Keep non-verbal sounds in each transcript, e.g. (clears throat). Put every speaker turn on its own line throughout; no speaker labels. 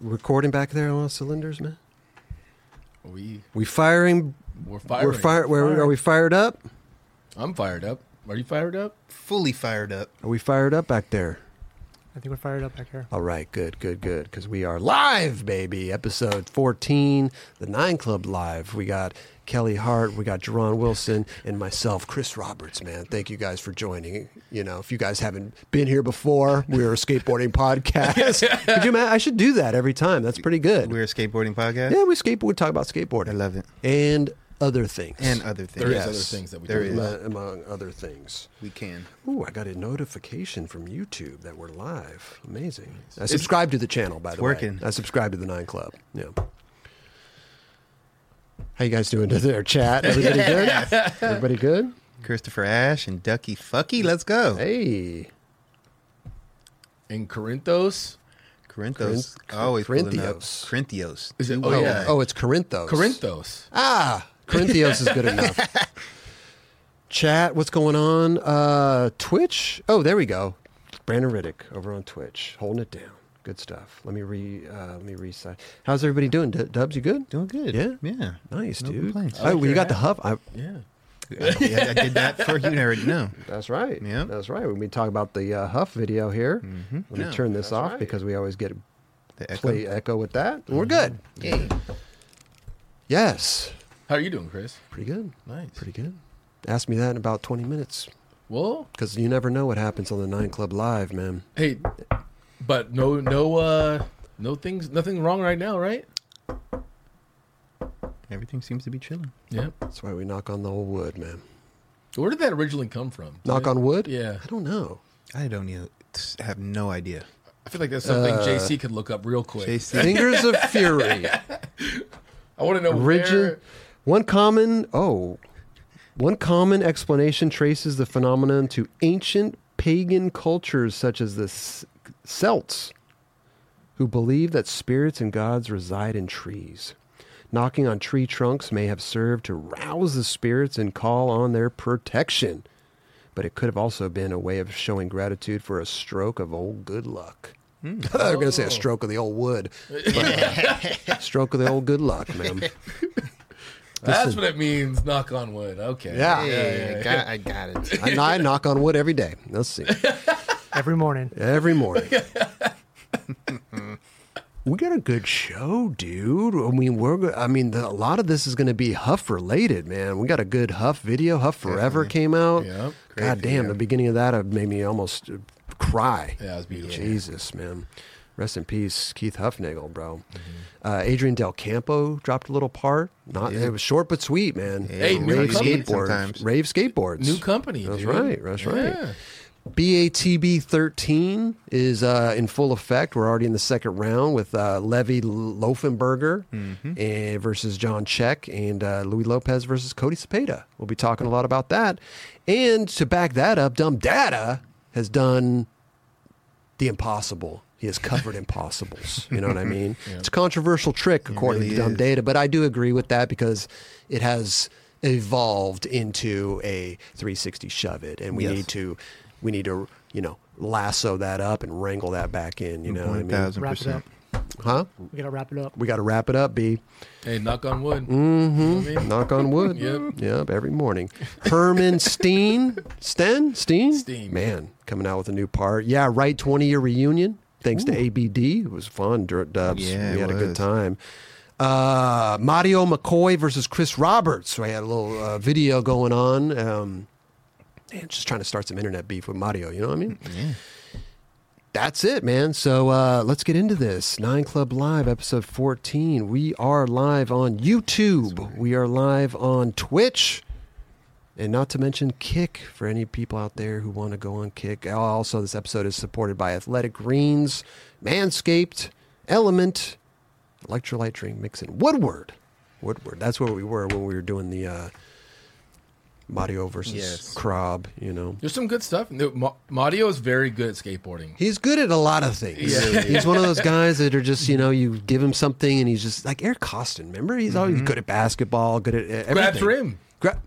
recording back there on all cylinders, man?
We
We firing?
we're firing.
We're fire, where, Are we fired up?
I'm fired up. Are you fired up?
fully fired up.
Are we fired up back there?
I think we're fired up back here.
All right, good, good, good. Because we are live, baby. Episode 14, the Nine Club Live. We got Kelly Hart, we got Jerron Wilson, and myself, Chris Roberts, man. Thank you guys for joining. You know, if you guys haven't been here before, we're a skateboarding
(laughs)
podcast. Could you imagine? I should do that every time. That's pretty good.
We're a skateboarding podcast.
yeah, we skateboard, we talk about skateboarding.
I love it.
And other things.
And other things.
There is
Yes.
other things that we
There
do.
is.
Ama- among other things.
We can.
Ooh, I got a notification from YouTube that we're live. Amazing. I subscribe to the channel, by the
working.
way. I subscribe to the Nine Club. Yeah. How you guys doing to their chat? Everybody good? Everybody good?
Christopher Ash and Ducky Fucky. Let's go.
Hey,
In Corinthos,
Corinthos.
Corin-
always pulling up.
Corinthios.
Corinthios.
Is it-
Two
oh,
oh,
O's.
yeah.
oh, it's Corinthos.
Corinthos.
Ah, Corinthios is good enough. (laughs) Chat, what's going on? Uh, Twitch. Oh, there we go. Brandon Riddick over on Twitch, holding it down. Good stuff. Let me re. Uh, let me resign. How's everybody doing? D- Dubs, you good?
Doing good.
Yeah?
Yeah.
Nice,
No
dude.
complaints.
Oh, well, you got the huff. I,
Yeah.
(laughs) yeah, I did that for you. and I already know.
that's right.
Yeah.
that's right. When we talk about the uh, huff video here, let me
Mm-hmm. Yeah,
turn this off
right.
because we always get
The
a
echo. Mm-hmm.
play echo with that. We're good.
Yay.
Yes,
How are you doing, Chris?
pretty good.
Nice.
Pretty good. Ask me that in about twenty minutes.
Well,
Because you never know what happens on the Nine Club Live, man.
hey, but no, no, uh, no things, nothing wrong right now, right?
Everything seems to be chilling.
Yeah.
That's why we knock on the old wood, man.
Where did that originally come from?
Knock on wood?
Yeah.
I don't know.
I don't even have no idea.
I feel like that's something
Uh,
JC could look up real quick.
JC.
Fingers of Fury.
I want to know
Origin.
where.
One common, oh, one common explanation traces the phenomenon to ancient pagan cultures such as the S- Celts, who believed that spirits and gods reside in trees. Knocking on tree trunks may have served to rouse the spirits and call on their protection, but it could have also been a way of showing gratitude for a stroke of old good luck. (laughs) I was going to say a stroke of the old wood. but, (laughs) uh, stroke of the old good luck, man.
That's what it means. Knock on wood. Okay.
Yeah.
Hey, I got, I got (laughs) it.
And
(laughs)
I knock on wood every day. Let's see.
Every morning.
Every morning. we got a good show, dude. I mean, we're. go- I mean, the, a lot of this is going to be Huff related, man. We got a good Huff video. Huff Forever came out.
Yep.
Great
God damn,
video.
the beginning of that uh, made me almost uh, cry.
Yeah, it was beautiful.
Jesus, man. Rest in peace, Keith Huffnagel, bro.
Mm-hmm.
Uh, Adrian Del Campo dropped a little part. Not it was short but sweet, man.
Hey,
new
rave
company
skateboards,
sometimes.
rave skateboards,
New company.
That's
dude.
right. That's
Yeah.
right. BATB 13 is uh, in full effect. We're already in the second round with uh, Levy Lofenberger and versus John Check and uh, Louis Lopez versus Cody Cepeda. We'll be talking a lot about that. And to back that up, Dumb Data has done the impossible. He has covered impossibles. You know what I mean? It's a controversial trick, according
really
to Dumb
is.
Data, but I do agree with that because it has evolved into a 360 shove it, and we
Yes.
need to, we need to, you know, lasso that up and wrangle that back in. You know what I
One
mean?
thousand
Wrap it up.
percent.
Huh?
We gotta wrap it up.
We got to wrap it up, B.
Hey, knock on wood. Mm-hmm.
Knock on wood.
Yep.
Yep. Every morning.
(laughs)
Herman Steen. Sten? Steen?
Steen.
Man, coming out with a new part. Yeah, right. 20 year reunion. Thanks to ABD. It was fun. Dirt Dubs.
Yeah,
we
it
had a good
was.
time. Uh, Mario McCoy versus Chris Roberts. So I had a little uh, video going on. Um, man, just trying to start some internet beef with Mario. You know what I mean?
Yeah.
That's it, man. So uh, let's get into this. Nine Club Live, episode 14. We are live on YouTube. We are live on Twitch. And not to mention Kick for any people out there who want to go on Kick. Also, this episode is supported by Athletic Greens, Manscaped, Element, Electrolyte Drink Mix, and Woodward. Woodward. That's where we were when we were doing the uh, Mario versus
Yes.
Crab, you know.
There's some good stuff. No, Ma- Mario is very good at skateboarding.
He's good at a lot of things. He's one of those guys that are just, you know, you give him something and he's just like Eric Costin. Remember, he's always good at basketball, good at uh, everything.
Grabs rim.
Gra-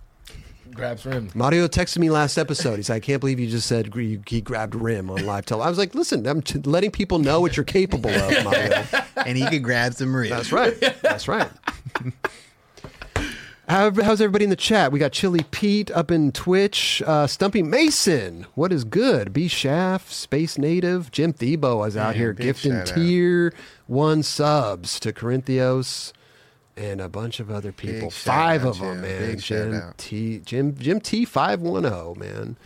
grabs rim.
Mario texted me last episode. He's like, I can't believe you just said gr- you- he grabbed rim on live tele. I was like, listen, I'm t- letting people know what you're capable of, Mario.
and he could
(laughs)
grab some ribs.
That's right.
(laughs)
That's right. (laughs) How, how's everybody in the chat? We got Chili Pete up in Twitch. Uh, Stumpy Mason, what is good? B Shaft, Space Native, Jim Thebo is out
Yeah,
here
big
gifting
shout out.
tier one subs to Corinthios and a bunch of other people.
shout
Five
out,
of them,
Jim.
man.
Big shout
Jim
out.
T, Jim Jim T five one zero, man.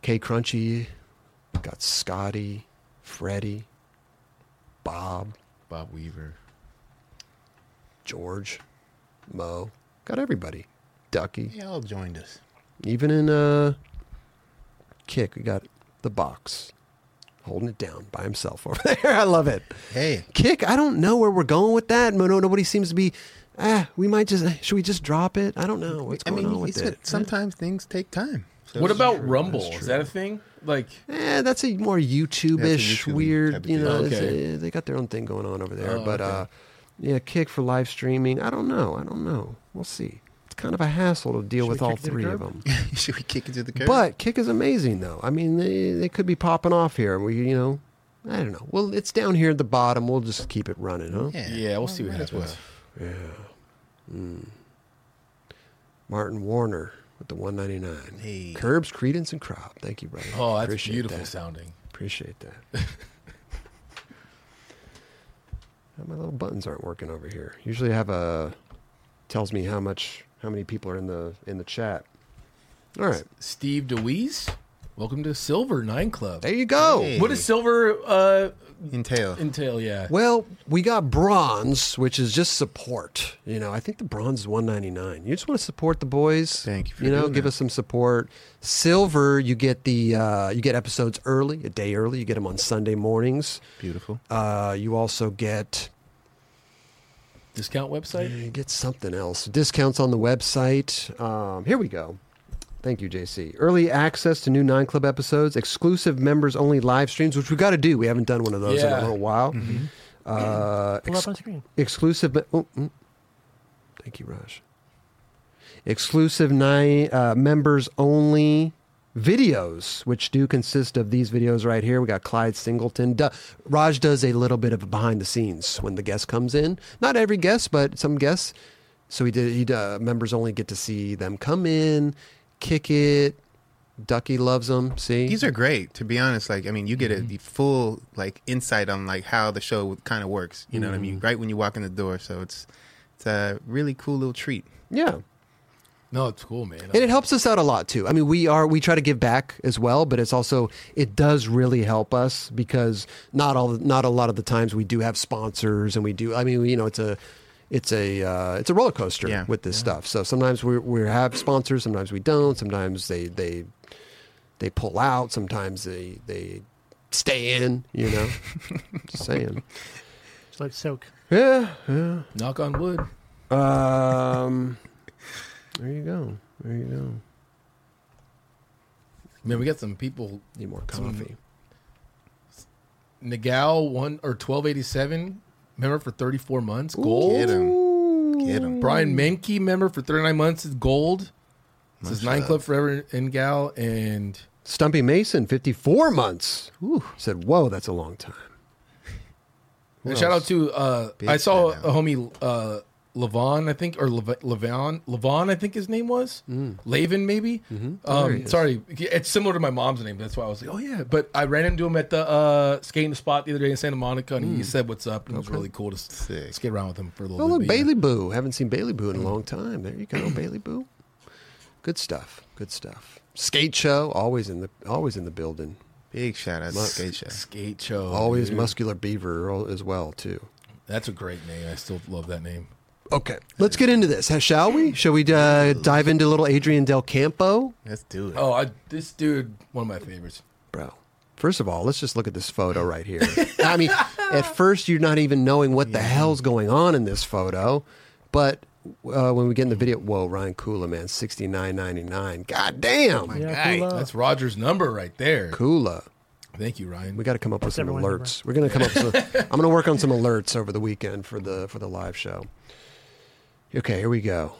K Crunchy, got Scotty, Freddie, Bob.
Bob Weaver.
George, Mo, got everybody. Ducky,
They all joined us.
even in uh, kick, we got the box holding it down by himself (laughs) over there. I love it.
Hey,
Kick, I don't know where we're going with that. No, no, nobody seems to be. Ah, we might just should we just drop it? I don't know what's
I
going
mean,
on
it's
with
what-
it.
sometimes things take time. So
what
it's-
about
true.
Rumble?
That's
Is that a thing? Like,
Eh, that's a more YouTube-ish,
That's a YouTube type
weird.
of
You know,
thing.
it's-
Okay.
eh, they got their own thing going on over there.
Oh,
but
okay.
uh, yeah, kick for live streaming. I don't know. I don't know. We'll see. It's kind of a hassle to deal
Should we
with all
kick it to the
three of
curb?
(laughs)
them.
Should we kick it to the curb?
But kick is amazing, though. I mean, they, they could be popping off here. We, you know, I don't know. Well, it's down here at the bottom. We'll just keep it running, huh?
yeah, we'll see what
might as
happens.
Yeah. Mm. Martin Warner with the 199.
Hey.
Curbs, Credence, and Crop. Thank you, brother.
Oh, that's
Appreciate
beautiful
that.
sounding.
Appreciate that.
(laughs)
My little buttons aren't working over here. Usually I have a tells me how much how many people are in the in the chat. All right.
Steve DeWeese, welcome to Silver Nine Club.
There you go.
Hey.
What does silver uh,
Entail.
entail? Yeah.
Well, we got bronze, which is just support. You know, I think the bronze is 199. You just want to support the boys.
Thank you for
you know,
doing
give
that.
us some support. Silver, you get the uh, you get episodes early, a day early. You get them on Sunday mornings.
Beautiful.
Uh, you also get
Discount website?
you get something else. Discounts on the website. Um, here we go. Thank you, JC. Early access to new Nine Club episodes, exclusive members only live streams, which we got to do. We haven't done one of those in a
Yeah.
little while. Uh,
Mm-hmm. Pull up on screen.
exclusive. Oh, mm. thank you, Raj. Exclusive nine uh, members only videos, which do consist of these videos right here. We got Clyde Singleton. Du- Raj does a little bit of behind the scenes when the guest comes in. Not every guest, but some guests. So he did. He uh, members only get to see them come in, kick it. Ducky loves them. See,
These are great, to be honest. Like, I mean, you get
Mm-hmm.
a the full like insight on like how the show kind of works. You know what I
Mm-hmm.
mean? Right when you walk in the door, so it's it's a really cool little treat.
yeah.
No, it's cool, man.
and it helps us out a lot too. I mean, we are we try to give back as well, but it's also it does really help us because not all not a lot of the times we do have sponsors and we do. I mean, you know, it's a it's a uh, it's a roller coaster
Yeah.
with this stuff. So sometimes we we have sponsors, sometimes we don't. Sometimes they they they pull out. Sometimes they they stay in. You
(laughs)
know, just saying.
Just let it soak.
Yeah, yeah.
Knock on wood.
Um, there you go. There you go.
Man, we got some people.
Need more
Some-
coffee.
Nagal one or twelve eighty seven member for thirty four months. Gold.
Get 'em.
Ooh.
Get 'em.
Brian
Mm.
Menke member for thirty nine months is gold. This is
Much
Nine
love.
Club Forever and Gal and
Stumpy Mason, 54 months. Said, whoa, that's a long time. Who
And shout
else?
out to uh,
Big
I saw
shout
a
out.
homie uh, Levon, I think, or Lev- Levon, Levon, I think his name was
Mm.
Lavin, maybe.
Mm-hmm. There he
Um,
is.
sorry, it's similar to my mom's name. That's why I was like, oh yeah. But I ran into him at the uh, skating spot the other day in Santa Monica,
Mm.
and he said, "What's up?" And it was really cool to s-
Sick.
skate around with him for a little
Oh, look,
bit. but yeah.
Bailey Boo. Haven't seen Bailey Boo in a long time. There you (clears throat) go, Bailey Boo. Good stuff. Good stuff. Skate show, always in the always in the building.
Big shout out, to Skate Show.
Skate show.
Always
dude.
muscular beaver al- as well, too.
That's a great name. I still love that name.
Okay, let's get into this, huh, shall we? Shall we uh, dive into little Adrian Del Campo,
Let's do it.
Oh, I, this dude, one of my favorites.
bro? First of all, let's just look at this photo right
(laughs)
here. I mean, at first you're not even knowing what the hell's going on in this photo, but uh, when we get in the video, whoa, Ryan Kula, man, sixty nine ninety nine. God
Oh
damn,
Yeah, pull up.
That's Roger's number right there.
Kula.
Thank you, Ryan.
We got to come up with some
everyone
alerts. We're gonna come up. With some,
(laughs)
I'm gonna work on some alerts over the weekend for the for the live show. Okay, here we go.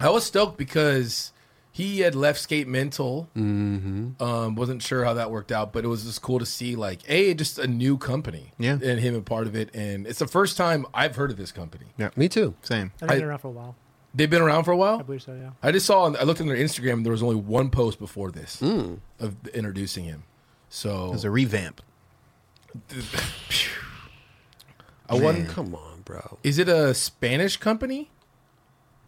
I was stoked because he had left Skate Mental. Um, wasn't sure how that worked out, but it was just cool to see like a just a new company.
Yeah.
and him a part of it, and it's the first time I've heard of this company.
Me too.
Same.
I've been
I-
around for a while.
They've been around for a
I
while.
believe so. Yeah.
I just saw. I looked on their Instagram. and There was only one post before this of introducing him. So
It's
(laughs)
a revamp.
I wonder,
Come on, bro.
is it a Spanish company?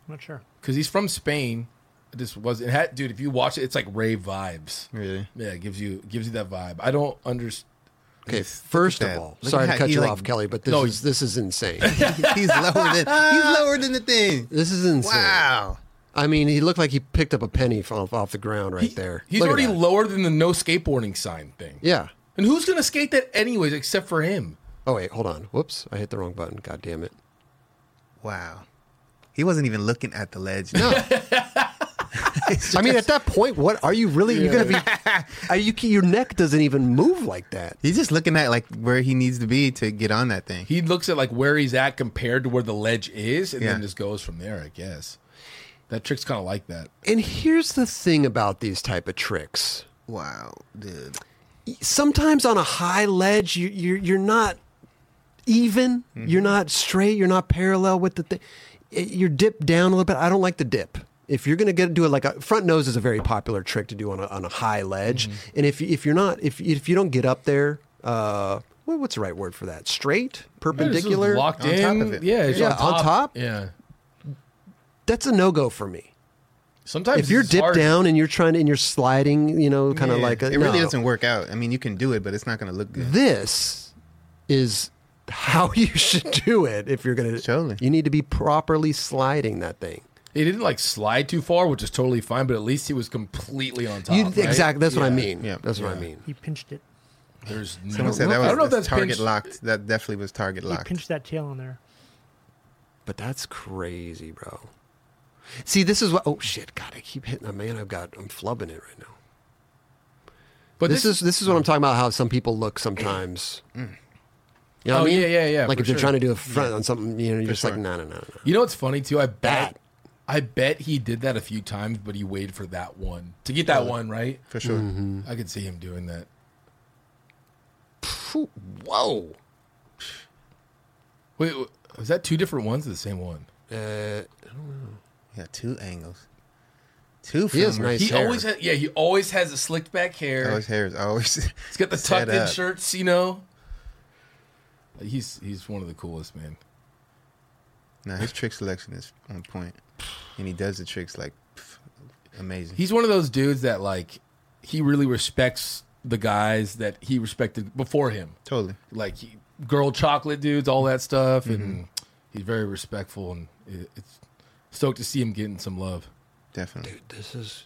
I'm not sure.
Because he's from Spain. It just was. It had, dude. If you watch it, it's like rave vibes.
Really?
Yeah, it gives you gives you that vibe. I don't understand.
Okay, first
that.
of all,
Look at
sorry to
how
cut
he,
you
like-
off, Kelly, but this
No,
is this is
(laughs)
insane.
he's lower than
(laughs)
he's lower than the thing.
this is insane.
Wow.
I mean, he looked like he picked up a penny from off the ground right there.
He's
Look at
already
that.
lower than the no skateboarding sign thing.
yeah.
And who's gonna skate that anyways, except for him?
Oh wait, hold on. Whoops, I hit the wrong button. God damn it.
Wow. He wasn't even looking at the ledge.
No. I mean, at that point, what are you really? You're gonna be. Are you? Your neck doesn't even move like that.
(laughs) He's just looking at like where he needs to be to get on that thing.
He looks at like where he's at compared to where the ledge is, and
Yeah.
then just goes from there. I guess that trick's kind of like that.
And here's the thing about these type of tricks.
Wow, dude.
Sometimes on a high ledge, you, you're you're not even. You're not straight. You're not parallel with the thing. You're dipped down a little bit. I don't like the dip. If you're gonna get do it like a front nose is a very popular trick to do on a, on a high ledge, and if if you're not if if you don't get up there, uh, what, what's the right word for that? Straight,
It's just
perpendicular,
locked
on
in.
top of it.
Yeah, it's
Yeah, on top.
Yeah.
That's a no go for me.
Sometimes
if you're
it's
dipped
hard.
down and you're trying to, and you're sliding, you know, kind of
Yeah.
like a,
it really
no.
doesn't work out. I mean, you can do it, but it's not going to look
Mm-hmm.
good.
This is how (laughs) you should do it if you're gonna.
Totally.
You need to be properly sliding that thing.
He didn't like slide too far, which is totally fine. But at least he was completely on top.
you
right?
exactly. That's what I
Yeah.
mean.
Yeah.
That's what I mean.
He pinched it.
There's no,
Someone said that was
I don't know if
that's
that's
target
pinched-
locked. That definitely was target
He
locked.
pinched that tail on there.
But that's crazy, bro. See, this is what. Oh shit! God, I keep hitting. Oh, man, I've got. I'm flubbing it right now.
But
this, is this is what I'm talking about. How some people look
(clears throat)
sometimes.
Mm.
You know
Oh,
what I mean?
yeah, yeah, yeah,
Like
for
if you're
sure.
trying to do a front on something, you know, you're just
sure.
like, no, no, no, no.
You know what's funny too? I
That.
bet I bet he did that a few times, but he waited for that one to get
Uh,
that one right.
for sure.
Mm-hmm.
I could see him doing that.
Phew, Whoa.
Wait, w- was that two different ones or the same one?
Uh,
Yeah, two angles. Two
He has
filmers.
nice- His
he
hair.
always has, yeah, he always has a slicked back hair.
Oh, his hair is always. (laughs)
He's got the
set
tucked in
up.
shirts, you know. He's he's one of the coolest, man.
Nah, his trick selection is on point, and he does the tricks like pff, amazing.
He's one of those dudes that like he really respects the guys that he respected before him.
totally.
like he, girl chocolate dudes, all that stuff,
Mm-hmm.
and he's very respectful and it, it's stoked to see him getting some love.
Definitely.
this is.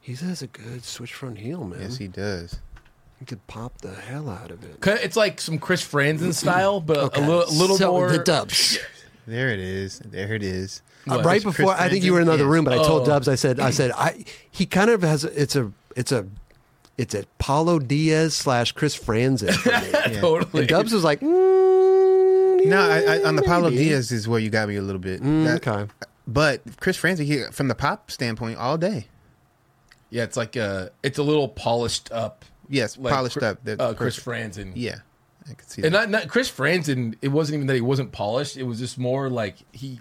He has a good switch front heel, man.
Yes, he does.
He could pop the hell out of it.
'Cause It's like some Chris Franzen style, but a little, a little
so
more.
The Dubs.
There it is. There
(laughs)
it is.
What?
Uh, right
It's
Chris
before, I think you were in another
Franzen?
room, but I told
Oh.
Dubs, I said, I said, I. He kind of has. It's a. It's a. It's a Paulo Diaz slash Chris Franzen. For
(laughs)
me.
(laughs) totally.
and Dubs was like, mm,
No,
yeah,
I, I, on the Paulo
maybe.
Diaz is where you got me a little bit.
Mm,
That-
okay.
But Chris Franzen, he, from the pop standpoint, all day.
Yeah, it's like uh, it's a little polished up.
Yes,
like
polished
Chri-
up. That's
Uh, Chris
perfect.
Franzen.
Yeah, I could see
and
that.
not, not Chris Franzen. It wasn't even that he wasn't polished. It was just more like he,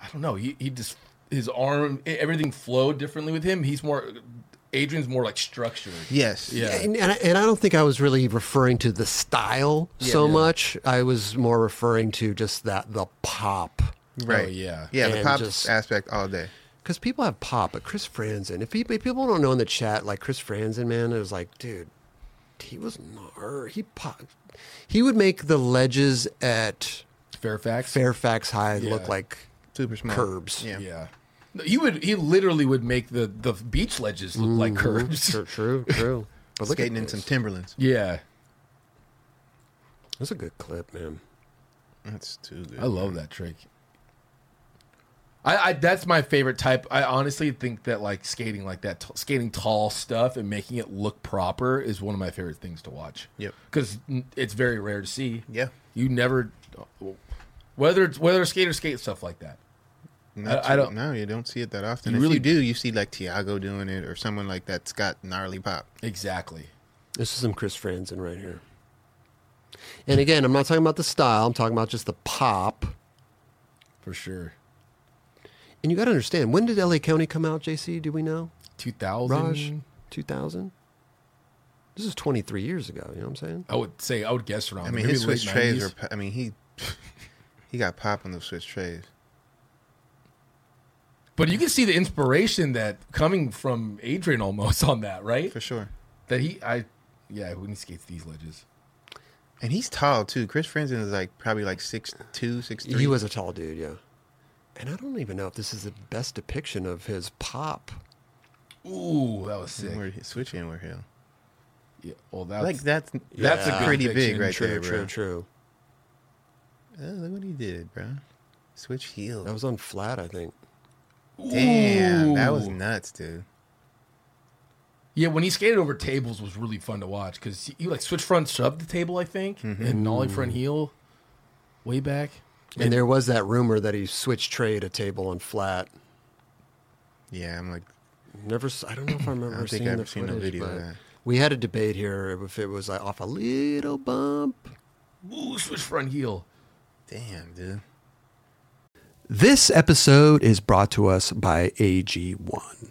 I don't know. He he just his arm, everything flowed differently with him. He's more. Adrian's more like structured.
yes.
Yeah.
And, and, I, and I don't think I was really referring to the style so much. I was more referring to just that the pop.
Right.
Oh, yeah.
Yeah. the
And
pop
just-
aspect all day.
Because people have pop, but Chris Franzen, if, he, if people don't know in the chat, like Chris Franzen, man, it was like, dude, he was not, or he pop. He would make the ledges at
Fairfax.
Fairfax High
Yeah.
look like
Super smart.
curbs.
Yeah.
Yeah. No, He would. He literally would make the the beach ledges look like
Mm-hmm. (laughs)
curves.
True, true, true. But look at
Skating in
this.
some Timberlands.
(laughs) Yeah,
That's a good clip, man.
That's too good.
I love that trick. I, I that's my favorite type. I honestly think that like skating like that, t- skating tall stuff and making it look proper is one of my favorite things to watch.
Yep.
because it's very rare to see.
Yeah.
you never whether it's whether skaters skate stuff like that.
Not
I- I
too-
don't-
No, you don't see it that often.
You
if
really-
you do, you see like Tiago doing it or someone like that's got gnarly pop.
Exactly.
This is some Chris Franzen right here. And again, I'm not talking about the style. I'm talking about just the pop.
For sure.
And you got to understand, when did LA County come out, JC? Do we know?
2000.
Raj, 2000? This is 23 years ago. You know what I'm saying?
I would say, I would guess around.
I mean,
maybe
his Swiss
late
trays
90s.
were. pa- I mean, he (laughs) he got pop on those Swiss trays.
But you can see the inspiration that coming from Adrian almost on that, right?
for sure.
That he, I, yeah, when he skates these ledges.
And he's tall too. Chris Franzen is like probably like six two, six three.
He was a tall dude, yeah. And I don't even know if this is the best depiction of his pop.
Ooh, that was sick.
Inward- switch inward heel.
Yeah, well, that's
like that's that's
that's a
a
good
pretty big
depiction.
right
true,
there,
true,
bro.
true.
Oh, look what he did, bro. Switch heel.
That was on flat, I think.
Damn, that was
Ooh.
nuts, dude.
Yeah, when he skated over tables was really fun to watch because he, he, like switch front shoved the table, I think,
Mm-hmm.
and nollie front heel, way back.
And there was that rumor that he switched tray to table on flat.
Yeah, I'm like,
Never, s- I don't know if I remember
think
seeing
I've
the
seen a
footage,
video of
but
that.
we had a debate here if it was like off a little bump.
Ooh, switch front heel.
damn, dude.
This episode is brought to us by AG1.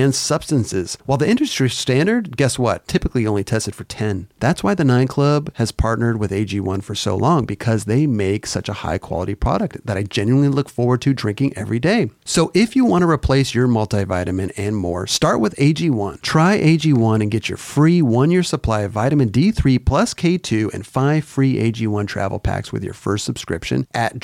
substances, while the industry standard, guess what, typically only tested for 10. That's why the Nine Club has partnered with AG1 for so long because they make such a high quality product that I genuinely look forward to drinking every day. So if you want to replace your multivitamin and more, start with AG1. Try AG1 and get your free one year supply of vitamin D3 plus K2 and five free AG1 travel packs with your first subscription at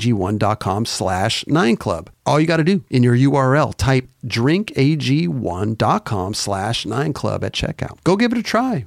drinkag1.com slash 9club. All you got to do in your URL, type drinkag1.com slash 9club at checkout. Go give it a try.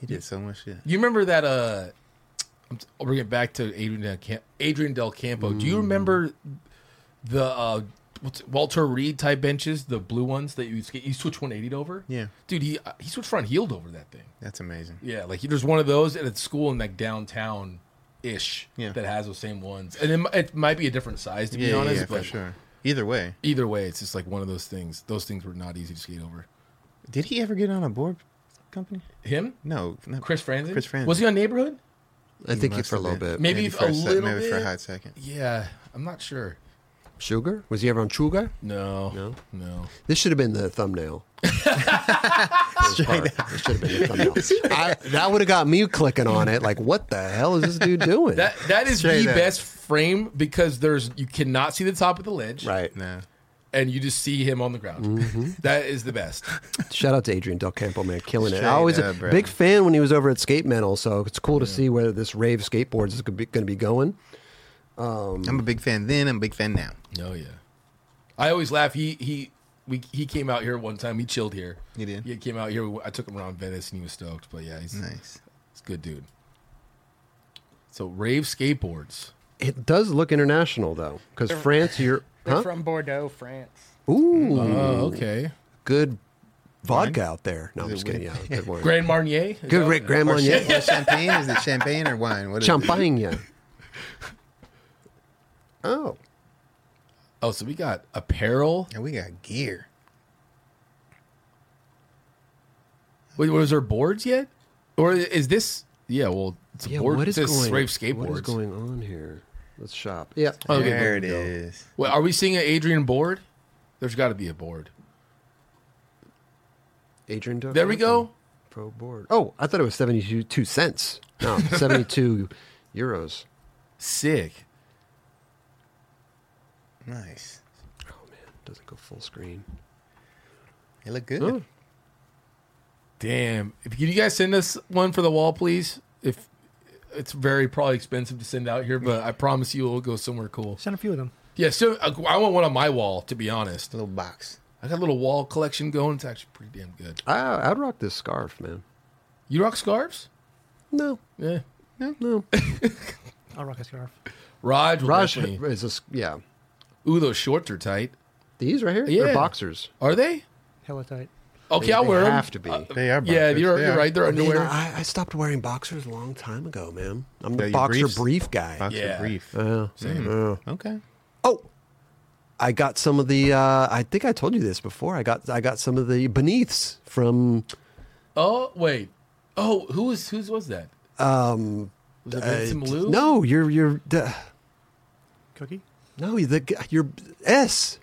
He did so much shit.
You remember that? Uh, I'm t- I'll bring it back to Adrian Del, Cam- Adrian Del Campo. Do you remember the uh, what's, Walter Reed type benches, the blue ones that you skate, you switch 180 over?
Yeah.
dude, he uh, he switched front heeled over that thing.
That's amazing.
Yeah, like there's one of those at a school in like downtown ish
Yeah.
that has those same ones, and it, mi- it might be a different size to
Yeah,
be
yeah,
honest.
yeah,
but
for sure. Either way,
either way, it's just like one of those things. Those things were not easy to skate over.
did he ever get on a board company?
Him,
No, not
Chris Franzen.
Chris Franzen.
was he on Neighborhood?
I think he
must
for a
have
little
been.
bit.
Maybe,
Maybe
a
for a sec-
little
maybe
bit.
for a hot second.
Yeah, I'm not sure.
Sugar? Was he ever on Sugar?
No,
No?
no.
This should have been the
(laughs)
thumbnail. This part. This should have been the
(laughs)
thumbnail. I, that would have got me clicking on it. Like, what the hell is this dude doing?
That that is
Straight
the
up.
best frame because there's you cannot see the top of the ledge,
right.
No,
And you just see him on the ground. (laughs) That is the best.
Shout out to Adrian Del Campo, man, killing it.
Straight
I always
up,
a
bro.
big fan when he was over at Skate Metal, so it's cool to see where this rave skateboards is going to be going.
I'm a big fan then. I'm a big fan now.
Oh yeah. I always laugh. He he we he came out here one time. He chilled here.
He did?
He came out here. I took him around Venice, and he was stoked. But yeah, he's
Nice.
he's a good dude. So rave skateboards.
It does look international though, because France, you're
(laughs) They're
huh?
from Bordeaux, France.
Ooh,
Oh,
Uh-huh.
okay.
good vodka out there. No, I'm
it
just kidding. Yeah,
(laughs)
good wine.
Grand Marnier. Is
good
that-
great grandma. Yeah,
Or champagne? Is it champagne or wine? What is it?
(laughs)
champagne. yeah. Oh,
Oh, so we got apparel.
And Oh, we got gear.
Wait, was there boards yet? Or is this? Yeah. Well, it's a
yeah.
board.
What is
it says
going?
rave
What is
skateboards.
going on here?
Let's shop. Yeah.
Okay,
there
there
it
we go.
is.
Wait, are we seeing an Adrian board? There's got to be a board.
Adrian. Duff-
There we go.
Pro board. Oh, I thought it was seventy-two two cents. No, seventy-two euros.
Sick.
Nice.
Oh man, doesn't go full screen.
It looked good.
Oh.
Damn. If can you guys send us one for the wall, please? If it's very probably expensive to send out here, but I promise you it'll go somewhere cool.
Send a few of them.
Yeah, so I I want one on my wall. To be honest,
A little box.
I got a little wall collection going. It's actually pretty damn good.
I, I'd rock this scarf, man.
You rock scarves?
No,
Yeah.
no.
I'll rock a scarf.
Raj, will
Raj
definitely-
is a s yeah.
Ooh, those shorts are tight.
These right here,
Yeah.
they're boxers.
Are they?
Hella tight.
Okay,
They-
I'll
they
wear 'em.
have to be.
Uh,
They
yeah,
are boxers.
you're,
They
you're
are.
right. They're
Man,
underwear.
I, I stopped wearing boxers a long time ago, man. I'm
Yeah,
the
your
boxer
briefs.
brief guy.
Box
Yeah.
of brief.
Yeah. Yeah.
Okay.
Oh, I got some of the. Uh, I think I told you this before. I got I got some of the beneaths from
oh wait. Oh, who was whose was that? Um, was it Vincent Malou?
uh, no. You're you're the,
Cookie?
no. The g- you're S.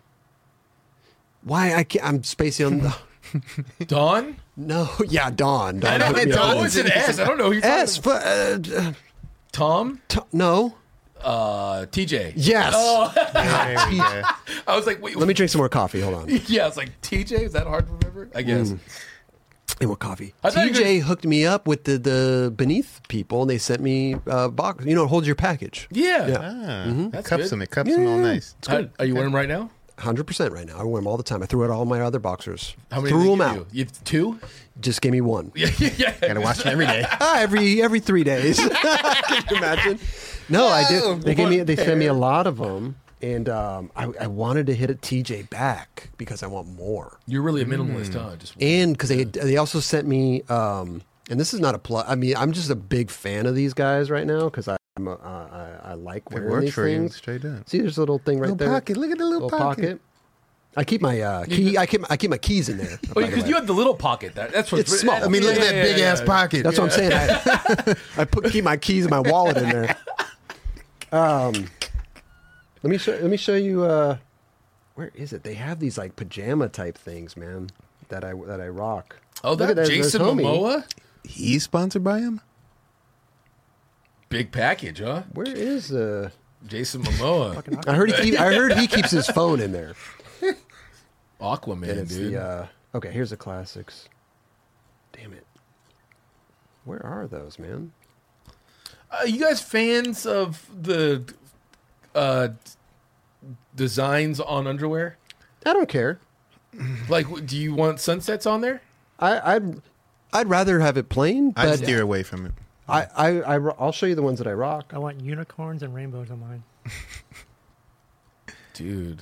Why I can't, I'm spacing on the (laughs)
Don.
no yeah Don
I
Don
don't
hooked me up
know.
with
It's
it.
an S. I don't know. Who you're talking
S for, uh, d- uh,
about. Tom.
t- no
Uh, TJ.
yes
Oh.
There we go.
I was like, wait.
let me drink some more coffee hold on
(laughs) yeah, I was like, TJ. Is that hard to remember?
Hmm.
I guess.
any more coffee
I thought you
TJ hooked me up with the the beneath people and they sent me uh, box you know it holds your package
Yeah.
Ah,
That's
cups
good.
them. It cups them all nice.
How- are you wearing them right now?
hundred percent right now. I wear them all the time. I threw out all my other boxers.
How many?
Threw
did
them
they
out.
give You? You have two. (laughs)
Just gave me one.
Yeah, yeah. (laughs)
Gotta wash them every day.
Ah, (laughs) every every three days. Can you imagine? No, I did. They gave me. They sent me a lot of them, and um, I, I wanted to hit a TJ back because I want more.
You're really a minimalist, huh? Just
Hmm. And because they they also sent me. Um, and this is not a plug. I mean, I'm just a big fan of these guys right now because I'm a, I, I I like
It
wearing
worked
these
for you.
things.
Straight up.
See, there's a little thing right
Little
there.
pocket. Look at the little, pocket.
I keep my uh, key. I keep I keep my keys in there. by
Oh,
the
because
way.
you have the little pocket. That, that's what's
It's small.
that-
I
I mean, look at
yeah,
that
yeah,
big
yeah,
ass
yeah.
pocket.
That's what I'm saying. I,
(laughs)
(laughs) I put keep my keys in my wallet in there. Um, let me show. Let me show you. Uh, where is it? They have these like pajama type things, man. That I that I rock.
Oh,
Look
that
at there's- there's
Jason
homie.
Momoa.
He's sponsored by him.
Big package, huh?
Where is uh?
Jason
(laughs)
Momoa,
I heard he. Keep, I heard he keeps his phone in there. And
Aquaman,
it's
dude.
the uh, okay. Here's the classics. Damn it. Where are those, man?
Uh, you guys fans of the uh, designs on underwear?
I don't care.
Like, w- do you want sunsets on there?
I, I'd I'd rather have it plain,
I
but
steer away from it.
I, I, I, I'll show you the ones that I rock.
I want unicorns and rainbows on mine.
Dude,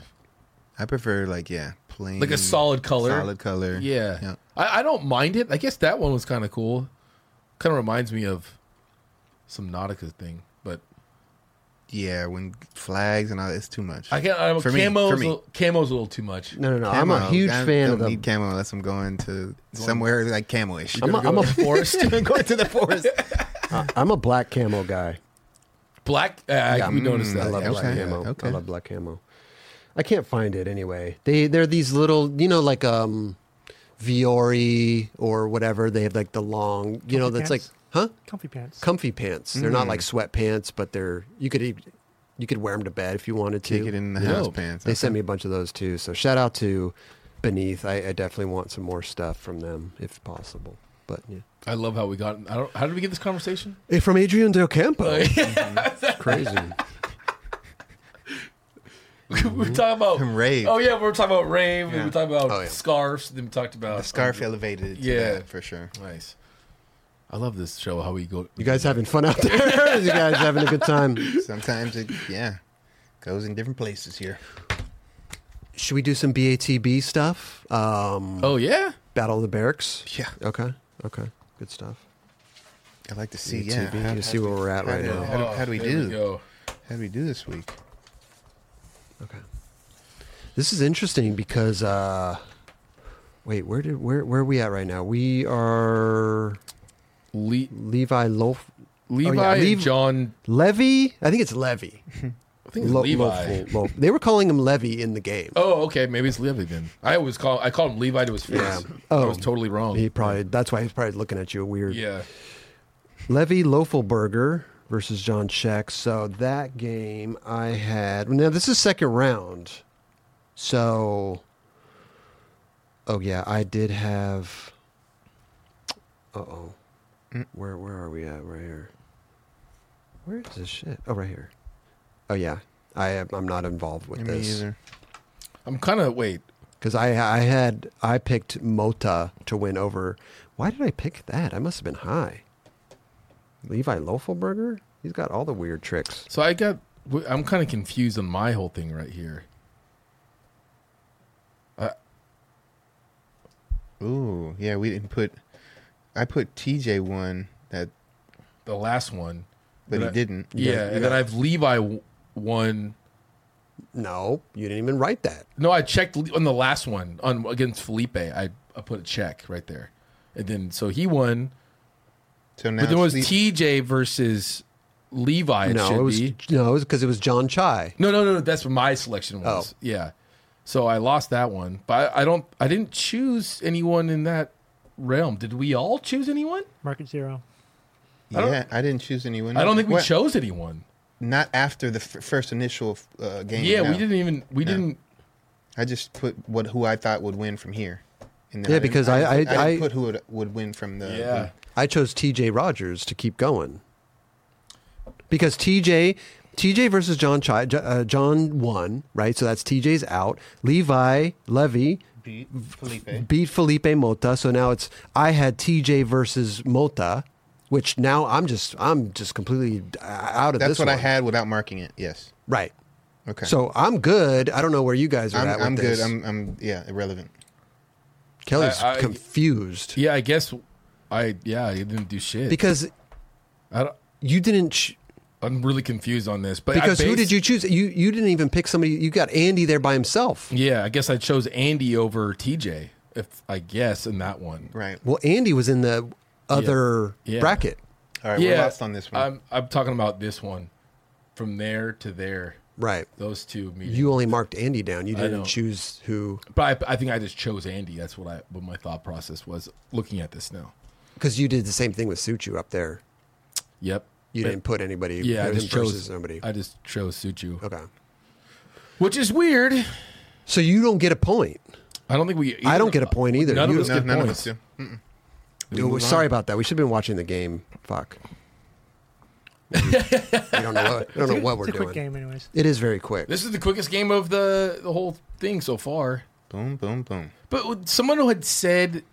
I prefer like yeah, plain,
like a solid color.
Mm-hmm. solid color.
Yeah, I, I don't mind it. I guess that one was kind of cool. Kind of reminds me of some Nautica thing, but
yeah. When flags and all, it's too much.
I can't. I'm,
For me,
camo's
for me.
a- camo's a little too much.
No, no, no.
Camo.
I'm a huge
I
fan
don't
of the
need camo unless I'm going to somewhere like camoish.
I'm a, I'm a
Forest
(laughs) going to the forest.
I'm a black camo guy.
(laughs) black. Uh, we noticed
I
that.
love
yeah, Mm,
black
okay.
camo.
Yeah, okay.
I love black camo. I can't find it anyway. They they're these little, you know, like um, Viore or whatever. They have like the long, you know,
Comfy
that's like,
pants?
huh?
Comfy pants.
comfy pants. They're not like sweatpants, but they're you could eat- you could wear them to bed if you wanted to.
Kick it in the
No.
house pants.
They sent me a bunch of those too. So shout out to Beneath. I, I definitely want some more stuff from them if possible. But yeah,
I love how we got. I don't, how did we get this conversation?
Eh, from Adrian Del Campo, crazy.
(laughs) we were talking about
Mm-hmm. And rave.
Oh yeah, we were talking about rave. and We were talking about
Oh, yeah.
scarves. Then we talked about
The scarf elevated. It to
Yeah.
yeah, that for sure.
Nice. I love this show. How we go.
You guys having fun out
(laughs)
there? (laughs) you guys having a good time?
Sometimes it yeah goes in different places here.
Should we do some BATB stuff? Um,
Oh yeah.
Battle of the Barracks.
Yeah,
Okay. Okay. Good stuff.
I like to see. Yeah,
BATB.
how,
you see where we're at
how
right
do-
now.
How do, how do we
Oh, There
do?
go.
How do we do this week?
Okay. This is interesting because uh wait, where did where where are we at right now? We are
Le-
Oh,
Levi Loaf
Levi,
Lev-
and John.
Levy. I think it's Levy.
I think it's
Lo-
(laughs) Levi.
local- lo- they were calling him Levy in the game.
Oh, okay. Maybe it's Levi then. I always call I call him Levi to his face. I
Oh.
was totally wrong.
He probably that's why he's probably looking at you weird.
yeah.
Levy Lofelberger versus John Check. So that game I had. Now this is second round. So Oh yeah, I did have Uh-oh. Where where are we at right here? Where is this shit? Oh, right here. Oh yeah. I am, I'm not involved with
Me
this
either.
I'm kind of wait.
because I I had I picked Mota to win over. Why did I pick that? I must have been high. Levi Lofelberger. He's got all the weird tricks.
So I got I'm kind of confused on my whole thing right here.
Ooh, yeah, we didn't put. I put TJ one that,
The last one,
but
Did
he
I-
didn't.
yeah, and then I have Levi w- one.
No, you didn't even write that.
No, I checked Le- on the last one on against Felipe. I, I put a check right there, and then so he won.
So now
But there was
Cle-
TJ versus Levi. It
no,
should
it was
be.
no, it was because it was John Chai.
No, no, no, no. That's what my selection was.
Oh.
Yeah. So I lost that one, but I, I don't. I didn't choose anyone in that realm. Did we all choose anyone?
Market zero.
I don't-
yeah, I didn't choose anyone.
I don't think we
What-
chose anyone.
Not after the f- first initial uh, game.
Yeah,
no.
we didn't even. We
No.
didn't.
I just put what who I thought would win from here. And then
Yeah,
didn't-
because I-
didn't-
I-
I,
I-
didn't put who would, would win from the.
Yeah.
I chose T.J. Rogers to keep going because T.J. T.J. versus John Chai. J- Uh, John won, right? So that's T.J.'s out. Levi Levy
Beat Felipe.
beat Felipe Mota. So now it's I had TJ versus Mota, which now I'm just I'm just completely uh, out of
That's
this.
what I
one.
had without marking it. Yes.
Right.
Okay.
So I'm good. I don't know where you guys are
I'm,
at with
I'm good.
this.
I'm, I'm yeah irrelevant.
Kelly's
I- I-
confused
Yeah, I guess. I yeah, I didn't do shit.
because
I don't,
you didn't. Ch-
I'm really confused on this. But I
because who
based-
did you choose? You you didn't even pick somebody. You got Andy there by himself.
Yeah, I guess I chose Andy over TJ. If I guess in that one.
Right.
Well, Andy was in the other
Yeah.
bracket,
All right.
yeah,
We're lost on this one.
I'm I'm talking about this one, from there to there.
right?
Those two meetings.
You only marked Andy down. You
I
didn't
know.
choose who
But I, I think I just chose Andy. That's what I what my thought process was looking at this now.
because you did the same thing with Suchu up there.
Yep.
You
But-
didn't put anybody.
Yeah, I
there was
just chose
versus nobody.
I just chose Suchu,
Okay.
which is weird.
So you don't get a point.
I don't think we.
I don't get a point either.
None
You-
of us
no,
get
none
points.
of us do.
Oh, sorry about that. We should have been watching the game.
(laughs)
Fuck. we don't know what, we don't know what we're
it's a
doing.
quick game, anyways.
It is very quick.
This is the quickest game of the the whole thing so far.
Boom, boom, boom.
But would- someone who had said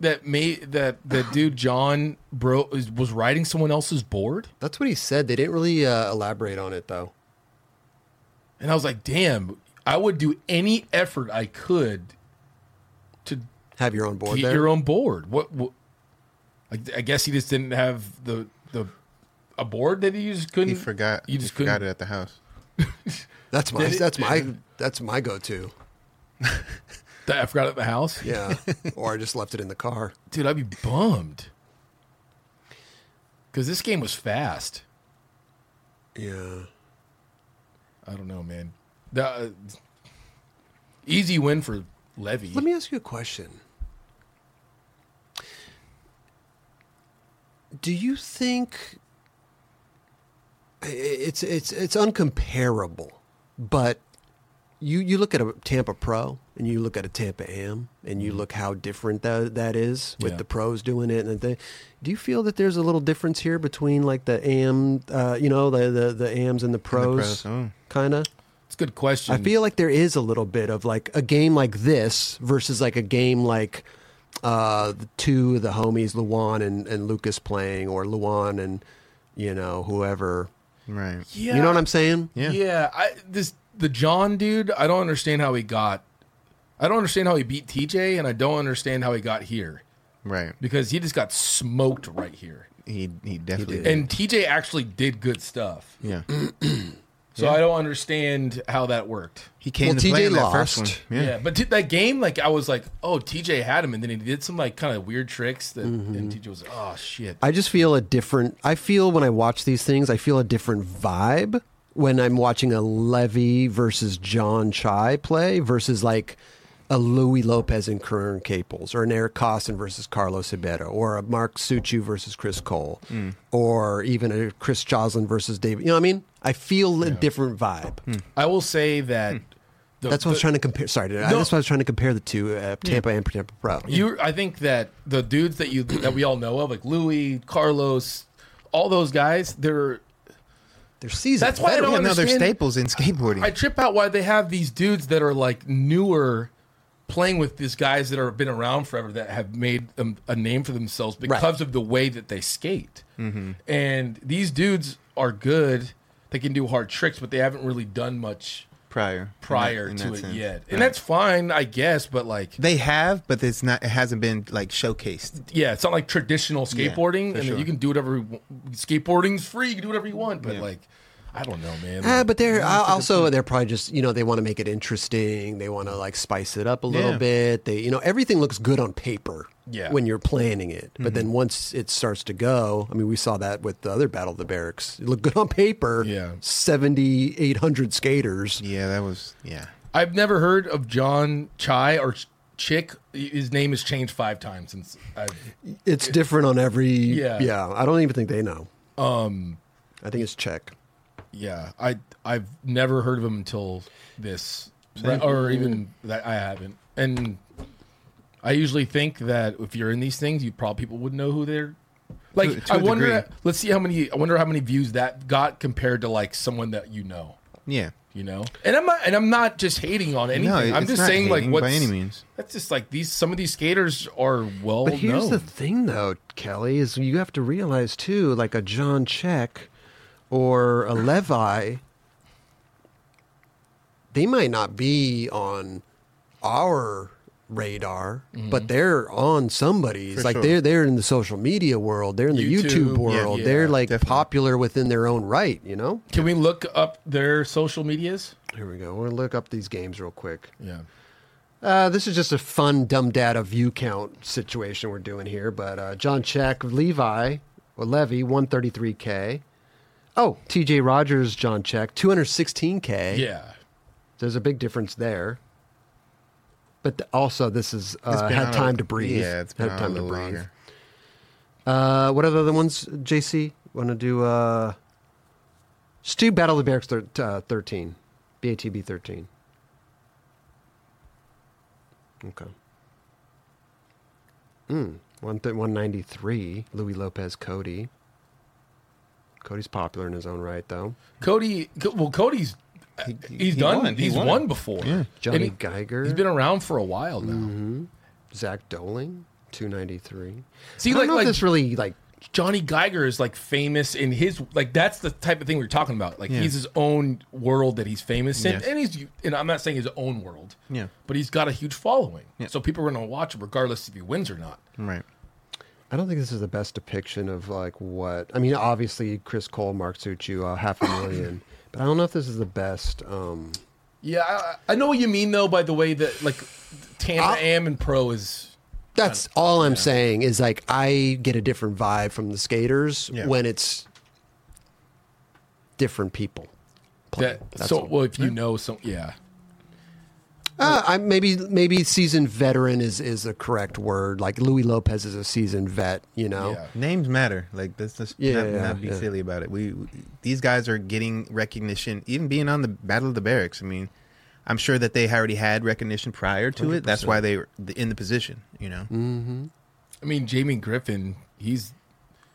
that may that the
(laughs)
dude John bro is, was riding someone else's board,
That's what he said. They didn't really uh, elaborate on it though.
and I was like, "Damn, I would do any effort I could to
Have your own board
get
there.
your own board." What? what I, I guess he just didn't have the the a board that he just couldn't.
He forgot.
You just
he forgot
couldn't.
it at the house.
that's my
Did it-
that's my that's my go-to.
I forgot it at the house,
Yeah.
(laughs)
or I just left it in the car.
dude. I'd be bummed because this game was fast.
Yeah.
I don't know, man. That uh, easy win for Levy.
Let me ask you a question. Do you think i- i- it's it's it's uncomparable, but you you look at a Tampa Pro and you look at a Tampa Am and you look how different that that is with
Yeah.
the pros doing it and the thing. Do you feel that there's a little difference here between like the Am, uh, you know, the the the Ams and the pros,
pros, oh.
kind of?
It's a good question.
I feel like there is a little bit of like a game like this versus like a game like uh, the two of the homies, Luwan and, and Lucas playing, or Luwan and you know whoever.
Right.
yeah,
You know what I'm saying?
Yeah.
Yeah, I this the John dude. I don't understand how he got. I don't understand how he beat TJ, and I don't understand how he got here
Right.
because he just got smoked right here.
He he definitely. did.
And TJ actually did good stuff, (clears throat)
yeah.
so I don't understand how that worked.
He came
Well,
to
TJ
play in that first one.
lost.
Yeah, but did that game, like I was like, oh, TJ had him, and then he did some like kind of weird tricks that,
Mm-hmm.
and TJ was, like, oh shit.
I just feel a different. I feel when I watch these things, I feel a different vibe when I'm watching a Levy versus John Chai play versus like a Louis Lopez and Kern Caples or an Eric Costin versus Carlos Ibero or a Mark Suchu versus Chris Cole or even a Chris Joslin versus David. You know what I mean? I feel a different vibe.
I will say
Hmm.
that the,
That's what I was
Hmm. the-
trying to compare. Sorry, did I-
No.
that's what I was trying to compare the two, uh, Tampa and Tampa Pro.
You, I think that the dudes that you that we all know of, like Louis, Carlos, all those guys, they're
They're seasoned.
That's why I don't
no, they're
understand-
staples in skateboarding.
I trip out why they have these dudes that are like newer playing with these guys that are been around forever that have made um, a name for themselves because of the way that they skate.
Mm-hmm.
And these dudes are good. They can do hard tricks, but they haven't really done much
prior, in that-
prior
in
to
that
it
sense.
yet. And that's fine, I guess, but like
They have, but it's not. It hasn't been like showcased.
yeah, it's not like traditional
Yeah,
skateboarding
for
and
sure.
you can do whatever you wa- skateboarding's free, you can do whatever you want, but like I don't know, man.
Ah, but they're al- also they're probably just you know they want to make it interesting. They want to like spice it up a little
Yeah.
bit. They you know everything looks good on paper
Yeah. Mm-hmm.
when you're planning it, but then once it starts to go, I mean we saw that with the other Battle of the Barracks. It looked good on paper.
Yeah.
seventy eight hundred skaters.
Yeah, that was yeah.
I've never heard of John Chai or Ch- Chick. His name has changed five times since I've.
It's different on every.
Yeah.
yeah. I don't even think they know. Um, I think it's Czech.
Yeah, I I've never heard of him until this, or even that I haven't. And I usually think that if you're in these things, you probably people would know who they're. Like
To- to
I
a
wonder.
degree.
Let's see how many. I wonder how many views that got compared to like someone that you know.
Yeah.
You know, and I'm not, and I'm not just hating on anything.
No, it-
I'm
it's
just
not
saying like
hating
what's
by any means.
That's just like these. Some of these skaters are well
But here's
known.
the thing, though, Kelly, is you have to realize too, like a John Check or a Levi, they might not be on our radar, but they're on somebody's.
For
like
sure.
they're they're in the social media world, they're in the
YouTube,
YouTube,
yeah,
world,
yeah,
they're like
definitely.
popular within their own right. You know.
Can we look up their social medias?
Here we go. We're gonna look up these games real quick.
Yeah.
Uh, this is just a fun dumb data view count situation we're doing here, but uh, John Check, Levi, or Levy, 133K. Oh, TJ Rogers, John Check, 216K.
Yeah.
There's a big difference there. But th- also, this is uh,
been on
had
a-
time to breathe.
Yeah, it's been
had
on
time
a
to
little
breathe.
longer.
Uh, what are the other ones, JC? Want to do uh, Stu Battle of the Barracks thir- uh, 13, BATB 13. Okay. Hmm. One th- 193, Louis Lopez Cody. Cody's popular in his own right, though.
Cody, Co- well, Cody's he's
he
done.
won, he
He's won,
won.
before.
Johnny
And he-
Geiger.
He's been around for a while now.
Zach Doling, 293.
See,
I don't
like-
know if
like-
this really, like,
Johnny Geiger is like famous in his like that's the type of thing we we're talking about. Like he's his own world that he's famous in,
Yes.
and he's and I'm not saying his own world.
Yeah.
But he's got a huge following,
Yeah.
so people are going to watch him regardless if he wins or not.
Right.
I don't think this is the best depiction of like what I mean. Obviously, Chris Cole, Mark Suchu, uh, half
(coughs)
a million, but I don't know if this is the best. Um,
Yeah, I, I know what you mean though. By the way that like Tampa Am and Pro is
that's all I'm saying is like I get a different vibe from the skaters
Yeah.
when it's different people.
that.
That's
So
all.
well, if you know, so yeah.
Uh, I maybe maybe seasoned veteran is is the correct word. Like Louis Lopez is a seasoned vet, you know.
Yeah.
Names matter. Like let's just
Yeah,
not,
yeah,
not be
yeah.
silly about it. We, we- these guys are getting recognition, even being on the Battle of the Barracks. I mean, I'm sure that they already had recognition prior to it. That's why they were in the position. You know,
Mm-hmm.
I mean, Jamie Griffin, he's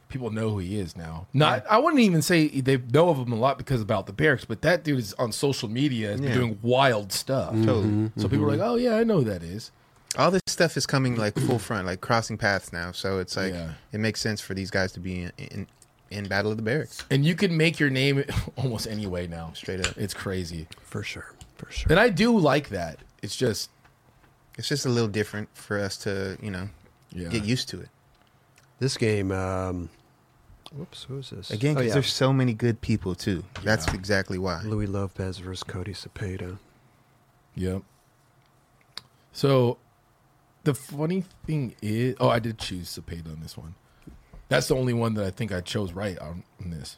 people know who he is now. Not, I wouldn't even say they know of him a lot because about the barracks, but that dude is on social media has been
Yeah. Mm-hmm.
doing wild stuff.
totally. Mm-hmm.
So people are like, "Oh yeah, I know who that is."
All this stuff is coming like full front, like crossing paths now. So it's like
Yeah.
it makes sense for these guys to be in, in in Battle of the Barracks.
And you can make your name (laughs) almost any way now.
Straight up.
it's crazy.
for sure, for sure.
And I do like that. It's just
It's just a little different for us to you know
Yeah.
get used to it.
This game, um, whoops, who is this
Again,
Oh,
because
yeah.
there's so many good people too. That's exactly why.
Louis Lopez versus Cody Cepeda.
Yep. So the funny thing is, oh, I did choose Cepeda on this one. That's the only one that I think I chose right on, on this.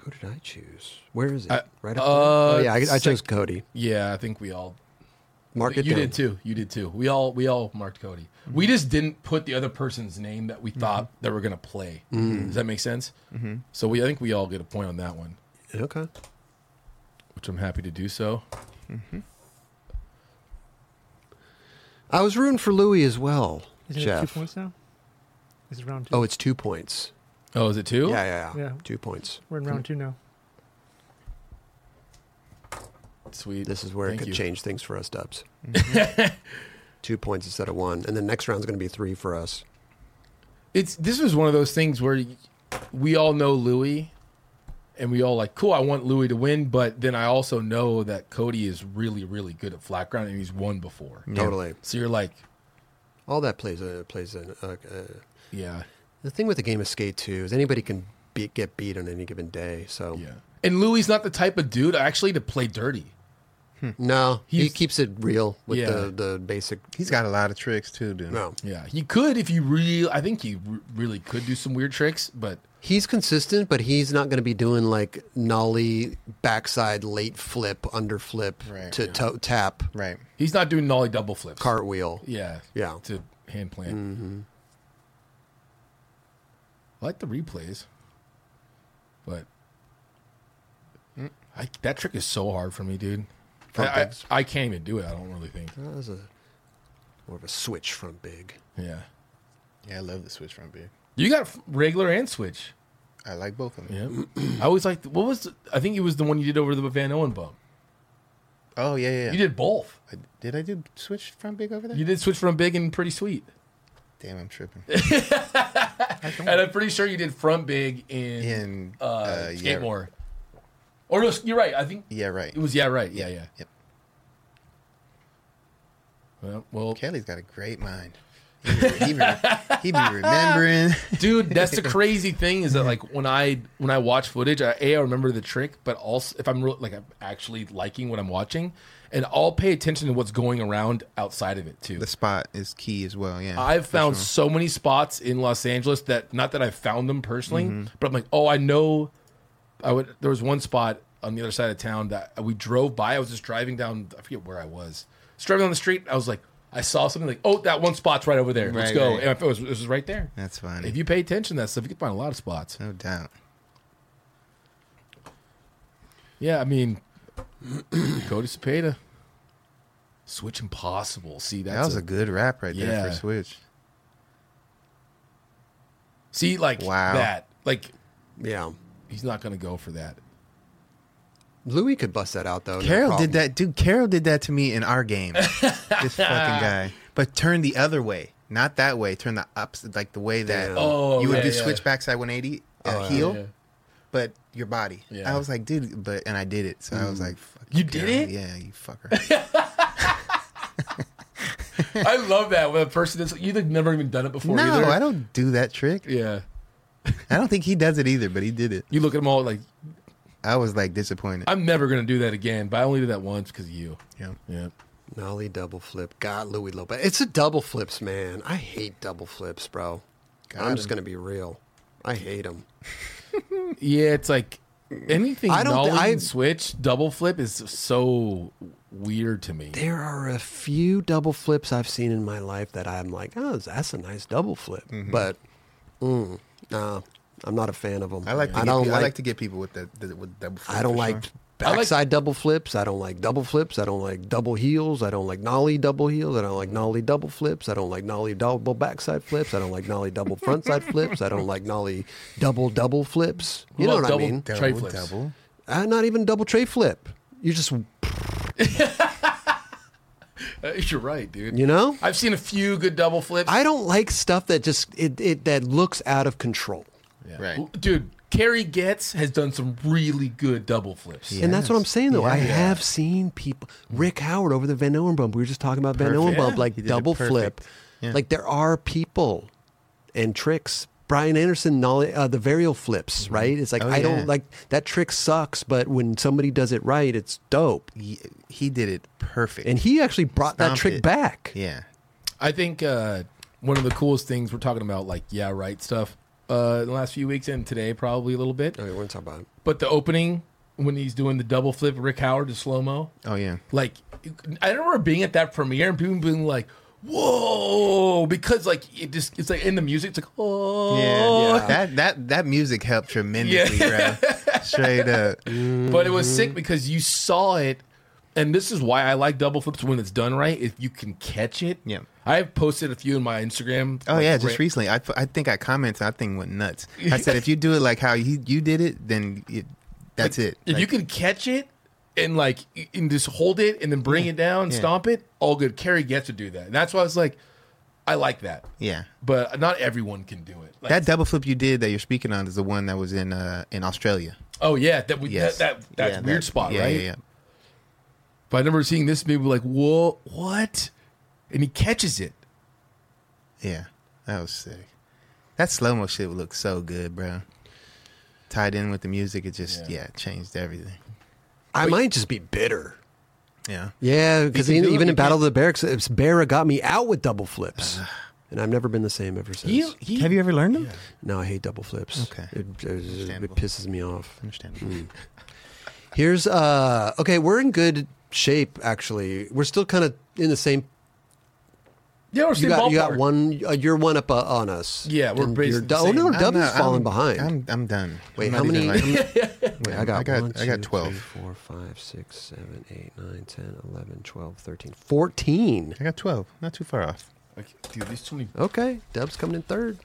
Who did I choose? Where is it?
I-
right
uh,
up there? Oh, yeah, I, I
sec-
chose Cody.
Yeah, I think we all.
Mark it
you
down. Mm-hmm.
did too. You did too. We all we all marked Cody. We just didn't put the other person's name that we thought that were gonna play. Does that make sense? Mm-hmm. So we I think we all get a point on that one,
Okay.
which I'm happy to do so.
I was rooting for Louis as well,
Is it two
Jeff.
points now? Is it round two?
Oh, it's two points.
Oh, is it two?
Yeah, yeah, yeah.
Yeah.
Two points.
We're in round two now.
Sweet.
This is where
Thank
it could
you. Mm-hmm.
change things for us, Dubs.
(laughs)
two points instead of one, and then next round's going to be three for us.
It's this is one of those things where y- we all know Louis, and we all like, cool. I want Louis to win, but then I also know that Cody is really, really good at flat ground, and he's won before.
Totally.
So you're like,
All that plays a plays a. Uh, uh,
yeah,
the thing with the game of skate too is anybody can be, get beat on any given day. So
yeah. And Louis is not the type of dude actually to play dirty.
no, he
He's-
keeps it real with
Yeah.
the the basic.
He's got a lot of tricks too, dude.
No,
Yeah, he could if you real. I think he re- really could do some weird tricks, but
He's consistent, but he's not going to be doing like nollie backside late flip, under flip
Right,
to
yeah.
toe tap
Right.
he's not doing nollie double flips.
cartwheel.
Yeah.
Yeah.
To hand plant. I like the replays, but mm, I, that trick is so hard for me, dude. I,
Front
I,
bigs.
I can't even do it. I don't really think.
That was a more of a switch from big.
Yeah.
Yeah, I love the switch front big.
You got f- regular and switch.
I like both of them.
Yeah. I always like, what was, the, I think it was the one you did over the Van Owen bump.
Oh yeah, yeah. yeah.
You did both.
I, did I do switch front big over there?
You did switch from big and pretty sweet.
Damn,
(laughs)
I'm tripping.
And I'm pretty sure you did front big in,
In,
uh,
uh, yeah.
Skidmore. Or no, you're right. I think
yeah, right.
It was yeah, right. Yeah, yeah.
Yep.
Well, well
(laughs) Kelly's got a great mind. He be, he be, he be
(laughs)
remembering.
dude, that's the crazy thing is that like when I when I watch footage, I, a I remember the trick, but also if I'm real, like I'm actually liking what I'm watching, and I'll pay attention to what's going around outside of it too.
The spot is key as well. Yeah,
I've
for
found
sure.
so many spots in Los Angeles that not that I found them personally,
Mm-hmm.
but I'm like, oh, I know. I would. There was one spot on the other side of town that we drove by. I was just driving down. I forget where I was. Just driving down the street. I was like, I saw something like, oh, that one spot's right over there. Let's
Right,
go.
right.
And it was, it was right there.
That's funny.
If you pay attention to that stuff, you can find a lot of spots.
no doubt.
Yeah, I mean, (clears throat) Cody Cepeda, Switch Impossible. See, that's
That was
a,
a good rap right there
Yeah.
for switch.
see like
Wow.
that. Like
Yeah.
he's not gonna go for that.
Louis could bust that out though. no
Carol
problem.
did that, dude. Carol did that to me in
(laughs)
our game. this fucking guy, but turn the other way, not that way. Turn the opposite, like the way that
Damn.
Oh,
you would
yeah,
do
yeah.
switch backside 180 uh, heel,
Yeah.
but your body.
Yeah. Mm.
I was like, dude, but and I did it. So I was like, fuck
You did
Carol.
it?
Yeah,
(laughs)
you fucker.
I love that when a person that's you've like, never even done it before.
no,
either.
I don't do that trick.
Yeah,
I don't think he does it either, but he did it.
you look at them all like
I was like disappointed.
I'm never gonna do that again. But I only did that once because of you.
yeah.
Yeah,
Nollie double flip. God, Louis Lopez. It's a double flips, man. I hate double flips, bro.
Got
I'm just
him.
going to be real. I hate them.
yeah. It's like anything.
I
I
don't thi-
don't.
I-
switch double flip is so weird to me.
There are a few double flips I've seen in my life that I'm like, oh, that's a nice double flip.
Mm-hmm.
But, mm, nah, I'm not a fan of them.
I like. To
I
get
don't
pe-
like.
I like to get people with the, the with double. flip
I don't
for
like
sure.
I like-
backside double flips. I don't like double flips. I don't like double heels. I don't like nollie double heels. I don't like nollie double flips. I don't like nollie double backside flips. I don't like nollie double frontside flips. I don't like nollie double double flips. You know
Well,
what
double-
I mean?
double-
double
Tray flips.
double.
Uh, not even double tray flip. You just,
Uh, You're right, dude.
you know,
I've seen a few good double flips.
I don't like stuff that just it, it that looks out of control.
Yeah.
Right.
dude. Carrie Getz has done some really good double flips.
And that's what I'm
Yes.
saying though. I
Yeah.
have seen people Rick Howard over the Van Owen bump. We were just talking about Van
Perfect.
Owen bump,
Yeah,
like
he did it
double flip.
perfect. Yeah.
Like there are people and tricks. Brian Anderson, nollie- uh, the varial flips, right? It's like
Oh,
I
yeah.
don't like that trick sucks, but when somebody does it right, it's dope.
He, he did it perfect.
And he actually brought that
Stomped
trick
it.
back.
yeah.
I think uh, one of the coolest things we're talking about, like yeah, right stuff. uh, in the last few weeks and today probably a little bit.
Okay, Oh, we're gonna talk about it.
But the opening when he's doing the double flip, Rick Howard to slow mo,
Oh yeah.
like I remember being at that premiere and people being like, "Whoa!" Because like it just it's like in the music, it's like, "Oh."
Yeah, that that that music helped tremendously,
(laughs)
bro. Straight up,
But it was
Mm-hmm.
sick because you saw it, and this is why I like double flips when it's done right. If you can catch it,
Yeah.
I've posted a few in my Instagram.
Oh
like,
yeah, just
ra-
recently. I, I think I commented. I think went nuts. I said if you do it like how you you did it, then it, that's it.
If
Like,
you can catch it and like y- and just hold it and then bring it down,
Yeah.
stomp it, all good. Kerry gets to do that. And that's why I was like, I like that.
yeah.
But not everyone can do it. Like,
That double flip you did that you're speaking on is the one that was in uh in Australia.
oh yeah, that we
Yes,
that, that that
Yeah,
weird spot,
yeah,
right?
Yeah, yeah.
But I remember seeing this maybe like, whoa, what? And he catches it.
Yeah, that was sick. That slow mo shit looked so good, bro. Tied in with the music, it just
Yeah.
yeah, it changed everything.
I might just be bitter.
Yeah,
Yeah, because
can do
even
it,
in
you
Battle of the Barracks, it's Barra got me out with double flips, and I've never been the same ever since.
He, he,
Have you ever learned them?
No, I hate double flips.
Okay.
It, it- it,
Understandable.
pisses me off.
Understandable.
Here's uh okay, we're in good shape actually. We're still kind of in the same.
yeah, we're
You
seeing
got you
ballpark.
got one. Uh, you're one up uh, on us.
Yeah, we're
And
basically
you're
the
do- Oh no,
same.
Dub's
not-
falling behind.
I'm I'm done.
Wait,
I'm
how
not
many?
even,
how
(laughs) like-
many- Wait, I got
I got-
one,
I got
two,
12.
three, four, five, six, seven, eight, nine, 10, 11, 12, 13, 14.
I got twelve. Not too far off.
Like, dude, there's too many.
Okay, Dub's coming in third.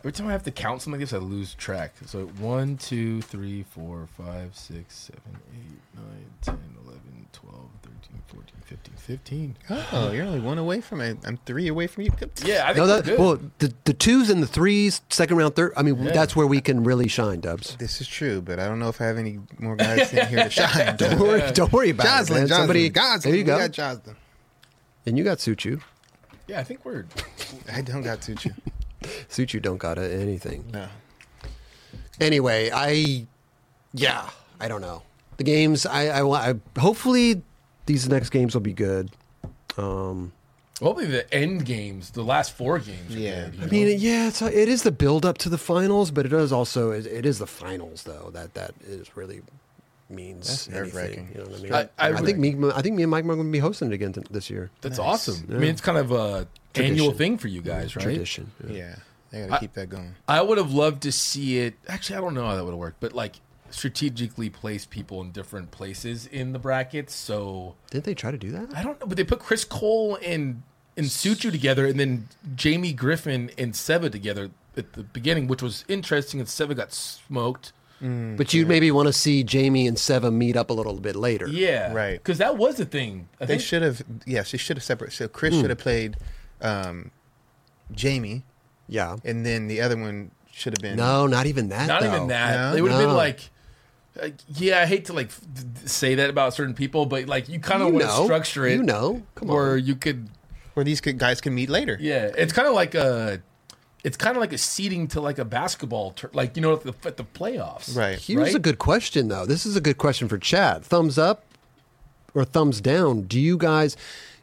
Every time I have to count something like this, I lose track. So one, two, three, four, five, six, seven, eight, nine, ten, eleven, twelve, thirteen, fourteen, fifteen, fifteen.
Oh, you're only one away from it. I'm three away from you.
Yeah, I think
No,
we're
that,
good.
well, the, the twos and the threes, second round, third. I mean,
Yeah.
that's where we can really shine,
(laughs)
Dubs.
This is true, but I don't know if I have any more guys
(laughs)
in here to shine.
Don't worry, don't worry about it.
Jocelyn,
man. Somebody,
Jocelyn, Jocelyn,
there you
we
go.
got Jocelyn.
and you got Suchu.
yeah, I think we're.
I don't got Tuchu.
Suchu don't got it, anything.
No.
Anyway, I, yeah, I don't know. The games, I, I, wa- I hopefully these next games will be good. Um,
Hopefully, the end games, the last four games. are
Yeah.
good, you
I
know?
mean, yeah, it's, it is the build up to the finals, but it is also it, it is the finals though that that is really means
That's
anything.
nerve-wracking.
You know what I mean?
I- I
I think me, I think me and Mike are going to be hosting it again th- this year.
that's awesome. I mean, it's kind of a annual
Tradition.
thing for you guys, right?
Tradition.
Yeah, I gotta keep that going.
I would have loved to see it. Actually, I don't know how that would have worked, but like strategically place people in different places in the brackets. So
Didn't they try to do that?
I don't know, but they put Chris Cole and and Suchu together, and then Jamie Griffin and Seva together at the beginning, which was interesting. And Seva got smoked. Mm.
but you'd maybe want to see Jamie and Seva meet up a little bit later.
Yeah,
Right.
Because that was the thing. I
They
think
should have. Yeah, she should have separate. So Chris
Hmm.
should have played um, Jamie,
Yeah.
and then the other one should have been.
No, not even that.
not
though.
even that.
No?
They would have
No.
been like. like, yeah, I hate to like d- d- say that about certain people, but like you kind
You
of want
know.
to structure it.
You know. Come on.
where you could
where these could, guys can meet later.
Yeah, it's kind of like a, it's kind of like a seeding to like a basketball, tur like you know, at the, at the playoffs.
Right.
Here's
right?
a good question, though. This is a good question for Chad. Thumbs up or thumbs down? Do you guys,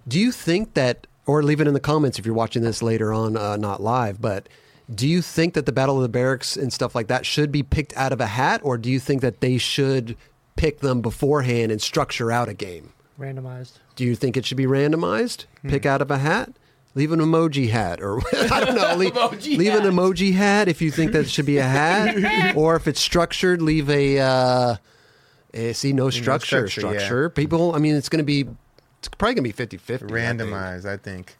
do you think that, or leave it in the comments if you're watching this later on, uh, not live, but do you think that the Battle of the Barracks and stuff like that should be picked out of a hat, or do you think that they should pick them beforehand and structure out a game?
randomized.
Do you think it should be randomized? Pick out of a hat? Leave an emoji hat or (laughs) I don't know. Leave,
Emoji
leave an
hat.
emoji hat if you think that should be a hat, or if it's structured, leave a. Uh, eh, see, no structure.
structure,
structure.
yeah.
People. I mean, it's going to be. It's probably going to be 50 50.
randomized. I think.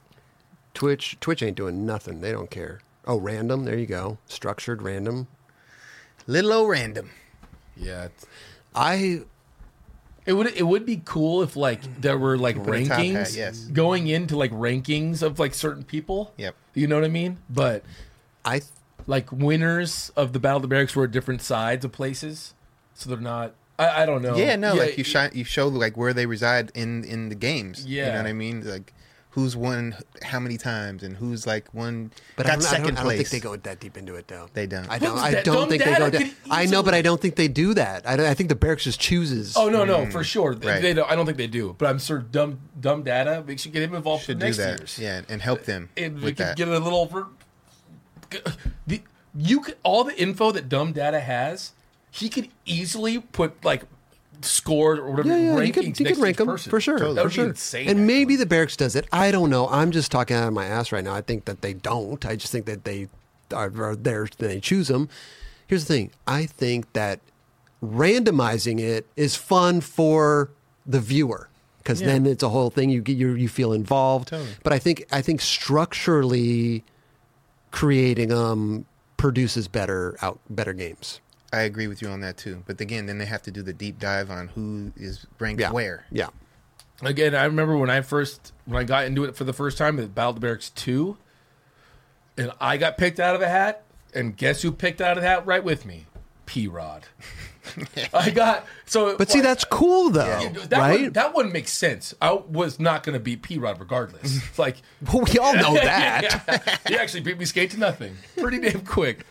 Twitch. Twitch ain't doing nothing. They don't care. Oh, random. There you go. Structured. Random.
Little old random.
Yeah. it's-
I.
It would it would be cool if like there were like
a top
rankings
hat, yes.
going into like rankings of like certain people.
Yep.
You know what I mean? But
I. th-
like winners of the Battle of the Barracks were different sides of places, so they're not. I, I don't know.
Yeah, no, like you
it-
shine, you show like where they reside in in the games. you
Yeah.
know what I mean. Like who's won how many times and who's like won.
But I
got
don't, I,
second
don't, I don't
place.
think they go that deep into it, though.
They don't.
I don't.
What was
I
that
don't
dumb
think they
dad?
go.
I
That,
could
I know, but
easily-
I don't think they do that. I, don't- I think the barracks just chooses.
Oh no, no, for sure. They-
Hmm. right.
They don't, I don't think they do. But I'm sure dumb dumb data. We should get him involved
should
for
do
next
that.
years.
Yeah, and help them
and we
with
could
that.
get a little. ver- The, you could all the info that Dumb Data has, he could easily put like scores or whatever
Yeah, yeah, you
rankings
could, you
next
could
to
rank
each
them
person.
for sure.
That
for
would
sure.
be insane.
and maybe the barracks does it. I don't know. I'm just talking out of my ass right now. I think that they don't. I just think that they are, are there. They choose them. Here's the thing. I think that randomizing it is fun for the viewer because then it's a whole thing. You get you you feel involved. But I think I think structurally creating them produces better out better games.
I agree with you on that too. But again, then they have to do the deep dive on who is ranked
Yeah.
where.
Yeah.
again, I remember when I first when I got into it for the first time at Battle of the Barracks two, and I got picked out of a hat, and guess who picked out of the hat right with me?
(laughs)
P Rod. I got so,
But see,
like,
that's cool though,
that
right?
One, that one makes sense. I was not going to beat P Rod
(laughs)
regardless. It's like
we all
(laughs)
know that.
he actually beat me skate to nothing, pretty damn quick.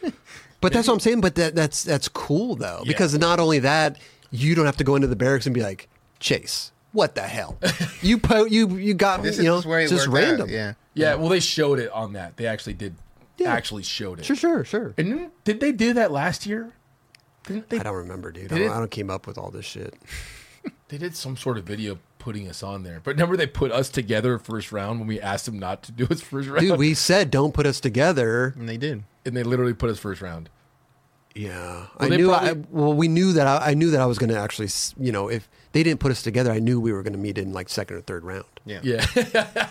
But that's what I'm saying. But that, that's that's cool though, because not only that, you don't have to go into the barracks and be like, Chase, what the
(laughs)
hell? you po- you you got
This
you
is
know
just where it
just
worked out,
random.
Yeah.
Yeah, well, they showed it on that. They actually did.
Yeah.
Actually showed it.
Sure, sure, sure.
And didn't- did they do that last year? Didn't they?
I don't remember, dude. I
Did
don't,
it-
I don't came up with all this shit.
They did some sort of video putting us on there. But remember, they put us together first round when we asked them not to do us first round,
Dude,
(laughs)
we said don't put us together.
And they did.
and they literally put us first round.
Yeah, I
they
knew. I,
probably-
well, we knew that. I, I knew that I was going to actually, s- you know, if they didn't put us together, I knew we were going to meet in like second or third round.
Yeah.
(laughs)
Yeah,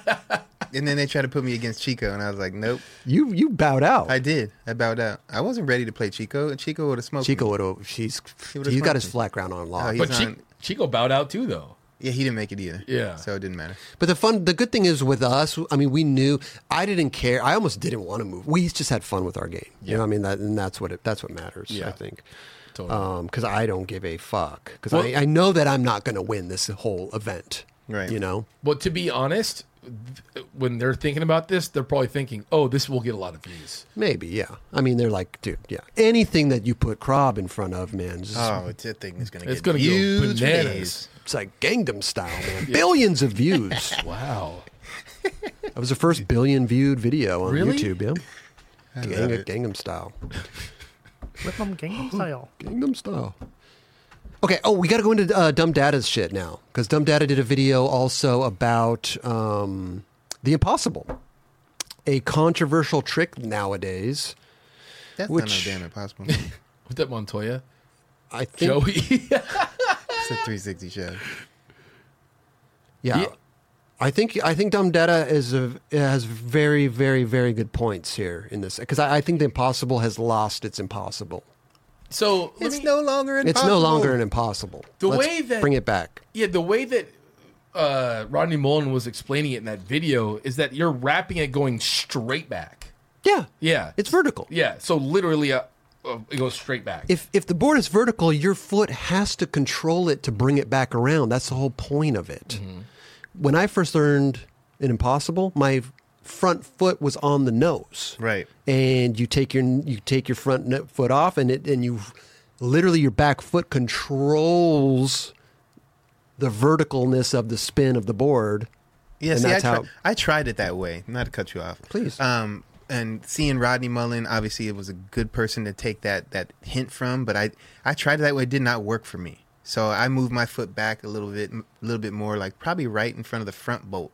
And then they tried to put me against Chico, and I was like, nope.
You you bowed out.
I did. I bowed out. I wasn't ready to play Chico, and Chico would have smoked.
Chico
me.
would have. She's
He would've
he's got
smoked
his
me.
flat ground on lock.
Oh, he-
but
He's
Chi-
on-
Chico bowed out too, though.
Yeah, he didn't make it either.
Yeah.
So it didn't matter.
But the fun, the good thing is with us. I mean, we knew. I didn't care. I almost didn't want to move. We just had fun with our game. You know, what I mean, that, and that's what it, that's what matters. I
Yeah.
think.
Totally.
Because I don't give a fuck. Because
Well-
I, I know that I'm not going to win this whole event.
Right.
You know.
Well, to be honest, th- when they're thinking about this, they're probably thinking, "Oh, this will get a lot of views."
Maybe. Yeah. I mean, they're like, dude. Yeah. Anything that you put Krob in front of, man, just,
Uh.
Oh, that thing is going to
It's
get
gonna go
huge
bananas.
views.
it's like Gangnam Style, man. Billions of
(laughs)
views.
Wow.
that was the first billion viewed video on
Really?
YouTube. Yeah.
love
Gang,
it.
Gangnam Style.
With
(laughs)
them Gangnam style.
Gangnam Style. Okay. Oh, we got to go into uh, Dumb Data's shit now because Dumb Data did a video also about um, the impossible, a controversial trick nowadays.
That's
Which-
not no damn impossible. It's
Was that Montoya?
I think.
Joey?
(laughs)
(laughs)
a 360 show.
Yeah.
Yeah.
I think I think Dumb Data is a, has very very very good points here in this because I, I think the impossible has lost its impossible.
so let
It's
me-
no longer impossible.
It's no longer an impossible.
The way that-
bring it back.
Yeah, the way that uh, Rodney Mullen was explaining it in that video is that you're wrapping it going straight back.
Yeah.
Yeah.
It's vertical.
Yeah. So literally, uh, uh, it goes straight back.
if if the board is vertical, your foot has to control it to bring it back around. That's the whole point of it.
Mm-hmm.
When I first learned an impossible, my front foot was on the nose.
Right.
And you take your you take your front no- foot off and it and you literally your back foot controls the verticalness of the spin of the board.
Yeah,
And
see, I,
that's
tri-
how-
I tried it that way. Not to cut you off,
Please.
Um, and seeing Rodney Mullen, obviously, it was a good person to take that that hint from. But I I tried it that way. It did not work for me. So I moved my foot back a little bit, a little bit more, like probably right in front of the front bolt,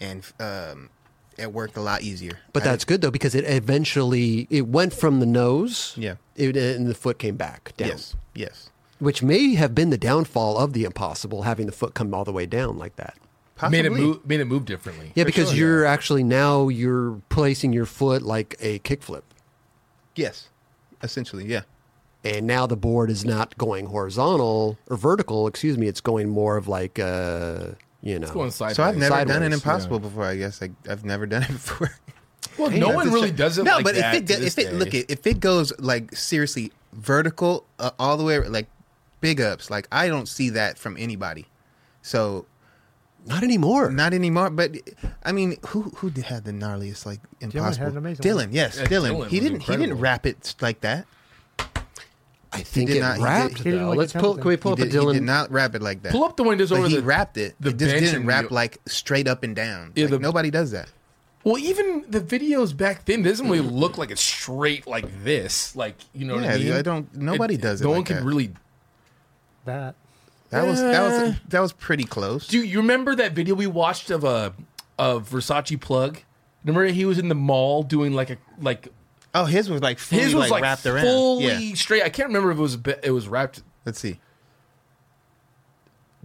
and um, it worked a lot easier.
But
I-
that's good though because it eventually it went from the nose.
Yeah.
It, and the foot came back down.
yes, yes,
which may have been the downfall of the impossible having the foot come all the way down like that
possibly.
made it move. Made it move differently.
yeah
For
because
sure.
you're actually now you're placing your foot like a kickflip
Yes, essentially, yeah.
and now the board is not going horizontal or vertical excuse me it's going more of like uh you know
Going sideways.
So I've never done an
Sideways,
impossible before. I guess like I've never done it (laughs) before.
Well, no
Not
one
to
really
show-
does it.
No,
like
but
that
if it
to
go-
this
if it look
day.
it, if it goes like seriously vertical uh, all the way like big ups, like I don't see that from anybody. So
not anymore
not anymore. But I mean, who who did have the gnarliest like impossible?
had an amazing
Dylan,
one.
yes,
Yeah,
Dylan.
Dylan
He
was
didn't he didn't
incredible.
wrap it like that.
i think
did
it
not- he did-
wrapped
he
didn't
though.
like
let's
attempt
pull
it.
can we
He
pull
did,
up a
he
dylan
did not wrap it like that.
pull up the windows
But
over
he
the
wrapped it.
the
it just
bench
didn't
and
wrap
you-
like straight up and down.
Yeah,
Like,
the-
nobody does that.
Well, even the videos back then doesn't really look like it's straight like this. Like you know what
Yeah,
I mean?
I don't- nobody does it
No
like
one can
that.
really.
That.
That was that
Eh.
was that was pretty close.
Do you remember that video we watched of a of Versace plug? Remember he was in the mall doing like a like
oh, his was like fully
his was
like,
like,
wrapped around.
fully
Yeah.
straight. I can't remember if it was ba- it was wrapped.
Let's see.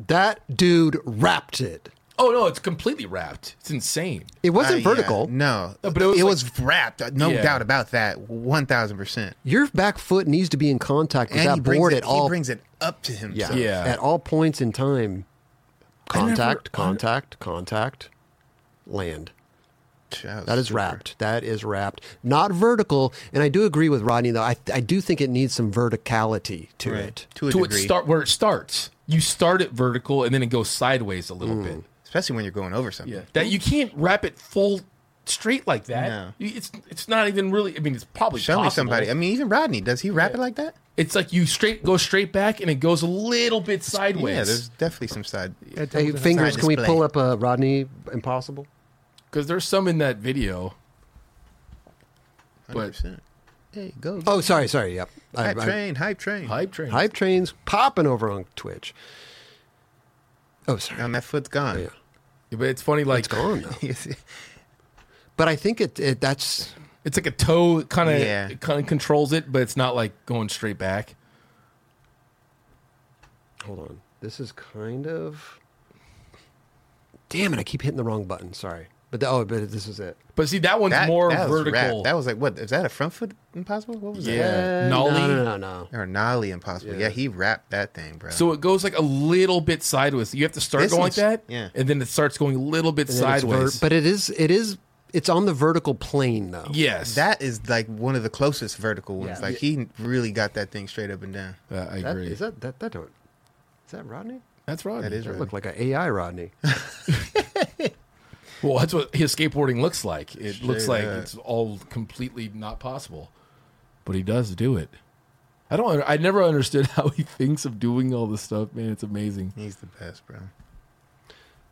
That dude wrapped it.
Oh no, it's completely wrapped. It's insane.
It
Uh,
wasn't
yeah,
vertical.
no,
No, but it was like-
wrapped. uh, No
Yeah.
doubt about that. One thousand percent.
Your back foot needs to be in contact with
And he
that
brings
board
it,
at all.
He brings it up to
yeah,
himself.
Yeah.
at all points in time.
never-
Contact,
I-
contact, contact, land.
That
That
was
is
super.
wrapped. That is wrapped. Not vertical. And I do agree with Rodney though. I I do think it needs some verticality to it.
to a
to it
degree,
start where it starts. You start it vertical and then it goes sideways a
Mm.
little bit.
especially when you're going over something.
Yeah, that you can't wrap it full straight like that.
No.
You- It's it's not even really. I mean, it's probably
Show me
possible.
somebody. I mean, even Rodney, does he wrap it like that?
It's like you straight go straight back and it goes a little bit
Yeah, there's
sideways
definitely some side.
It
Hey,
doesn't-
fingers,
side
can we
display.
pull up a Rodney Impossible?
because there's some in that video.
100%. Hey, go.
Oh, sorry, sorry. Yep. I-
hype
I-
train, hype train.
Hype train.
hype trains popping over on Twitch. Oh, sorry.
And that foot's gone. (laughs)
Yeah.
But it's funny, like
It's gone now.
You see?
But I think it, it that's
it's like a toe kind of
Yeah.
kind of controls it, but it's not like going straight back.
hold on. This is kind of Damn it, I keep hitting the wrong button. Sorry. But the, oh, but this is it.
But see, that one's
that,
more
that was wrapped.
vertical.
That was like what? Is that a front foot impossible? What was
Yeah.
Uh,
Nollie?
No, no, no, no.
that? Or nollie impossible? Yeah.
Yeah.
he wrapped that thing, bro.
so it goes like a little bit sideways. You have to start
This
going like
one's-
that,
yeah.
and then it starts going a little bit
And then it's
sideways.
vert- but it is it is it's on the vertical plane though.
yes,
that is like one of the closest vertical ones.
Yeah.
Like he really got that thing straight up and down.
Uh, I
That,
agree.
is that that that don't is that Rodney?
that's right.
That is
That
right.
looked like an AI
(laughs)
Rodney.
Well, that's what his skateboarding looks like. It looks like
up.
it's all completely not possible, but he does do it. I don't. I never understood (laughs) how he thinks of doing all this stuff, man. It's amazing.
He's the best, bro.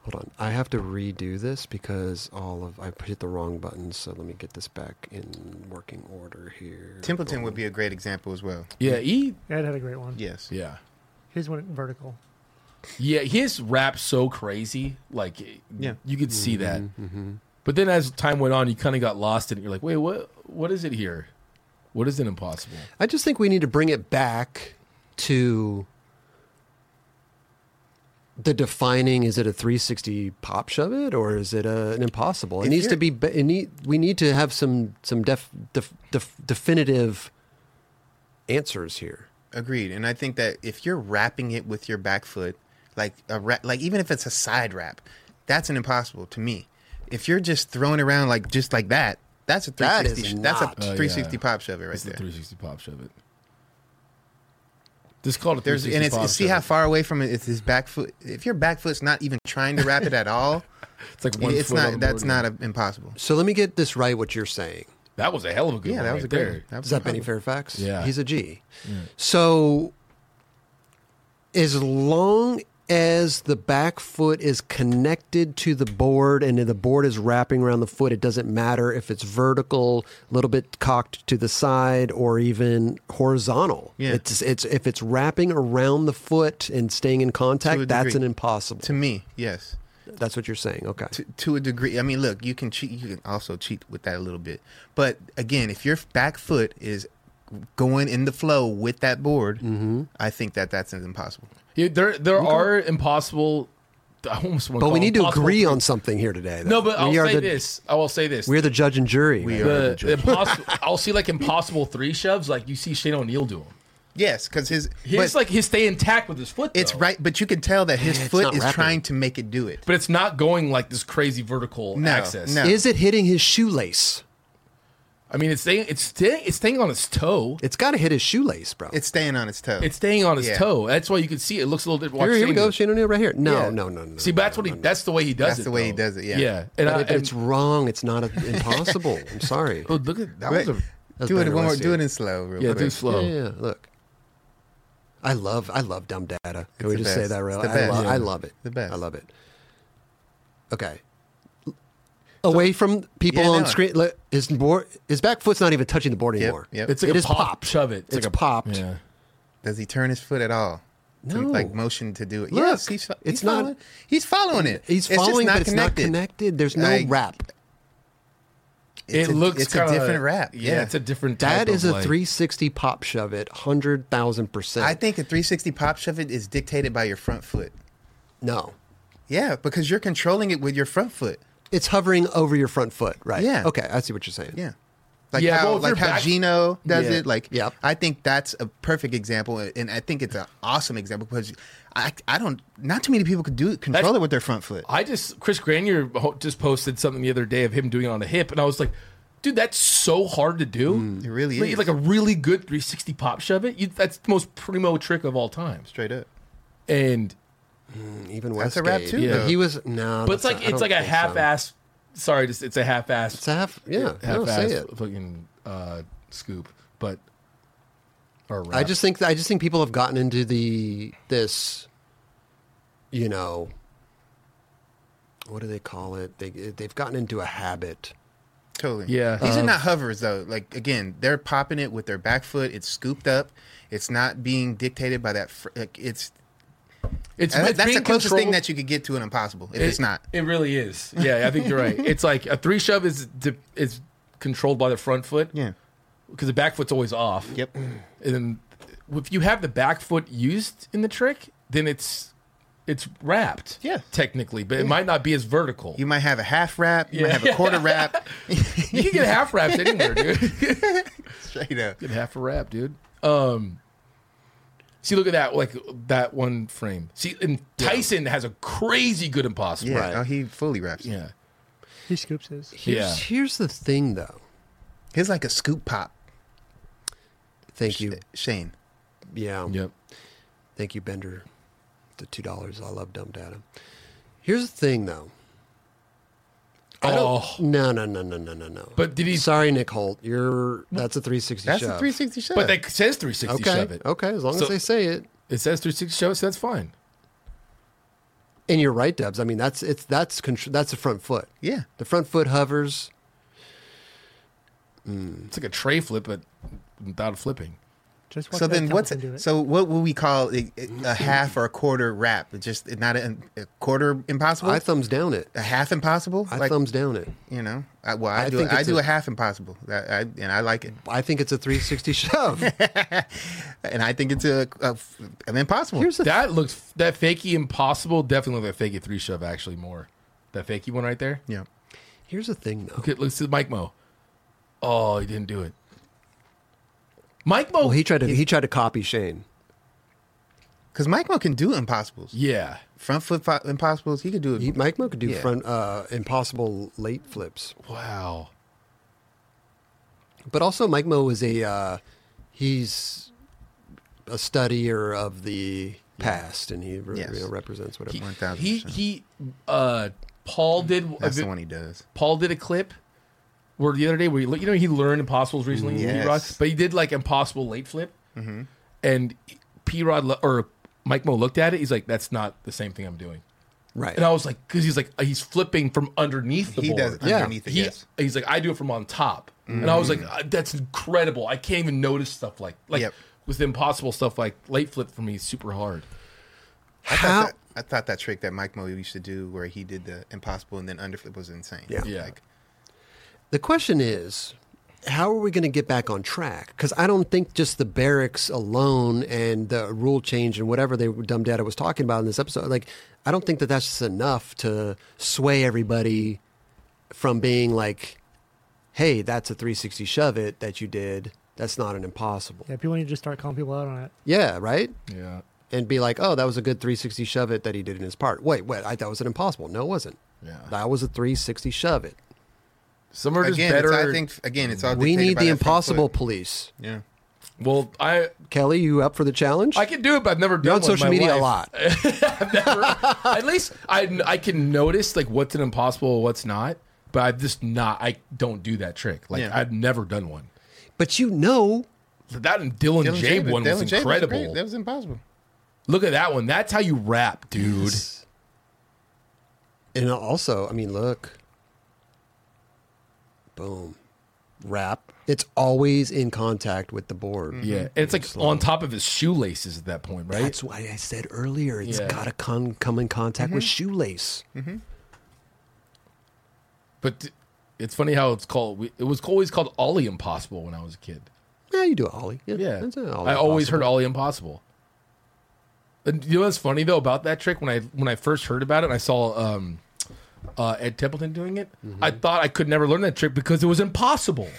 Hold on, I have to redo this because all of I hit the wrong button. So let me get this back in working order here.
Templeton would be a great example as well.
Yeah, he.
Ed had a great one.
Yes.
Yeah,
His went vertical.
yeah. His rap's so crazy. Like,
Yeah.
you could
Mm-hmm,
see that. But then, as time went on, you kind of got lost in it. You're like, wait, what? What is it here? What is it impossible?
I just think we need to bring it back to the defining is it a 360 pop shove it or is it a, an impossible it
If
needs to
you're-
be be- it need, we need to have some some def, def, def, definitive answers here
Agreed. And I think that if you're wrapping it with your back foot, like a ra- like even if it's a side wrap, that's an impossible to me. If you're just throwing around like just like that, that's a
That
360.
is
that's a
not-
Oh, yeah.
360 pop shove it right
It's the
there.
360 pop shove it. This is called a
There's
360
and it's
pop
see
shove
how
it.
far away from it is his back foot. If your back foot's not even trying to wrap it at all,
It's like (laughs) one
it's
foot on the
not that's
board.
not a, impossible.
so let me get this right what you're saying
That was a hell of a good
Yeah,
one.
that was
right
a great.
there.
That was
Is that Benny
impossible.
Fairfax?
Yeah.
He's a G. So, as long as the back foot is connected to the board and the board is wrapping around the foot, it doesn't matter if it's vertical, a little bit cocked to the side, or even horizontal.
Yeah.
It's, it's, if it's wrapping around the foot and staying in
To a
contact, that's an
degree.
impossible.
To me, yes.
that's what you're saying. Okay.
to, to a degree. I mean, look, you can cheat. You can also cheat with that a little bit. But again, if your back foot is going in the flow with that board, I think that that's impossible.
Yeah, there there are impossible. I almost want
but we need to
impossible
agree
things.
on something here today.
No,
though.
but I'll
we are
say
the,
this. I will say this.
We're the judge and jury.
We
man.
are the
the,
judge.
the impossible. I'll see like impossible three shoves, like you see Shane O'Neill do them.
Yes, because his
His
but
like his stay intact with his foot.
it's
though.
right, but you can tell that his
It's
foot
not
is
wrapping.
trying to make it do it.
but it's not going like this crazy vertical
No,
access.
no.
Is it hitting his shoelace?
I mean, it's staying. It's staying. It's staying on its toe.
It's got to hit his shoelace, bro.
It's staying on its toe.
It's staying on his
Yeah.
toe. That's why you can see it looks a little bit. watch
here, here we
Shane
go,
do it.
Shane O'Neill, right here. No,
Yeah.
no, no, no.
See,
no,
that's
no,
what he.
no.
That's the way he does
That's
it.
the way he
though.
does it, yeah.
Yeah. And,
But
I,
it-
and-
it's wrong. It's not
(laughs)
a, impossible. I'm sorry.
oh, look at that
But-
was a.
That's
do it
better,
one more.
let's
Do
see.
it in slow. Real
Yeah,
quick.
do slow.
Yeah, yeah, look. I love, I love dumb data. Can we
the
just say
best.
that
It's
real?
the
I,
best.
lo-
Yeah.
I love it.
The best.
I love it. Okay. away from people
Yeah,
on
no.
screen. Like, His board, his back foot's not even touching the board anymore.
yep.
It's like
It
a
is
pop,
popped.
Shove it.
It's
like a
popped.
Yeah.
Does he turn his foot at all?
No.
Like motion to do it.
Look,
yes, he's,
it's
he's
not-
Following, he's following it.
He's
just
following, but it's not connected. There's no
I-
wrap.
It's
it
a-
looks
It's
kinda-
a different rap.
Yeah, it's a different.
That
type of
is a
like-
360 pop shove it, hundred thousand percent.
I think a 360 pop shove it is dictated by your front foot.
no,
Yeah, because you're controlling it with your front foot.
it's hovering over your front foot, right?
Yeah.
Okay, I see what you're saying.
Yeah. Like
Yeah,
how
well, if
like
you're
how
back-
Gino does
Yeah.
it. Like
Yep.
I think that's a perfect example, and I think it's an awesome example because I I don't not too many people could do control
That's-
it with their front foot.
I just Chris Granier ho- just posted something the other day of him doing it on a hip, and I was like, "Dude, that's so hard to do.
It really
like,
is.
like a really good 360 pop shove it. You, that's the most primo trick of all times."
Straight up.
And
Even
That's
Westgate.
a wrap too,
But
though.
he was no.
but it's
Oh, that's
like
not- I
it's
don't
like a
think so.
half-ass. Sorry, just, it's a half-ass.
It's a half. Yeah. no, say
half-ass
it.
fucking uh, scoop, but or
I
wrap.
just think I just think people have gotten into the this, you know, what do they call it? They they've gotten into a habit.
Totally.
Yeah.
These are not hovers though. Like again, they're popping it with their back foot. It's scooped up. It's not being dictated by that. Fr- like, it's
it's,
and
it's
that's
being
the closest thing
controlled-
that you could get to an impossible. If it's not,
It really is. Yeah, I think you're right. It's like a three shove is di- is controlled by the front foot.
Yeah.
because the back foot's always off.
Yep.
And then if you have the back foot used in the trick, then it's it's wrapped.
Yeah.
technically, but it might not be as vertical.
you might have a half wrap. You
Yeah.
might have a quarter wrap.
(laughs) You can get half wraps anywhere, dude.
(laughs) Straight up.
get half a wrap, dude. Um. See, look at that, like that one frame. See, and Tyson has a crazy good impossible.
Yeah.
Right.
Oh, he fully wraps.
Yeah.
He scoops his.
Here's,
Yeah.
here's the thing, though.
He's like a scoop pop.
Thank you.
Shane.
Yeah.
Yep.
Thank you, Bender. The two dollars. I love dumped at him. Here's the thing, though. I don't-
Oh.
no no no no no no no.
But did he-
Sorry, Nick Holt. You're that's a 360
That's
shove.
a 360 shove.
But that says 360
Okay.
shove it.
Okay. As long
So-
as they say it.
It says 360 shove, so that's fine.
And you're right, Dubs. I mean, that's it's that's contr- that's the front foot.
yeah.
The front foot hovers.
It's like a tray flip, but without flipping.
Just watch
So
Ed
then, what's
Templeton do it.
so what would we call a, a half or a quarter wrap? It's Just not a, a quarter impossible.
I thumbs down it.
a half impossible.
I
like
thumbs down it.
you know, I, well, I,
I
do
think
I
it's
do
a-
a, half impossible, I, I, and I like it.
I think it's a 360
(laughs)
shove.
And I think it's a, a an impossible.
Here's the
That looks that fakey impossible definitely looked like fakey three shove actually more. That fakey one right there.
yeah.
here's the thing though.
Look at look at Mike Mo. Oh, he didn't do it. Mike Mo.
Well, he tried to he tried to copy Shane.
Because Mike Mo can do impossibles,
yeah.
front foot fo- impossibles. He could do it.
He, Mike Mo could do
Yeah.
front uh, impossible late flips,
Wow.
but also Mike Mo is a uh, he's a studier of the past, and he re-
Yes.
you know, represents whatever.
He
1000%.
he, he uh Paul did a
That's
vi-
the one he does.
Paul did a clip where the other day where he, you know he learned Impossibles recently,
Yes. Mm-hmm.
P-Rod, but he did like Impossible late flip, and P Rod or Mike Mo looked at it. He's like, "That's not the same thing I'm doing."
right.
And I was like, "Cause he's like uh, he's flipping from underneath the
He
board."
does it
Yeah.
underneath it.
He-
yes.
he's like, "I do it from on top," and I was like, "Uh, "That's incredible! I can't even notice stuff like like
Yep.
with Impossible stuff like late flip for me is super hard."
I
How-
thought, that, I thought that trick that Mike Mo used to do, where he did the impossible and then underflip, was insane.
Yeah.
Yeah.
Like,
The question is, how are we going to get back on track? Because I don't think just the barracks alone and the rule change and whatever they dumb data was talking about in this episode, like I don't think that that's just enough to sway everybody from being like, "Hey, that's a 360 shove it that you did. That's not an impossible."
Yeah, people need to just start calling people out on it.
Yeah, right.
Yeah,
And be like, "Oh, that was a good 360 shove it that he did in his part." Wait, wait, I, that was an impossible. No, it wasn't.
Yeah.
that was a 360 shove it.
some are just
again,
better.
it's, I think again, it's all.
We
dictated
need
by
the
that front
impossible
foot.
police.
Yeah.
well, I
Kelly, you up for the challenge?
I can do it, but I've never done
You're on
one in
social
my
media
life.
a
(laughs)
lot.
At least I I can notice like what's an impossible, what's not. But I've just not. I don't do that trick. Like
Yeah.
I've never done one.
But you know,
That and Dylan,
Dylan
Jabe
Jabe-
one
Dylan
was
Jabe great.
incredible.
that was impossible.
Look at that one. That's how you rap, dude.
and also, I mean, look, Boom. Wrap. It's always in contact with the board.
Mm-hmm. Yeah, and it's like on top of his shoelaces at that point, right?
That's why I said earlier It's
Yeah.
got to con- come in contact with
Mm-hmm.
shoelace.
But th- it's funny how it's called. we- It was always called Ollie Impossible when I was a kid.
Yeah, you do it, Ollie.
Yeah,
that's an Ollie
Mm-hmm. I always
possible.
heard Ollie Impossible. And you know what's funny though about that trick when I when I first heard about it, and I saw um, uh, Ed Templeton doing it. I thought I could never learn that trick because it was impossible.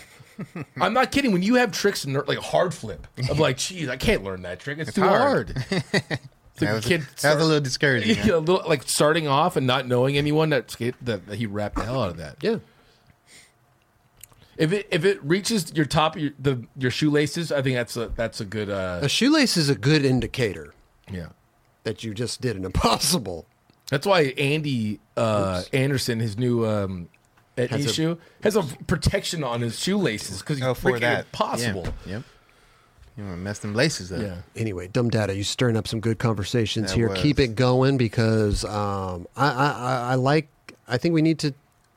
I'm not kidding. When you have tricks and they're like hard flip, I'm like, geez, I can't learn that trick. It's, too hard.
hard."
It's like
That
a
was,
kid
that
start-
was a little discouraging. huh?
(laughs) Yeah, a little- like starting off and not knowing anyone that skate that that he rapped the hell out of that.
Yeah.
If it if it reaches your top of your, the your shoelaces, I think that's a that's a good uh
A shoelace is a good indicator
yeah.
that you just did an (laughs) impossible.
That's why Andy uh Anderson, his new um at
Has a-
issue, has a protection on his shoelaces because he's
Oh, for
freaking
that.
impossible.
Yeah. Yep. You want to mess them laces up.
Yeah.
Anyway, dumb data, you stirring up some good conversations
That
here.
was.
Keep it going because um, I, I, I, I like. I think we need to,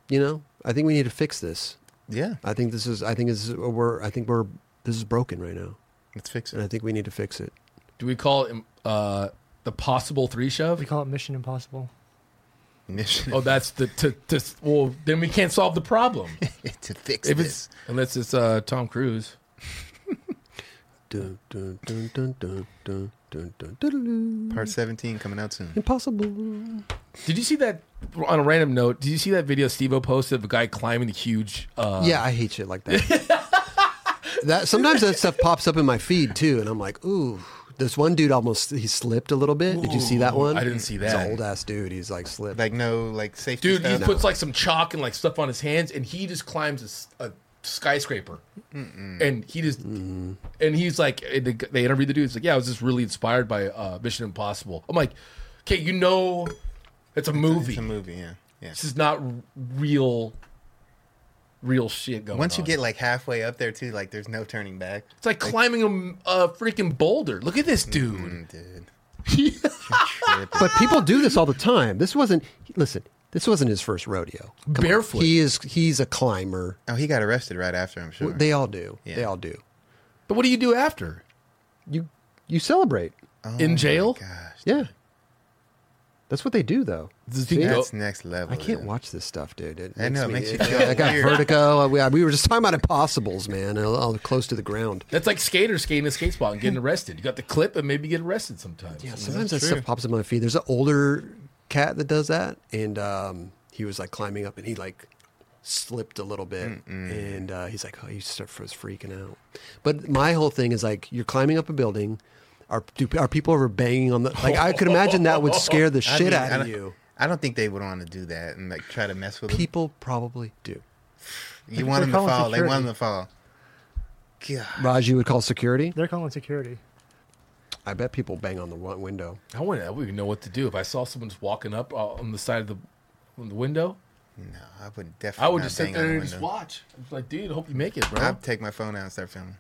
you know, I think we need to fix this.
Yeah.
I think this is. I think this is. We're. I think we're. This is broken right now,
Let's fix
and I
it.
think we need to fix it.
Do we call it uh the possible three shove?
We call it Mission Impossible.
Mission
Oh, that's the to, to well then we can't solve the problem.
(laughs) to fix
If
this.
it's unless it's uh Tom Cruise.
Dun, dun, dun, dun, dun, dun, dun, dun, dun,
Part 17 coming out soon.
Impossible.
Did you see that? On a random note, did you see that video Steve-O posted of a guy climbing the huge? Uh,
yeah, I hate shit like that.
(laughs)
that sometimes that stuff pops up in my feed too, and I'm like, ooh. This one dude almost he slipped a little bit. Did you see that one?
I didn't see
It's
that.
an old ass dude. He's like slipped.
Like no like safety
dude, he
stuff.
puts like some chalk and like stuff on his hands, and he just climbs a s- a, skyscraper, and he just and he's like, and the, they interviewed the dude. He's like, yeah, I was just really inspired by uh, Mission Impossible. I'm like, okay, you know, it's a movie.
It's a movie, yeah. Yeah.
This is not r- real, real shit going.
Once you
on.
get like halfway up there too, like there's no turning back.
it's like climbing a, m- a freaking boulder. Look at this dude.
Mm, dude.
but people do this all the time. This wasn't. Listen, this wasn't his first rodeo. Come on.
Barefoot.
He is. He's a climber.
Oh, he got arrested right after, I'm sure.
They all do.
Yeah.
They all do.
(laughs) But what do you do after?
You you celebrate.
Oh
in
my
jail?
Gosh.
Yeah. That's what they do, though.
Does he go-
That's next level.
I can't
dude.
watch this stuff, dude. It
I know, it makes you feel
(laughs) I got
weird.
vertigo. Uh, We, we were just talking about impossibles, man. All, all close to the ground.
That's like skaters skating a skate spot and getting arrested. You got the clip and maybe get arrested sometimes.
Yeah, sometimes that stuff pops up on my feed. There's an older cat that does that, and um, he was like climbing up, and he like slipped a little bit, and uh, he's like, "Oh, you start was freaking out." But my whole thing is like, you're climbing up a building. Are do, are people ever banging on the? Like, I could imagine that would scare the
(laughs) I
shit
mean, I
out of
don't-
you.
I don't think they would want to do that and like try to mess with them.
People probably do.
You want them to
calling
fall. They
security.
want them to fall. God.
Raj, you would call security.
They're calling security.
I bet people bang on the wa- window.
I wouldn't, I wouldn't even know what to do. If I saw someone just walking up uh, on the side of the, on the window,
No, I would definitely.
I would
not
just
bang
sit
on the
there and just
window.
watch. I'm just like, dude, hope you make it, bro.
I'd take my phone out and
(laughs)
start filming.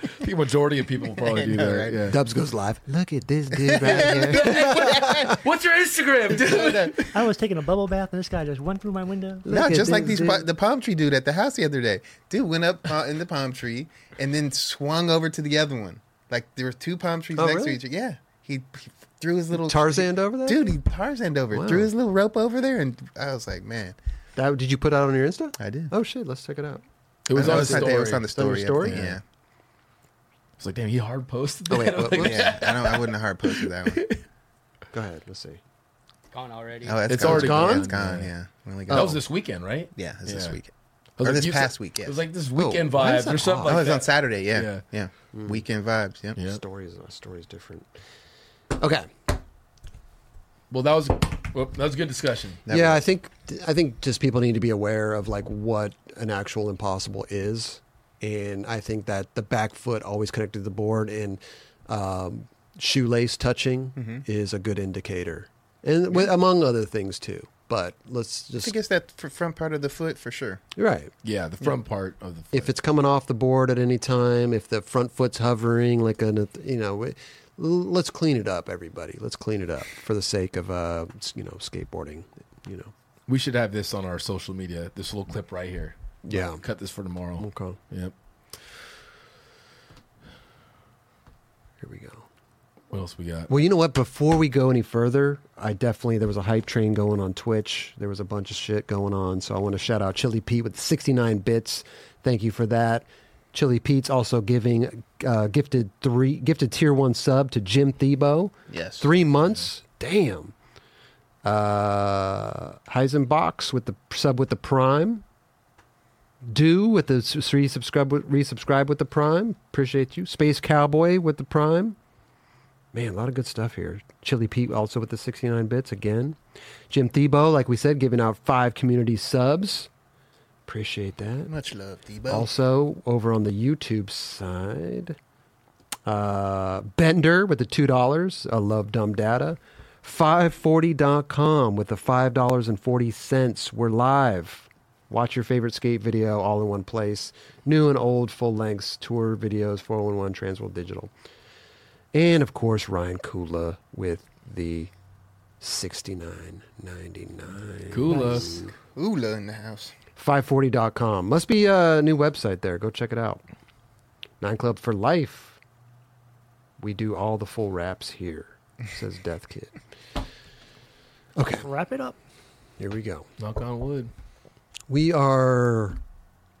I think majority of people probably do that.
(laughs)
right?
yeah.
Dubs goes live. Look at this dude right here.
What's your Instagram, dude?
I was taking a bubble bath and this guy just went through my window.
No,
Look at
just like
this
these
dude.
pa- the palm tree dude at the house the other day. Dude went up uh, in the palm tree and then swung over to the other one. Like there were two palm trees
Oh,
next
really?
to each other. Yeah, he, he threw his little
Tarzan over there,
Dude, he Tarzaned over,
Wow.
threw his little rope over there, and I was like, man,
(laughs) That, did you put out on your Insta?
I did.
Oh shit, let's check it out.
(laughs) It was
I
on
know
the
it's not
story.
there, It was on the
It's on your
story. I
story?
think, Yeah,
It's like, damn, he hard posted that. (laughs)
Oh, wait,
I'm
what-
like,
what-
yeah. I don't. I wouldn't have hard posted
(laughs)
that one.
Go ahead. Let's see.
Gone already.
Oh, that's
It's already
Yeah,
gone?
It's gone.
Yeah.
Yeah. We only got-
that was this weekend, right?
oh. Yeah, it's this
Yeah.
week.
It was
Or
like-
this
you-
past Oh, week, yeah.
It was like this
why
weekend
is
vibes
Oh. that Hmm.
or something
off?
like
oh, it was
that.
on Saturday. Yeah,
Yeah.
yeah. Weekend vibes. Yep.
Yeah.
Stories, uh, stories different. Okay.
Well, that was, well, that was a good discussion.
That
yeah, I
was-
think I think just people need to be aware of like what an actual impossible is, and I think that the back foot always connected to the board and um, shoelace touching is a good indicator, and wi- among other things too. But let's
I
just
think it's that fr- front part of the foot for sure.
right.
Yeah, the front part of the.
if it's coming off the board at any time, if the front foot's hovering, like an, you know, it- l- let's clean it up, everybody. Let's clean it up for the sake of, uh, s- you know, skateboarding, you know,
We should have this on our social media. This little clip right here.
Yeah.
Cut this for tomorrow.
Okay.
Yep.
Here we go.
What else we got?
Well, you know what? Before we go any further, I definitely there was a hype train going on Twitch. There was a bunch of shit going on, so I want to shout out Chili Pete with 69 bits. Thank you for that. Chili Pete's also giving uh, gifted three gifted tier one sub to Jim Thebo.
Yes.
three months. Damn. Uh, Heisenbox with the sub with the prime. Do with the s- resubscribe with- resubscribe with the prime. Appreciate you. Space Cowboy with the prime. Man, a lot of good stuff here. Chili Pete also with the 69 bits again. Jim Thebo, like we said, giving out five community subs. Appreciate that.
Much love, Debo.
Also, over on the YouTube side, uh, Bender with the $2. I love dumb data. 540.com with the $5.40. We're live. Watch your favorite skate video all in one place. New and old full lengths, tour videos, 411 Transworld Digital. And of course, Ryan Kula with the 69.99.
Kula.
Oola in the house.
540.com. Must be a new website there. Go check it out. Nine Club for Life. We do all the full wraps here, says Death Kid. Okay,
Wrap it up.
here we go.
Knock on wood. (laughs)
We are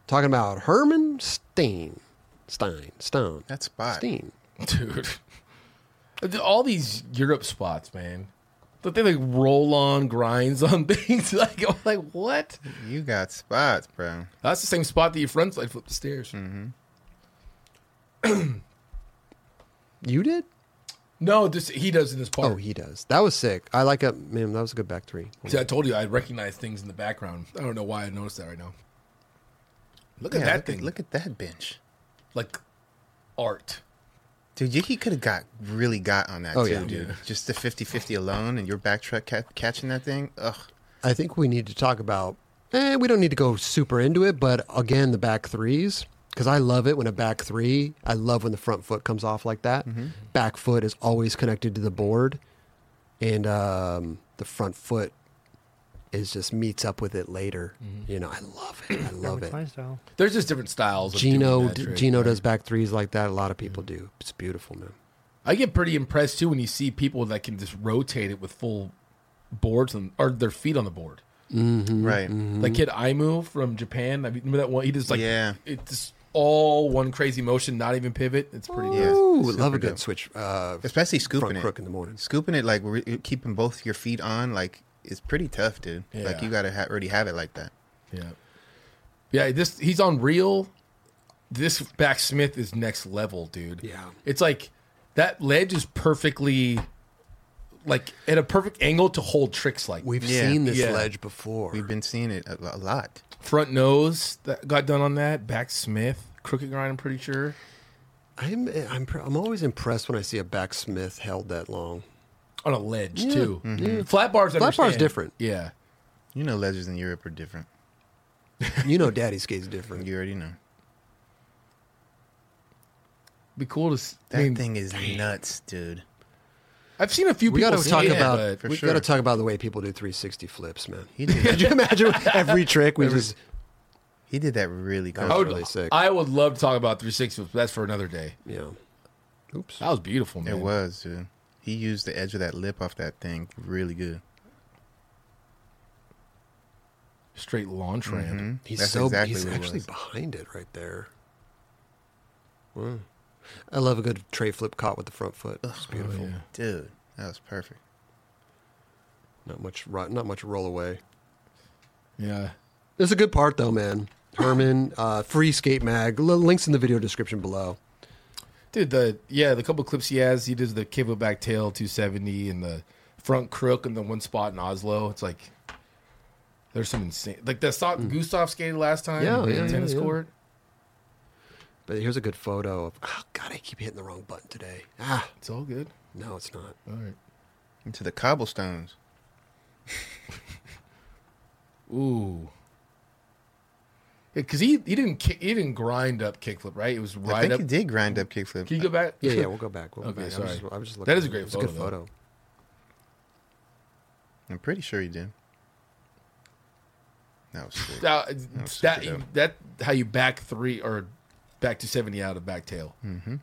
talking about Herman Steen. Stein. Stone.
That spot.
Steen.
Dude. All these Europe spots, man. Don't they like roll on grinds on (laughs) things? like, I'm like, what?
You got spots, bro.
That's the same spot that your friends like flip the stairs.
Mm-hmm. You did?
No, this he does in this part.
Oh, he does. That was sick. I like a man. That was a good back three.
See, I told you I recognize things in the background. I don't know why I noticed that right now. Look at
Yeah,
that
look
thing.
At, look at that bench.
like art.
Dude, you- he could have got really got on that
Oh,
too,
yeah.
dude. Just the 50-50 alone and your backtrack ca- catching that thing. Ugh.
I think we need to talk about. Eh, we don't need to go super into it, but again, the back threes because I love it when a back three. I love when the front foot comes off like that.
Mm-hmm.
Back foot is always connected to the board, and um, the front foot is just meets up with it later.
Mm-hmm.
You know, I love it. I love
With
it.
my style.
There's just different styles. Of doing
Gino
that trick,
Gino
right? Mm-hmm.
does back threes like that. A lot of people do. It's beautiful, man.
I get pretty impressed too when you see people that can just rotate it with full boards and or their feet on the board.
Mm-hmm.
Right.
Like kid Aimu from Japan. I mean, remember that one? He just like
Yeah.
It's just all one crazy motion, not even pivot. It's pretty.
Yeah.
nice.
Ooh,
super
love a good
dope.
switch. Uh,
Especially scooping
front
it.
crook in the morning.
Scooping it like re- keeping both your feet on like is pretty tough, dude. Like
Yeah.
you got to ha- already have it like that.
Yeah. Yeah, this he's on real. This back Smith is next level, dude.
Yeah.
It's like that ledge is perfectly like at a perfect angle to hold tricks like
We've
Yeah.
seen this
Yeah.
ledge before.
We've been seeing it a, lo- a lot.
front nose that got done on that, back Smith, crooked grind, I'm pretty sure.
I'm I'm pr- I'm always impressed when I see a back Smith held that long.
On a ledge too. Flat bars I
Mm-hmm. Flat bar's
understand.
different.
Yeah.
You know ledges in Europe are different.
You know, Daddy skates different.
You already know.
Be cool to s- I
That
mean,
thing is nuts, dude.
I've seen a few
We
people
got to
say
talk
it,
about
but-
we
sure.
got to talk about the way people do 360 flips, man.
He did,
(laughs) Could you imagine every trick we just?
he did that really
That
cool.
was
I would,
really sick.
I would love to talk about 360, but that's for another day.
yeah. Oops.
That was beautiful, man.
It was, dude. He used the edge of that lip off that thing really good.
Straight launch ramp.
He's
That's
so
exactly
he's
what it
actually
was.
behind it right there. Wow. I love a good tray flip caught with the front foot. It's
Oh,
beautiful.
yeah.
Dude, that was perfect.
Not much ro- not much roll away.
Yeah.
It's a good part though, man. Herman, uh, free skate mag. Li- links in the video description below.
Dude, the yeah, the couple clips he has, he does the cable back tail 270 and the front crook and the one spot in Oslo. It's like there's some insane like the so- Gustav skated last time.
Mm. Yeah,
in the
yeah, yeah,
tennis
yeah.
court.
But here's a good photo of. Oh God, I keep hitting the wrong button today. Ah,
It's all good.
no, it's not.
All right.
Into the cobblestones.
Ooh. Because he, he didn't kick, he didn't grind up kickflip right. It was
I
right
think
up.
he did grind up kickflip.
Can you go back?
Yeah, yeah, we'll go back. We'll go
Okay,
back. I
sorry.
was just, I was just
That
looking
is
at
a
it.
great
It's a good
photo, though.
photo.
I'm pretty sure he did. That was
(laughs)
sick.
That,
was
that,
such a dope.
that how you back three or back to 70 out of back tail.
Hmm.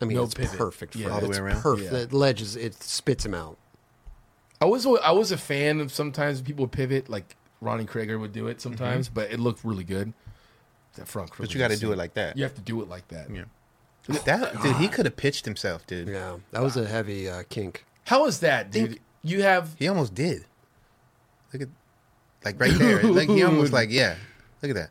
I mean,
No
it's
pivot.
perfect. For
Yeah.
him.
All the
way
It's
around.
Perfect.
Yeah.
It ledges. It spits him out.
I was a- I was a fan of sometimes people pivot like Ronnie Krager would do it sometimes, but it looked really good. That front,
Mm-hmm. But you got to do it like that.
you have to do it like that.
Yeah. That dude, he could have pitched himself, dude.
Yeah, that
Ah.
was a heavy uh, kink.
How is that, dude?
Think-
you have
He almost did. Look at, like right there. Like he
(laughs)
almost
Dude.
like yeah. Look at that.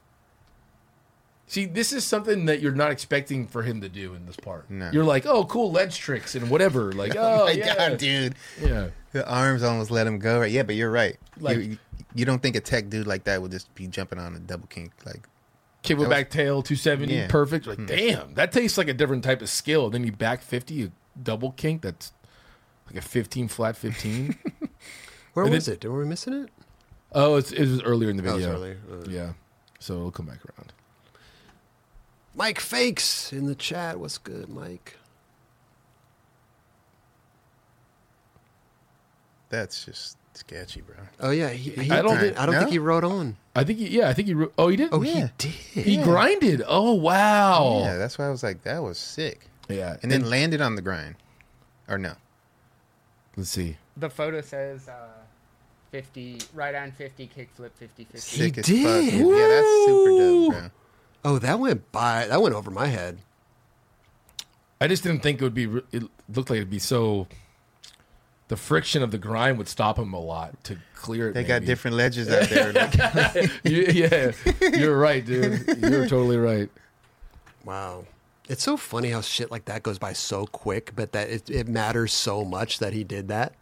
see this is something that you're not expecting for him to do in this part.
No.
You're like, oh, cool ledge tricks and
(laughs)
whatever. Like, oh,
my
yeah,
god, dude.
yeah.
The arms almost let him go. Right? Yeah, but you're right.
Like-
you, you don't think a tech dude like that would just be jumping on a double kink like
Cable back tail 270,
Yeah. Hmm.
perfect. Like, damn, that tastes like a different type of skill. Then you back 50, you double kink. That's like a 15 flat
(laughs)
15.
Where
And
was it? Were we missing it?
oh, it's, it was earlier in the
That was
video.
earlier. Uh,
Yeah. So it'll come back around.
Mike fakes in the chat. What's good, Mike?
that's just sketchy, bro.
Oh yeah, he, he
I don't
didn't-
think-
I don't think
no?
he wrote on.
I think, he, yeah, I think he, re- oh, he did?
Oh,
Yeah.
he did.
He grinded. Oh, wow.
Yeah, that's why I was like, that was sick.
Yeah.
And then landed on the grind, or no?
let's see.
The photo says uh, 50, right on 50, kickflip 50 50.
Sick as fuck.
did.
Yeah, that's super dope, bro.
Oh, that went by. That went over my head.
I just didn't think it would be. re- It looked like it'd be so. The friction of the grind would stop him a lot to clear it.
They got
maybe.
different ledges
(laughs)
out there. Like,
You- yeah, you're right, dude. You're totally right.
Wow. It's so funny how shit like that goes by so quick, but that it, it matters so much that he did that.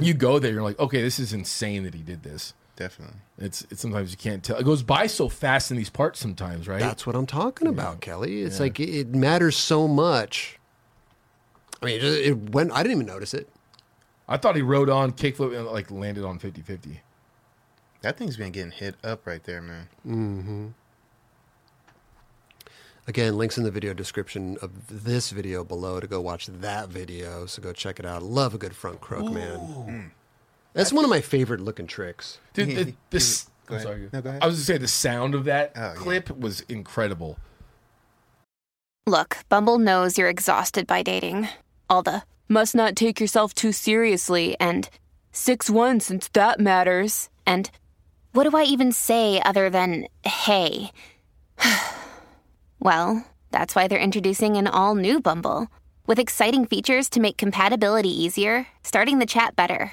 You go there, you're like, okay, this is insane that he did this.
definitely.
It's, it's sometimes you can't tell. It goes by so fast in these parts sometimes, right?
That's what I'm talking about, Kelly. It's like it, it matters so much. I mean, it, it went. I didn't even notice it.
I thought he rode on kickflip and like landed on 50-50.
That thing's been getting hit up right there, man.
Again, links in the video description of this video below to go watch that video. So go check it out. Love a good front crook, man. That's one of my favorite looking tricks.
Dude,
(laughs)
the, this.
Go ahead. No, go ahead.
I was just saying the sound of that
Oh, yeah.
clip was incredible.
Look, Bumble knows you're exhausted by dating. All the must not take yourself too seriously and 6 1 since that matters. And what do I even say other than hey? (sighs) well, that's why they're introducing an all new Bumble with exciting features to make compatibility easier, starting the chat better,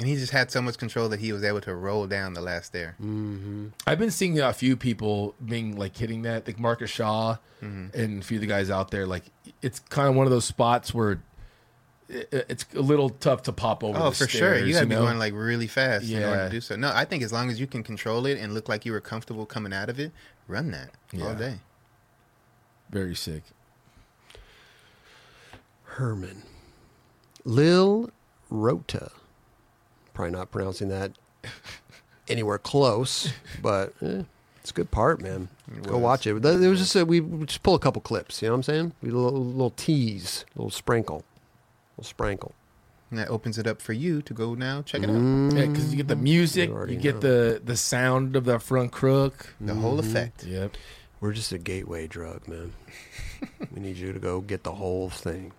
And he just had so much control that he was able to roll down the last there.
I've been seeing a few people being like hitting that, like Marcus Shaw
Mm-hmm.
and a few of the guys out there. Like it's kind of one of those spots where it- it's a little tough to pop over. the
Oh, for sure.
stairs,
You got to be
know?
going like really fast in order
Yeah.
to do so. No, I think as long as you can control it and look like you were comfortable coming out of it, run that all
Yeah.
day.
very sick.
Herman. Lil Rota. Probably not pronouncing that anywhere close, but eh, it's a good part, man. Go watch it. Th- There was just a, we we just pull a couple clips. You know what I'm saying? We little, little tease, little sprinkle, little sprinkle.
And that opens it up for you to go now check it out.
Yeah, because you get the music,
You
you,
already
get
know.
the the sound of the front crook.
The whole
Mm-hmm.
effect.
Yep.
We're just a gateway drug, (laughs) man. we need you to go get the whole thing.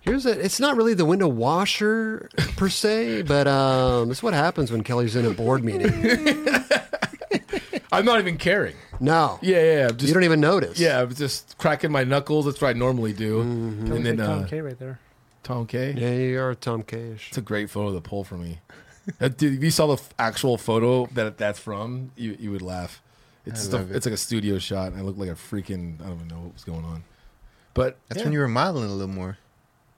Here's a, it's not really the window washer per se, but um, it's what happens when Kelly's in a board (laughs) meeting.
I'm not even caring.
No.
Yeah, yeah. I'm just,
you don't even notice.
yeah, I'm just cracking my knuckles. That's what I normally do.
Mm-hmm.
And then
Tom
uh,
K right there.
Tom K.
Yeah, you are Tom Cash.
It's a great photo to pull for me. That, dude, if you saw the f- actual photo that that's from, you, you would laugh. It's
I
stuff,
love it.
it's like a studio shot, and I look like a freaking I don't even know what was going on. But
That's
yeah.
when you were modeling a little more.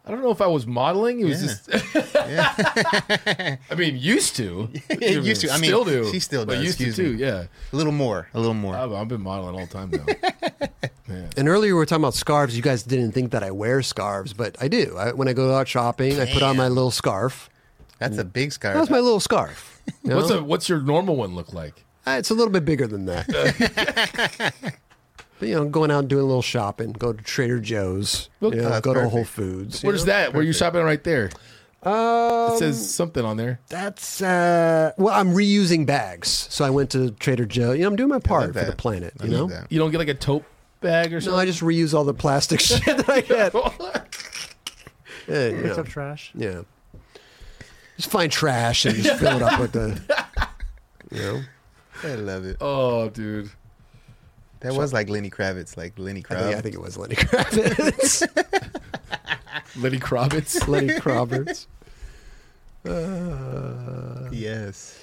I don't know if I was modeling. It was just. (laughs) I mean, used to.
(laughs) Used to. I mean,
still do.
she still
But
does,
used to
excuse
too.
me.
Yeah,
A little more. A little more.
I've, I've been modeling all the time now.
(laughs)
And earlier we were talking about scarves. You guys didn't think that I wear scarves, but I do. I, when I go out shopping, I put on my little scarf.
That's a big scar.
That's my little scarf. You
What's
know?
a, what's your normal one look like?
Uh, It's a little bit bigger than that. But, you know, going out and doing a little shopping, go to Trader Joe's, you know,
that's
go to
perfect.
Whole Foods.
Where's that? Where you shopping right there?
Uh,
It
Um,
says something on there.
that's uh, well, I'm reusing bags, so I went to Trader Joe. You know, I'm doing my part for the
that.
planet.
I
you know,
love that.
You don't get like a tote bag or
no, I
something.
just reuse all the plastic (laughs) shit that I get.
Oh. (laughs)
Yeah, you
Picks
know,
up trash.
yeah. just find trash and just fill it up with the. You know,
I love it.
oh, dude.
That was like Lenny Kravitz, like Lenny
I
Kravitz.
think, I think it was Lenny Kravitz.
Lenny
(laughs)
Kravitz.
Lenny Kravitz.
Yes.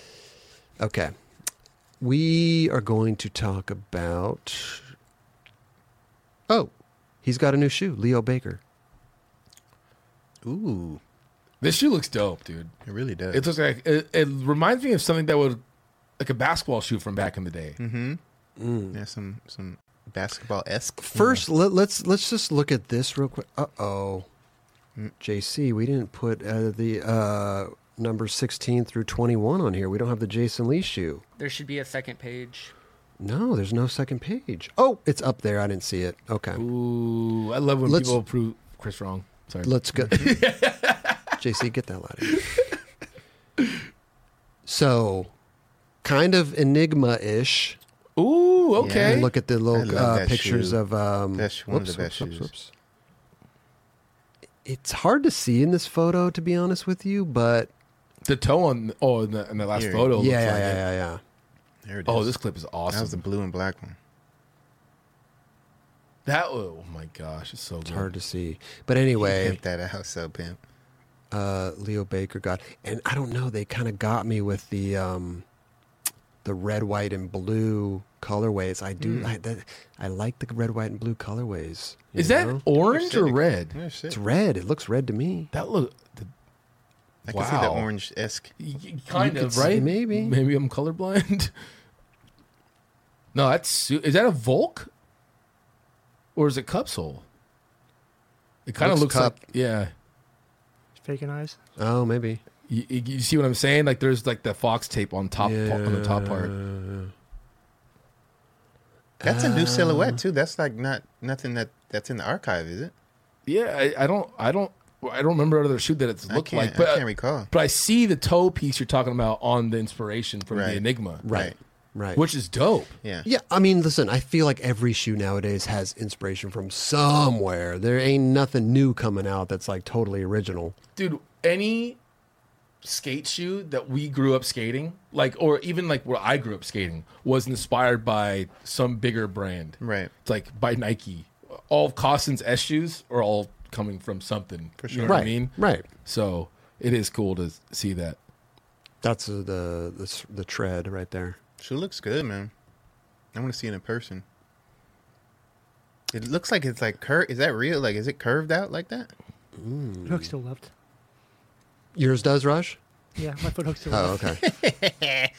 Okay. We are going to talk about. Oh, he's got a new shoe, Leo Baker.
Ooh,
this shoe looks dope, dude.
it really does.
It looks like it, it reminds me of something that would like a basketball shoe from back in the day.
Mm-hmm.
Mm.
yeah, some some basketball esque.
First, let, let's let's just look at this real quick. Uh oh, JC, we didn't put uh, the uh, number sixteen through twenty-one on here. We don't have the Jason Lee shoe.
There should be a second page.
No, there's no second page. Oh, it's up there. I didn't see it. Okay,
Ooh, I love when
Let's-
people prove Chris wrong. Sorry.
let's
(laughs)
go. JC, get that light. out. So, kind of enigma-ish.
Ooh, okay.
and look at the
I
little
love
uh,
that
pictures
shoe.
of um
That's one of the best shoes.
It's hard to see in this photo, to be honest with you, but
the toe on oh in the, in the last
Here.
photo. looks
yeah, yeah,
like
yeah,
it.
yeah, yeah.
There it is.
Oh, this clip is awesome.
that was the blue and black one.
That oh my gosh, it's so good.
It's hard to see, but
Hey.
anyway,
Pimp that out, so pimp.
uh, Leo Baker got, and I don't know, they kind of got me with the um, the red, white, and blue colorways. I do,
Hmm.
I, that, I like the red, white, and blue colorways. you
Is that
know?
orange or red?
Yeah, shit.
It's red. It looks red to me.
That look the,
I can see the
Wow.
orange esque.
y- kind
could
of
say
right.
maybe.
maybe I'm colorblind. (laughs) no, that's su- is that a Volk or is it cup sole? It kind of
Looks
looks,
cup.
like yeah.
Faking eyes.
Oh, maybe.
You, you- you see what I'm saying? Like there's like the fox tape on top on the top part.
That's a new
Um,
silhouette too. That's like not nothing that that's in the archive, is it?
Yeah, I, I don't, I don't, I don't remember another shoe that it's
I
looked
can't-
like. But
I can't recall.
But I see the toe piece you're talking about on the inspiration from the
Right.
Enigma,
Right. Right.
Which is dope.
Yeah.
Yeah, I mean, listen, I feel like every shoe nowadays has inspiration from somewhere. There ain't nothing new coming out that's like totally original.
dude, any skate shoe that we grew up skating, like, or even like where I grew up skating, was inspired by some bigger brand.
Right.
It's like by Nike. All of Costin's S shoes are all coming from something. For sure.
right.
I mean?
Right.
So it is cool to see that.
That's uh, the, the s- the tread right there.
She looks good, man. I want to see it in person. It looks like it's like curved. Is that real? Like, is it curved out like that?
Hmm.
Hook's still left.
Yours does, Raj?
Yeah, my foot hook's still
Oh,
(laughs)
left.
okay.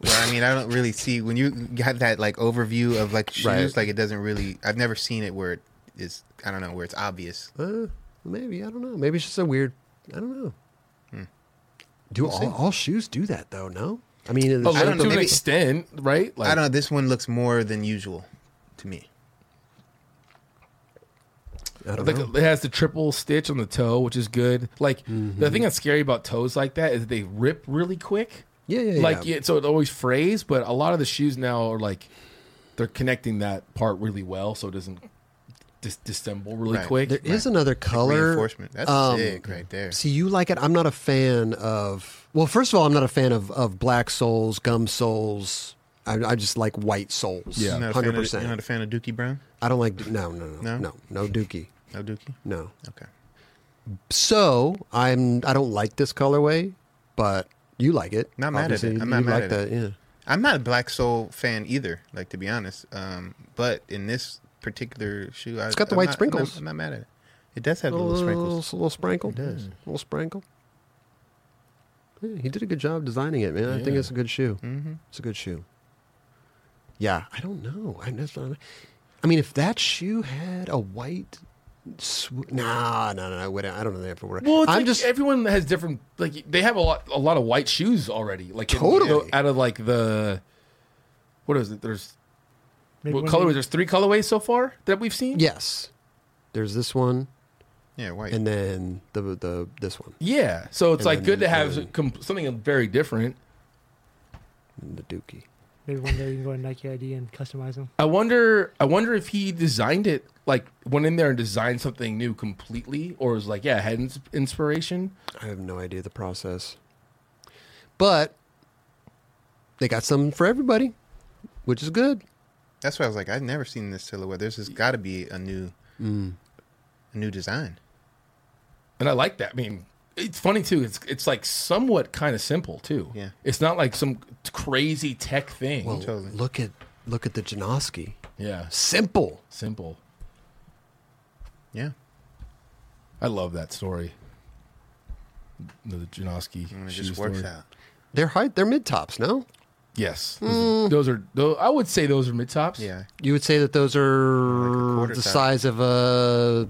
Well, I mean, I don't really see when you got that like overview of like shoes.
Right.
Like, it doesn't really. I've never seen it where it is. I don't know where it's obvious.
uh, maybe I don't know. Maybe it's just a weird. I don't know.
Hmm.
Do all, all shoes do that though? No, I mean, it's-
Oh,
I don't
to
know,
an
maybe-
extent, right? Like,
I don't know. This one looks more than usual to me.
I don't
Like
know.
it has the triple stitch on the toe, which is good. Like the
Mm-hmm.
thing that's scary about toes like that is that they rip really quick.
Yeah, yeah,
Like
yeah.
yeah, so it always frays, but a lot of the shoes now are like they're connecting that part really well, so it doesn't dis- dissemble really
Right.
quick.
There is another color
Reinforcement. That's
um,
sick right there.
See, you like it. I'm not a fan of. Well, first of all, I'm not a fan of of black soles, gum soles. I, I just like white soles.
Yeah.
You're not a fan
hundred
of- You're not
percent.
a fan of Dookie Brown?
I don't like. No, no, no, no,
No?
no, no Dookie.
No Dookie.
No.
Okay.
So I'm. I don't like this colorway, but you like it.
Not mad at
Obviously,
it. I'm
you
not mad
like
at
that.
it.
Yeah.
I'm not a Black Soul fan either, like to be honest. Um, but in this particular shoe. I,
It's got the
I'm
white
not-
sprinkles.
I'm not, I'm not mad at it. It does have the
little,
little
little,
sprinkles.
little sprinkle.
It does.
Little sprinkle. Yeah, he did a good job designing it, man. I think
Yeah.
it's a good shoe.
Mm-hmm.
It's a good shoe. Yeah, I don't know. I that's not. I mean, if that shoe had a white, sw- nah, no, no, no. I wouldn't- I don't know. They have to wear. it.
Well, it's
I'm
like
just
everyone has different. Like they have a lot, a lot of white shoes already. Like in-
Totally.
out of like the what is it? There's
Maybe
what
when
colorways?
we-
There's three colorways so far that we've seen.
yes. There's this one,
Yeah, white.
and then the the this one,
Yeah. So it's
And
like
then-
good to have
and-
com- something very different.
and the Dookie.
Maybe one day you can go to Nike ID and customize them.
I wonder. I wonder if he designed it like went in there and designed something new completely, or was like, yeah, had ins- inspiration.
I have no idea the process. But they got something for everybody, which is good.
That's why I was like, I've never seen this silhouette. There's has got to be a new,
Mm.
a new design.
and I like that. I mean, it's funny too. It's it's like somewhat kind of simple too.
Yeah.
it's not like some crazy tech thing.
Well,
Totally.
look at look at the Janoski.
yeah,
Simple.
simple.
Yeah,
I love that story. The Janoski
and Mm, it
shoe
just works
story.
out.
They're high. They're mid tops. No,
Yes, those, those are. Those, I would say those are mid tops.
Yeah,
you would say that those are
Like a quarter
the
top.
size of uh, a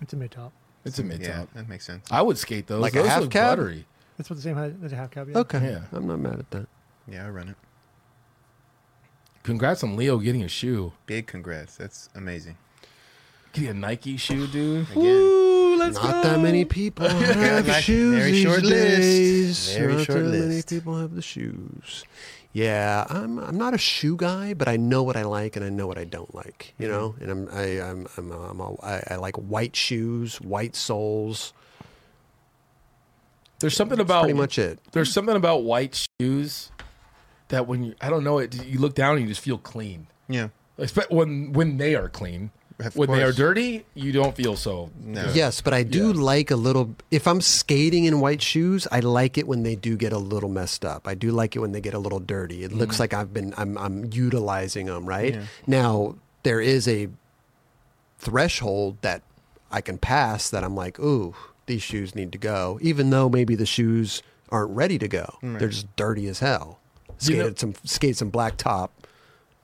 It's a mid top.
it's a mid
yeah,
top.
that makes sense.
I would skate those.
Like a
those
half
look
cab?
buttery.
It's about the same height as a half cab. Yeah.
okay.
Yeah.
I'm not mad at that.
Yeah, I run it.
Congrats on Leo getting a shoe.
Big congrats. That's amazing.
Getting a Nike shoe, dude.
Again,
not that many
(laughs)
people have
like,
shoes
very
these
short list.
days.
Very
not
short
that many
list.
people have the shoes. Yeah, I'm I'm not a shoe guy, but I know what I like and I know what I don't like. You know, and I'm I I'm, I'm, a, I'm a, I, I like white shoes, white soles.
There's something
Oh,
about
Pretty much it.
There's something about white shoes that when you, I don't know, it you look down and you just feel clean.
Yeah,
Except when when they are clean.
Of
when they are
course.
dirty, you don't feel so.
no,
Yes, but I do like a little. If I'm skating in white shoes, I like it when they do get a little messed up. I do like it when they get a little dirty. It
Mm-hmm.
looks like I've been I'm I'm utilizing them right now. There is a threshold that I can pass that I'm like, ooh, these shoes need to go, even though maybe the shoes aren't ready to go. They're just dirty as hell.
You
Skated
know-
some skate some black top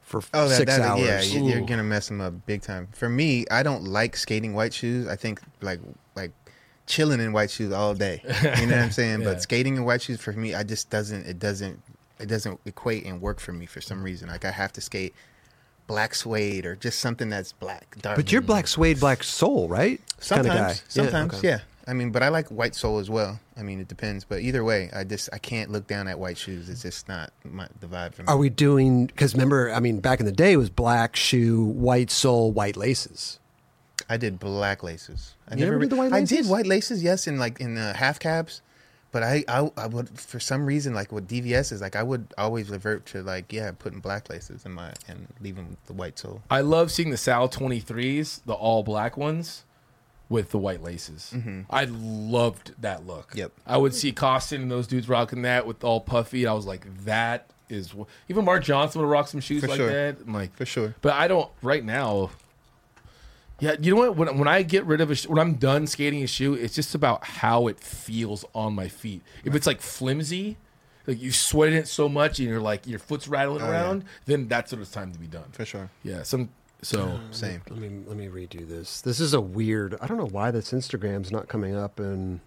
for
Oh, that,
six
that,
hours.
yeah, you- you're
Ooh.
gonna mess them up big time. For me, I don't like skating white shoes. I think like like chilling in white shoes all day. You know what
(laughs)
I'm saying?
Yeah.
But skating in white shoes for me, I just doesn't it doesn't it doesn't equate and work for me for some reason. Like I have to skate black suede or just something that's black dark.
But you're black suede, black soul, right? Kinda
sometimes
guy.
sometimes yeah,
okay.
I mean, but I like white sole as well. I mean, it depends. But either way, I just I can't look down at white shoes. It's just not my, the vibe for me.
Are we doing? Because remember, I mean, back in the day, it was black shoe, white sole, white laces.
I did black laces. I
You ever
re-
did the white
I did
laces?
white laces, yes, in like in uh, half caps. But I, I, I would for some reason like with DVS is like I would always revert to like yeah putting black laces in my and leaving the white sole.
I love seeing the Sal 23s, the all black ones with the white laces. I loved that look.
Mm-hmm. Yep.
I would see Costin and those dudes rocking that with all puffy. I was like, that is wh- even Mark Johnson would rock some shoes
For
like
sure.
that. I'm like,
For sure.
But I don't right now. Yeah, you know what? When, when I get rid of a sh- when I'm done skating a shoe, it's just about how it feels on my feet. If it's like flimsy, like you sweat in it so much and you're like your foot's rattling
Oh, yeah.
around, then that's when it's time to be done.
For sure.
Yeah, some so
Same.
Let me let me redo this. This is a weird. I don't know why this Instagram's not coming up in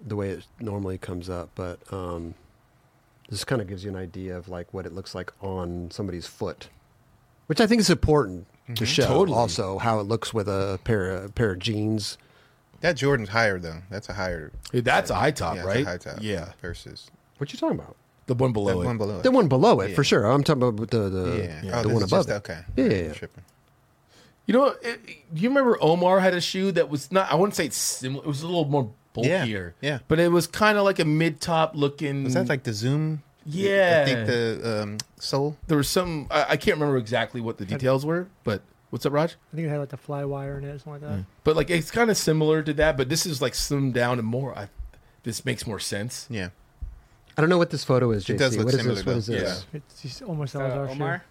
the way it normally comes up, but um, this kind of gives you an idea of like what it looks like on somebody's foot, which I think is important
Mm-hmm.
to show.
Totally.
Also, how it looks with a pair of, pair of jeans.
That Jordan's higher though. That's a higher.
Hey, that's a high top,
Yeah, it's
right?
a high top.
Yeah,
Versus
What you talking about?
the one below
that
it.
one below. it.
The one below it, for
Yeah.
sure. I'm talking about the
Yeah.
the,
yeah. Oh,
the
this
one
is
above
just-
it.
Okay.
Yeah, yeah, yeah.
Tripping.
You know, it, you remember Omar had a shoe that was not. I wouldn't say it's similar. It was a little more bulkier.
yeah.
but it was kind of like a mid top looking.
Was
Mm.
that like the Zoom?
Yeah.
I think the um, sole.
there was some? I, I can't remember exactly what the details were, but what's up, Raj?
I think it had like the fly wire in it, or something like that.
But like it's kind of similar to that, but this is like slimmed down and more. I, this makes more sense.
Yeah.
I don't know what this photo is, JC.
It does look
what is
similar,
this? What is
though.
Uh,
this?
Yeah.
It's just almost
So,
Salazar shoe.
Omar,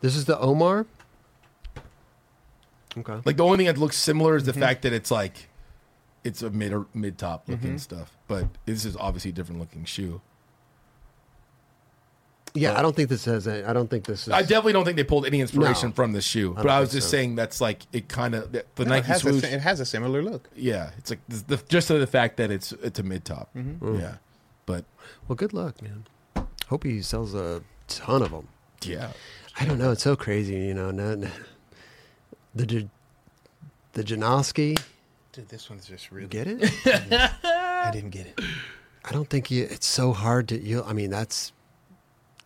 This is the Omar. Okay.
Like the only thing that looks similar is the fact that it's like it's a mid or mid top looking stuff, but this is obviously a different looking shoe.
Yeah, I don't think this has. Any, I don't think this is.
I definitely don't think they pulled any inspiration
No.
from this shoe, but
don't
I was
think
just
so.
saying that's like it kind of the, the
No, it,
Nike
has a,
swoosh.
si- it has a similar look.
yeah, it's like the, the, just the fact that it's it's a mid top. Yeah, but
well, good luck, man. Hope he sells a ton of them.
yeah,
I don't know. It's so crazy, you know. No, no. The J- the Janoski,
Dude, this one's just really.
get (laughs) it?
I didn't get it.
I don't think you. It's so hard to you. I mean, that's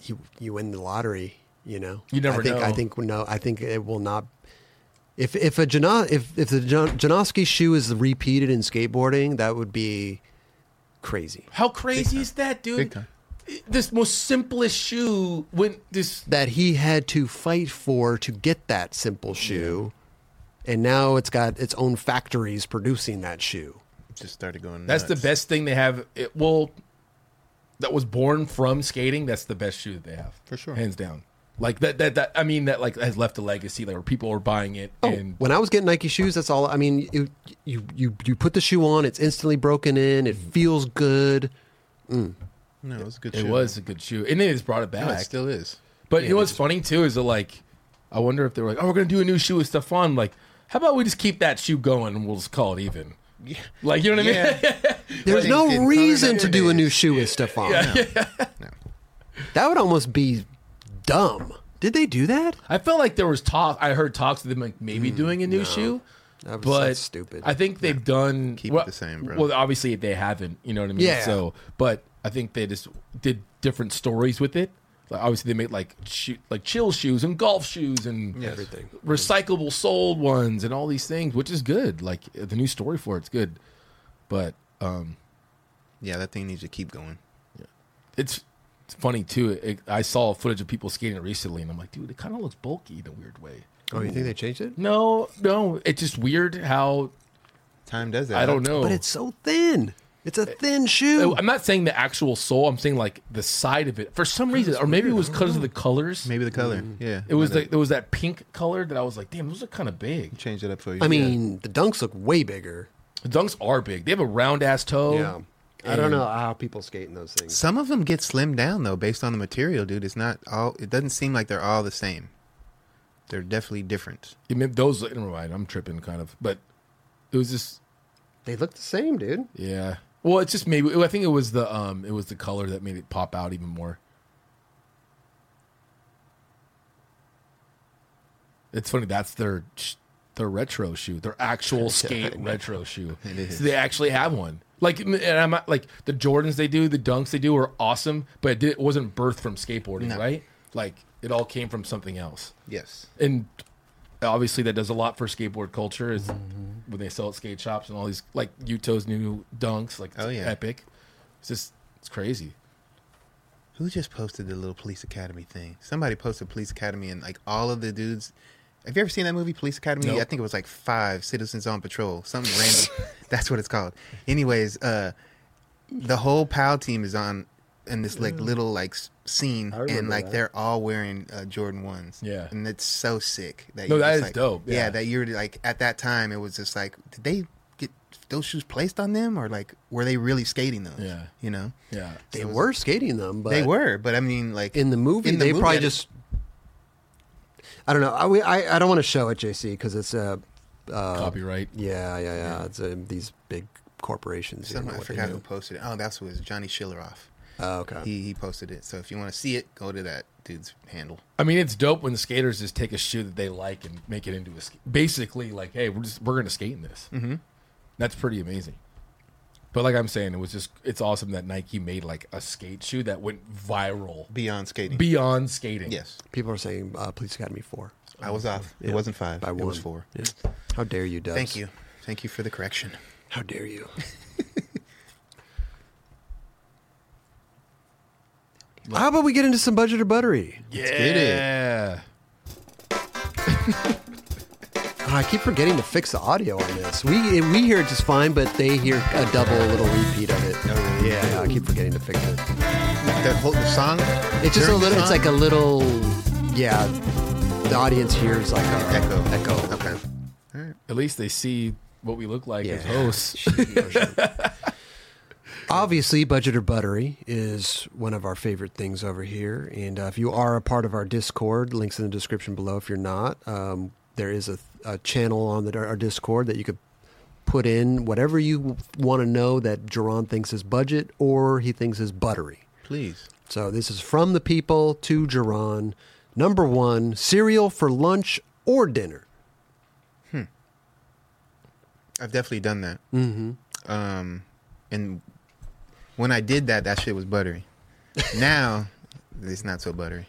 you. You win the lottery. You know.
You never
I think, I
know.
think no. I think it will not. If if a Jana, if if the Jan- Janoski shoe is repeated in skateboarding, that would be crazy.
how crazy is that,
Big
dude?
time.
This most simplest shoe went this
That he had to fight for to get that simple shoe, and now it's got its own factories producing that shoe.
Just started going.
That's
nuts.
the best thing they have. It, well, that was born from skating. That's the best shoe that they have
For sure.
hands down. Like that, that, that. I mean, that like has left a legacy. Like where people are buying it.
Oh,
and
when I was getting Nike shoes, that's all. I mean, you you you you put the shoe on, it's instantly broken in. It
Mm-hmm.
feels good.
No, it was a good.
it
show.
was a good shoe, and it has brought it
No, it
back.
still is.
but you know
it
what's funny too is that like, I wonder if they were like, oh, we're gonna do a new shoe with Stefan. Like, how about we just keep that shoe going and we'll just call it even. Like you know what I (laughs) mean?
There's
Like,
no
it's
reason to
colored
do a new
nowadays.
shoe with Stefan.
No.
That would almost be dumb. Did they do that?
I felt like there was talk. I heard talks of them like maybe doing a new shoe.
Mm, That was
but
that's stupid.
I think they've done
Keep it the same, bro.
Well, obviously they haven't. You know what I mean?
Yeah.
So, but I think they just did different stories with it. Like obviously they made like shoe, like chill shoes and golf shoes and
Everything.
recyclable sold ones and all these things, which is good. Like the new story for it's good, but um,
Yeah, that thing needs to keep going.
it's. It's funny too. It, I saw footage of people skating it recently, and I'm like, dude, it kind of looks bulky in a weird way.
Oh, you think they changed it?
No, no, it's just weird how
Time does that.
I don't know.
But it's so thin. It's a
Eh,
thin
Uh,
shoe.
oh,
I'm not saying the actual sole. I'm saying like the side of it. For some reason, or maybe it was because of the colors.
Maybe the color. Yeah.
Mm. it was
might
like
have
there was that pink color that I was like, damn, those are kind of big.
changed it up for you.
I mean, the dunks look way bigger.
The dunks are big. They have a round ass toe.
Oh,
I don't know how people skate in those things.
some of them get slimmed down though, based on the material, dude. It's not all. It doesn't seem like they're all the same. They're definitely different.
I mean, those. Never mind. I'm tripping, kind of. But it was just
They look the same, dude.
yeah. Well, it's just maybe. I think it was the um. It was the color that made it pop out even more. It's funny. That's their sh- their retro shoe. Their actual skate retro shoe. So they actually have one. Like, m- and I'm not, like the Jordans they do, the Dunks they do are awesome, but it, did, it wasn't birthed from skateboarding, right? Like, it all came from something else
Yes.
and obviously that does a lot for skateboard culture is when they sell at skate shops and all these like Utah's new dunks like it's
Oh, yeah.
epic it's just it's crazy
Who just posted the little police academy thing? Somebody posted police academy and like all of the dudes. Have you ever seen that movie Police Academy?
Nope.
I think it was like five citizens on patrol, something random. (laughs) That's what it's called. Anyways, uh, the whole PAL team is on in this
Mm.
like little like s- scene, and like they're all wearing uh, Jordan ones.
Yeah.
and it's so sick. That
No,
you're
that
just,
is
like-
dope,
Yeah.
yeah.
that you're like at that time, it was just like, did they get those shoes placed on them, or like were they really skating those?
Yeah.
you know.
yeah
They
So it was-
were skating them, but
they were, but I mean, like
in the movie,
in the
they
movie,
probably
I-
just. I don't know. I we- I, I don't want to show it, JC, because it's a.
Um,
Uh,
copyright
yeah, yeah, yeah, It's uh these big corporations. you
Some,
know
I
what they
forgot
do.
who posted it. Oh, that's was Johnny Schilleroff.
Oh, okay.
He he posted it. So if you want to see it, go to that dude's handle.
i mean it's dope when skaters just take a shoe that they like and make it into a sk- basically like hey we're just we're gonna skate in this mm-hmm. that's pretty amazing but like i'm saying it was just it's awesome that nike made like a skate shoe that went viral
Beyond skating.
beyond skating
yes,
People are saying uh, Police Academy 4.
I was off. It wasn't five.
By
it
one.
was four.
Yeah. How dare you, Dubs?
Thank you, thank you for the correction.
How dare
(laughs)
you? How about we get into some budget or buttery?
yeah
get it.
Oh, I keep forgetting to fix the audio on this. We we hear it just fine, but they hear a double little repeat of it.
Oh, really?
yeah, I keep forgetting to fix it.
The whole the song.
It's just a
during the
little. It's
song?
like a little. Yeah, the audience hears like a
echo.
Echo.
Okay.
At least they see what we look like as
Yeah.
hosts.
(laughs) Obviously, Budget or Buttery is one of our favorite things over here. And uh, if you are a part of our Discord, links in the description below. If you're not, um, there is a, a channel on the, our Discord that you could put in whatever you want to know that Jerron thinks is budget or he thinks is buttery.
Please.
So this is from the people to Jerron. Number one, cereal for lunch or dinner.
I've definitely done that. Mm-hmm. Um, and when I did that, that shit
(laughs)
was buttery. now it's not so buttery.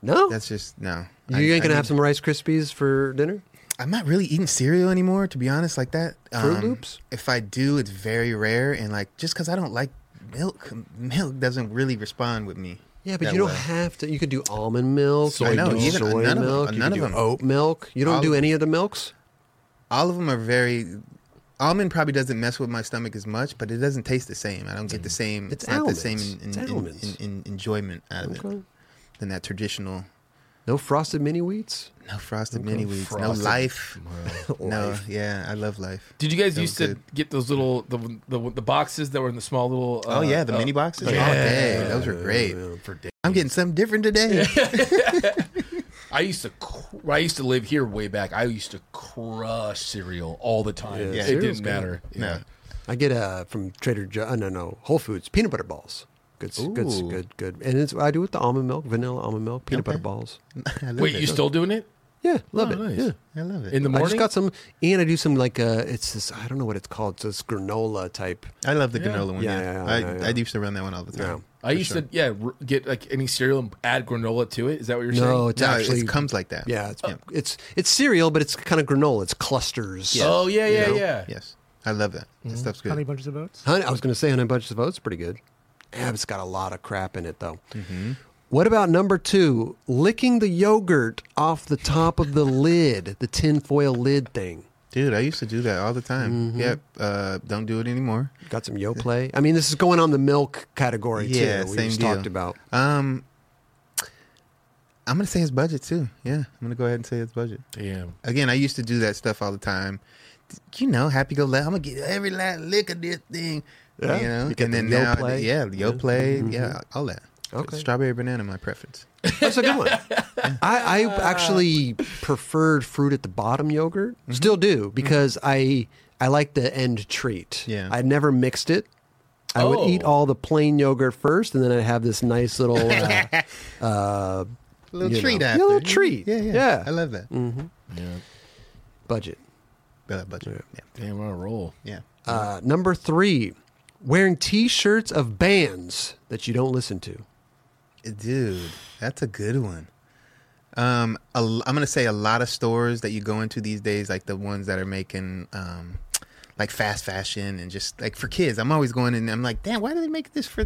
No,
That's just no. I-
you ain't
I
gonna have
need-
some Rice Krispies for dinner.
I'm not really eating cereal anymore, to be honest. Like that. Um,
Fruit Loops?
If I do, it's very rare, and like just because I don't like milk, (laughs) milk doesn't really respond with me.
Yeah, but
that
you don't
well.
have to. You could do almond milk. you
Soy
could
milk.
do
Even-
soy
none of 'em-
milk. you
none
could
of
do
'em.
oat milk. You don't do
Olive-
any of the milks.
All of them are very. Almond probably doesn't mess with my stomach as much, but it doesn't taste the same. I don't get the same.
It's
not the
almonds.
same in, in,
It's
in-
almonds.
in- in enjoyment out of
Okay.
it than that traditional.
No frosted mini wheats. (laughs)
No frosted mini wheats.
Frosted.
No life. No,
Life.
yeah, I love life.
(laughs) Did you guys
That
used
was
to
good.
get those little the, the the boxes that were in the small little?
Oh
uh,
yeah, the
uh,
mini boxes
yeah.
all day. Those were great. I'm getting something different today. (laughs)
I used to. Cr- I used to live here way back. I used to crush cereal all the time.
Yeah,
it
cereal's
didn't
good.
matter. Yeah.
No.
I get uh from Trader Joe. Uh, no, no, Whole Foods peanut butter balls. Good, s- good, s-
Ooh.
good, good. And it's I do it with the almond milk, vanilla almond milk, peanut butter balls.
I love
Wait,
it.
you still doing it
Yeah, love
Oh,
it.
nice.
Yeah.
I love it.
in the
I
morning?
just got some, and I do some like uh, it's this I don't know what it's called. It's this granola type.
I love the
Yeah.
granola one.
Yeah,
Yeah,
yeah, yeah,
I,
yeah, yeah.
I used to run that one all the time.
I used to yeah r- get like any cereal and add granola to it. Is that what you're saying?
No, it's
No,
actually
it comes like that.
yeah, it's, it's it's cereal, but it's kind of granola. It's clusters.
Oh yeah, yeah,
know?
yeah.
Yes, I love that. That stuff's good.
Honey bunches of oats.
Honey, I was going to say Honey Bunches of Oats, pretty good. Yeah, it's got a lot of crap in it though.
Mm-hmm.
What about number two? Licking the yogurt off the top of the (laughs) lid, the tinfoil lid thing.
Dude, I used to do that all the time.
Mm-hmm.
Yep. Uh, don't do it anymore.
Got some yo play. I mean, this is going on the milk category
Yeah,
too. We
same
just
deal.
talked about.
(laughs) Um, I'm gonna say it's budget too. Yeah, I'm gonna go ahead and say it's budget.
Damn.
Again, I used to do that stuff all the time. You know, happy go lucky. I'm gonna get every last lick of this thing.
Yeah,
You know,
you get
and
the
then
Yo
now,
Play. Mm-hmm.
yeah, yo play, yeah, all that.
Okay.
Strawberry banana, my preference.
That's a good
(laughs)
one. I, I actually preferred fruit at the bottom yogurt.
Mm-hmm.
Still do because I I like the end treat.
Yeah.
I never mixed it. I would eat
Oh.
all the plain yogurt first, and then I'd have this nice
(laughs)
little uh, uh,
A little
You
treat
know.
after.
Yeah, a little treat.
Yeah, yeah.
Yeah. Mm.
I love that.
budget.
I love budget. Yeah.
Damn, what a roll.
yeah.
Uh, number three, wearing T-shirts of bands that you don't listen to.
Dude, that's a good one. Um, a, l- I'm gonna say a lot of stores that you go into these days, like the ones that are making um, like fast fashion and just like for kids. I'm always going in. and I'm like, damn, why do they make this for?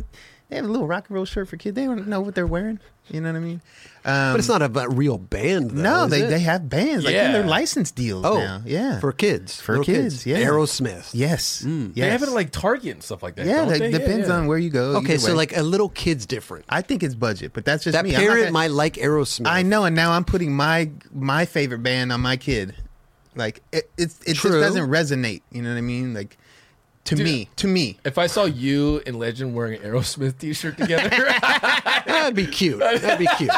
They have a little rock and roll shirt for kids. They don't know what they're wearing. You know what I mean? Um,
But it's not a, a real band. Though,
no,
is
they
it?
they have bands like in their
Yeah.
license deals
oh
now. Yeah,
for kids
For
little
kids, yeah.
Aerosmith
yes, yes.
They have it at, like Target and stuff like that.
yeah.
don't
That
they?
depends
yeah.
on where you go.
Okay,
either
so
way.
like a little kid's different.
I think it's budget, but that's just
That
me. I'm not
parent
that-
might like Aerosmith.
I know, and now I'm putting my my favorite band on my kid. Like it, it's it
True.
just doesn't resonate. You know what I mean? Like to
Dude.
me, to me,
If I saw you and Legend wearing an Aerosmith T-shirt together, (laughs)
That'd be
(laughs)
cute. That'd be cute.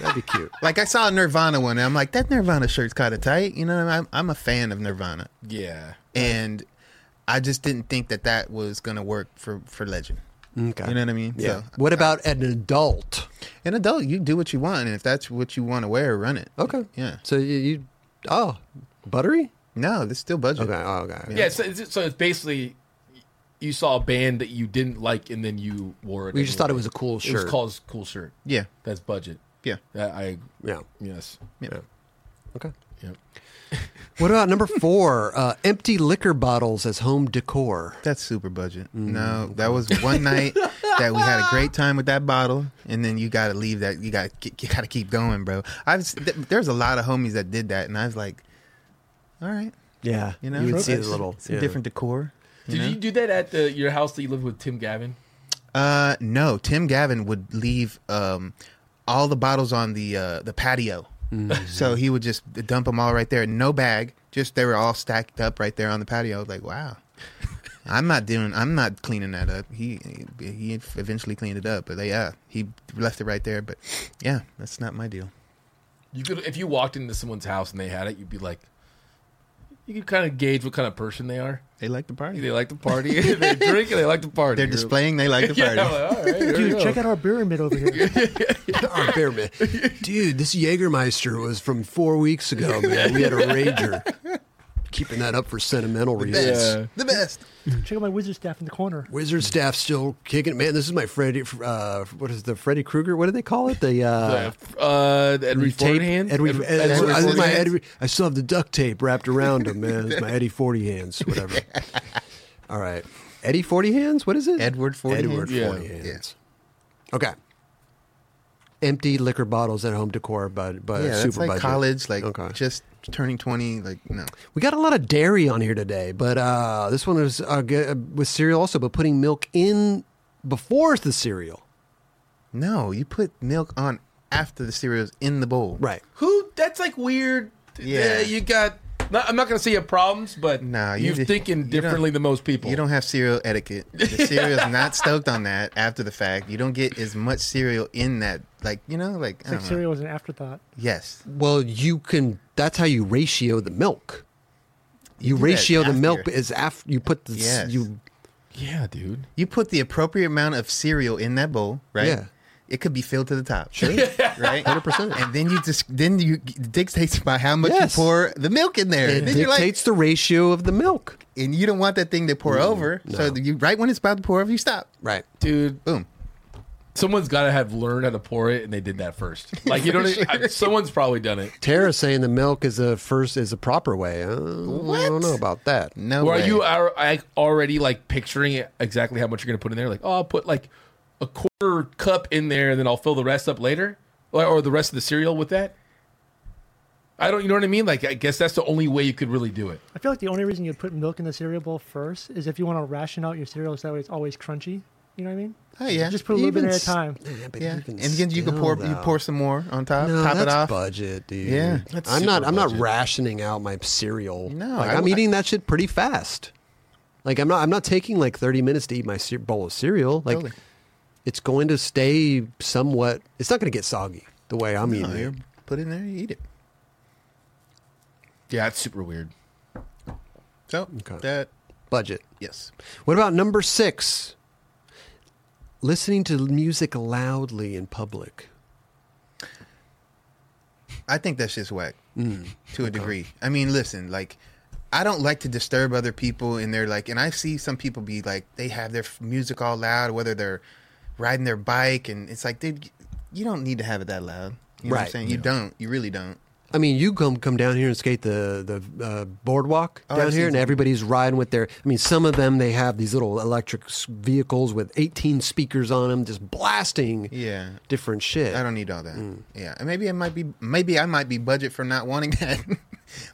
That'd be cute.
like I saw a Nirvana one, and I'm like, that Nirvana shirt's kind of tight. You know, what I mean? I'm I'm a fan of Nirvana,
yeah,
and I just didn't think that that was gonna work for for Legend.
Okay.
You know what I mean?
Mm. Yeah.
So,
what about an adult?
an adult, you do what you want, and if that's what you want to wear, run it.
Okay.
Yeah.
So you, you oh, buttery?
No, this is still budget.
Okay. Oh, okay.
yeah. So, it's- so it's basically you saw a band that you didn't like, and then you wore it.
We just
anyway.
thought it was a cool
It was
shirt.
called cool shirt.
Yeah.
That's budget.
Yeah.
That I
yeah.
yes.
Yeah.
Okay.
Yep.
What about number four? Uh, empty liquor bottles as home decor.
That's super budget.
Mm-hmm.
No, that was one night that we had a great time with that bottle, and then you got to leave that. You got you got to keep going, bro. I was th- there's a lot of homies that did that, and I was like, all right,
Yeah.
you know,
you would see
that's
the little
some
yeah. (laughs)
different decor.
Did you do that at the, your house that you lived with Tim Gavin?
Uh, no, Tim Gavin would leave um all the bottles on the uh the patio.
Mm-hmm.
So he would just dump them all right there, no bag. Just they were all stacked up right there on the patio. I was
(laughs)
like, wow, I'm not doing, I'm not cleaning that up. He he eventually cleaned it up, but they, yeah, he left it right there. But yeah, that's not my deal.
You could, if you walked into someone's house and they had it, you'd be like, you could kind of gauge what kind of person they are.
They like the party.
They like to party. (laughs) they drink and they like to party.
They're
You're-
displaying they like
(laughs)
the
Yeah,
party.
well, all
(laughs)
right, there you
Dude,
go.
check out our pyramid
(laughs)
over here.
Oh, bear man.
(laughs)
Dude, this Jägermeister was from four weeks ago, man. We had a rager. Keeping that up for sentimental reasons.
Yeah.
The best.
check out my wizard staff in the corner.
Wizard staff still kicking. Man, this is my Freddy. Uh, what is the Freddy Krueger? What do they call it? The uh,
The, uh, the Edward
tape.
Forty hand.
Edward-
Edward-
Ed-
Edward
I-
Forty
my
hand?
Edward- I still have the duct tape wrapped around him, man. It's my Eddie Forty hands,
(laughs)
whatever. All right, Eddie Forty hands. What is it?
Edward 40
Edward
hands?
Forty
Yeah.
hands. Okay. Empty liquor bottles at home decor, but but
Yeah, that's
super
like
budget.
college, like
Okay.
just turning twenty. Like no,
We got a lot of dairy on here today, but uh, this one was uh, g- uh, with cereal also, but putting milk in before the cereal.
no, you put milk on after the cereal's in the bowl.
Right.
Who? That's like weird.
Yeah.
Yeah, you got. Not, I'm not gonna say you have problems, but
No, you
you are
just-
thinking
you
differently
don't-
than most people.
You don't have cereal etiquette. The cereal's not stoked on that after the fact. You don't get as much cereal in that, like you know, like,
It's like
I don't know.
cereal was an afterthought.
Yes,
Well, you can. That's how you ratio the milk. You,
do that
ratio the
after.
milk is after you put the s-
Yes.
you.
Yeah, dude.
you put the appropriate amount of cereal in that bowl, right?
Yeah.
It could be filled to the top, sure, right? Hundred percent. And then you just then you it dictates by how much
Yes.
you pour the milk in there.
It
(laughs) then you're like,
dictates the ratio of the milk.
and you don't want that thing to pour over. So you right when it's about to pour over, you stop.
Right.
Dude,
Boom.
someone's got to have learned how to pour it, and they did that first. Like you don't. I- someone's probably done it.
Tara's saying the milk is the first is the proper way. Uh, I don't
What?
know about that.
No
Or are
way.
you uh, are, I already like picturing it exactly how much you're gonna put in there? Like, oh, I'll put like a quarter cup in there, and then I'll fill the rest up later, or, or the rest of the cereal with that. I don't. You know what I mean? Like, I guess that's the only way you could really do it.
I feel like the only reason you put milk in the cereal bowl first is if you want to ration out your cereal so that way it's always crunchy. You know what I mean?
Oh yeah.
Just put a little
Even
bit at a
s-
time.
Yeah, but
yeah.
even
And then you can
still,
pour you
though.
pour some more on top,
No,
top
that's
it off.
budget, dude.
Yeah.
That's
I'm not.
super
I'm not
budget.
rationing out my cereal.
No,
like,
I-
I'm eating that shit pretty fast. Like I'm not. I'm not taking like 30 minutes to eat my cere- bowl of cereal. Like
Totally.
it's going to stay somewhat. It's not going to get soggy the way I'm
Oh,
eating
you
it.
put it in there, you eat it.
Yeah, it's super weird.
So that
Budget.
yes.
What about number six? Listening to music loudly in public.
I think that's just whack
Mm,
to a degree. I mean, listen, like I don't like to disturb other people, and they're like, and I see some people be like, they have their f- music all loud, whether they're riding their bike, and it's like, dude, you don't need to have it that loud. You know what I'm
Right.
saying? You don't. You really don't.
I mean, you come come down here and skate the the uh, boardwalk
Oh,
down
I've
here,
seen
and
some.
everybody's riding with their. I mean, some of them they have these little electric s- vehicles with eighteen speakers on them, just blasting
Yeah.
different shit.
I don't need all that.
Mm.
Yeah, and maybe it might be maybe I might be budget for not wanting (laughs) that.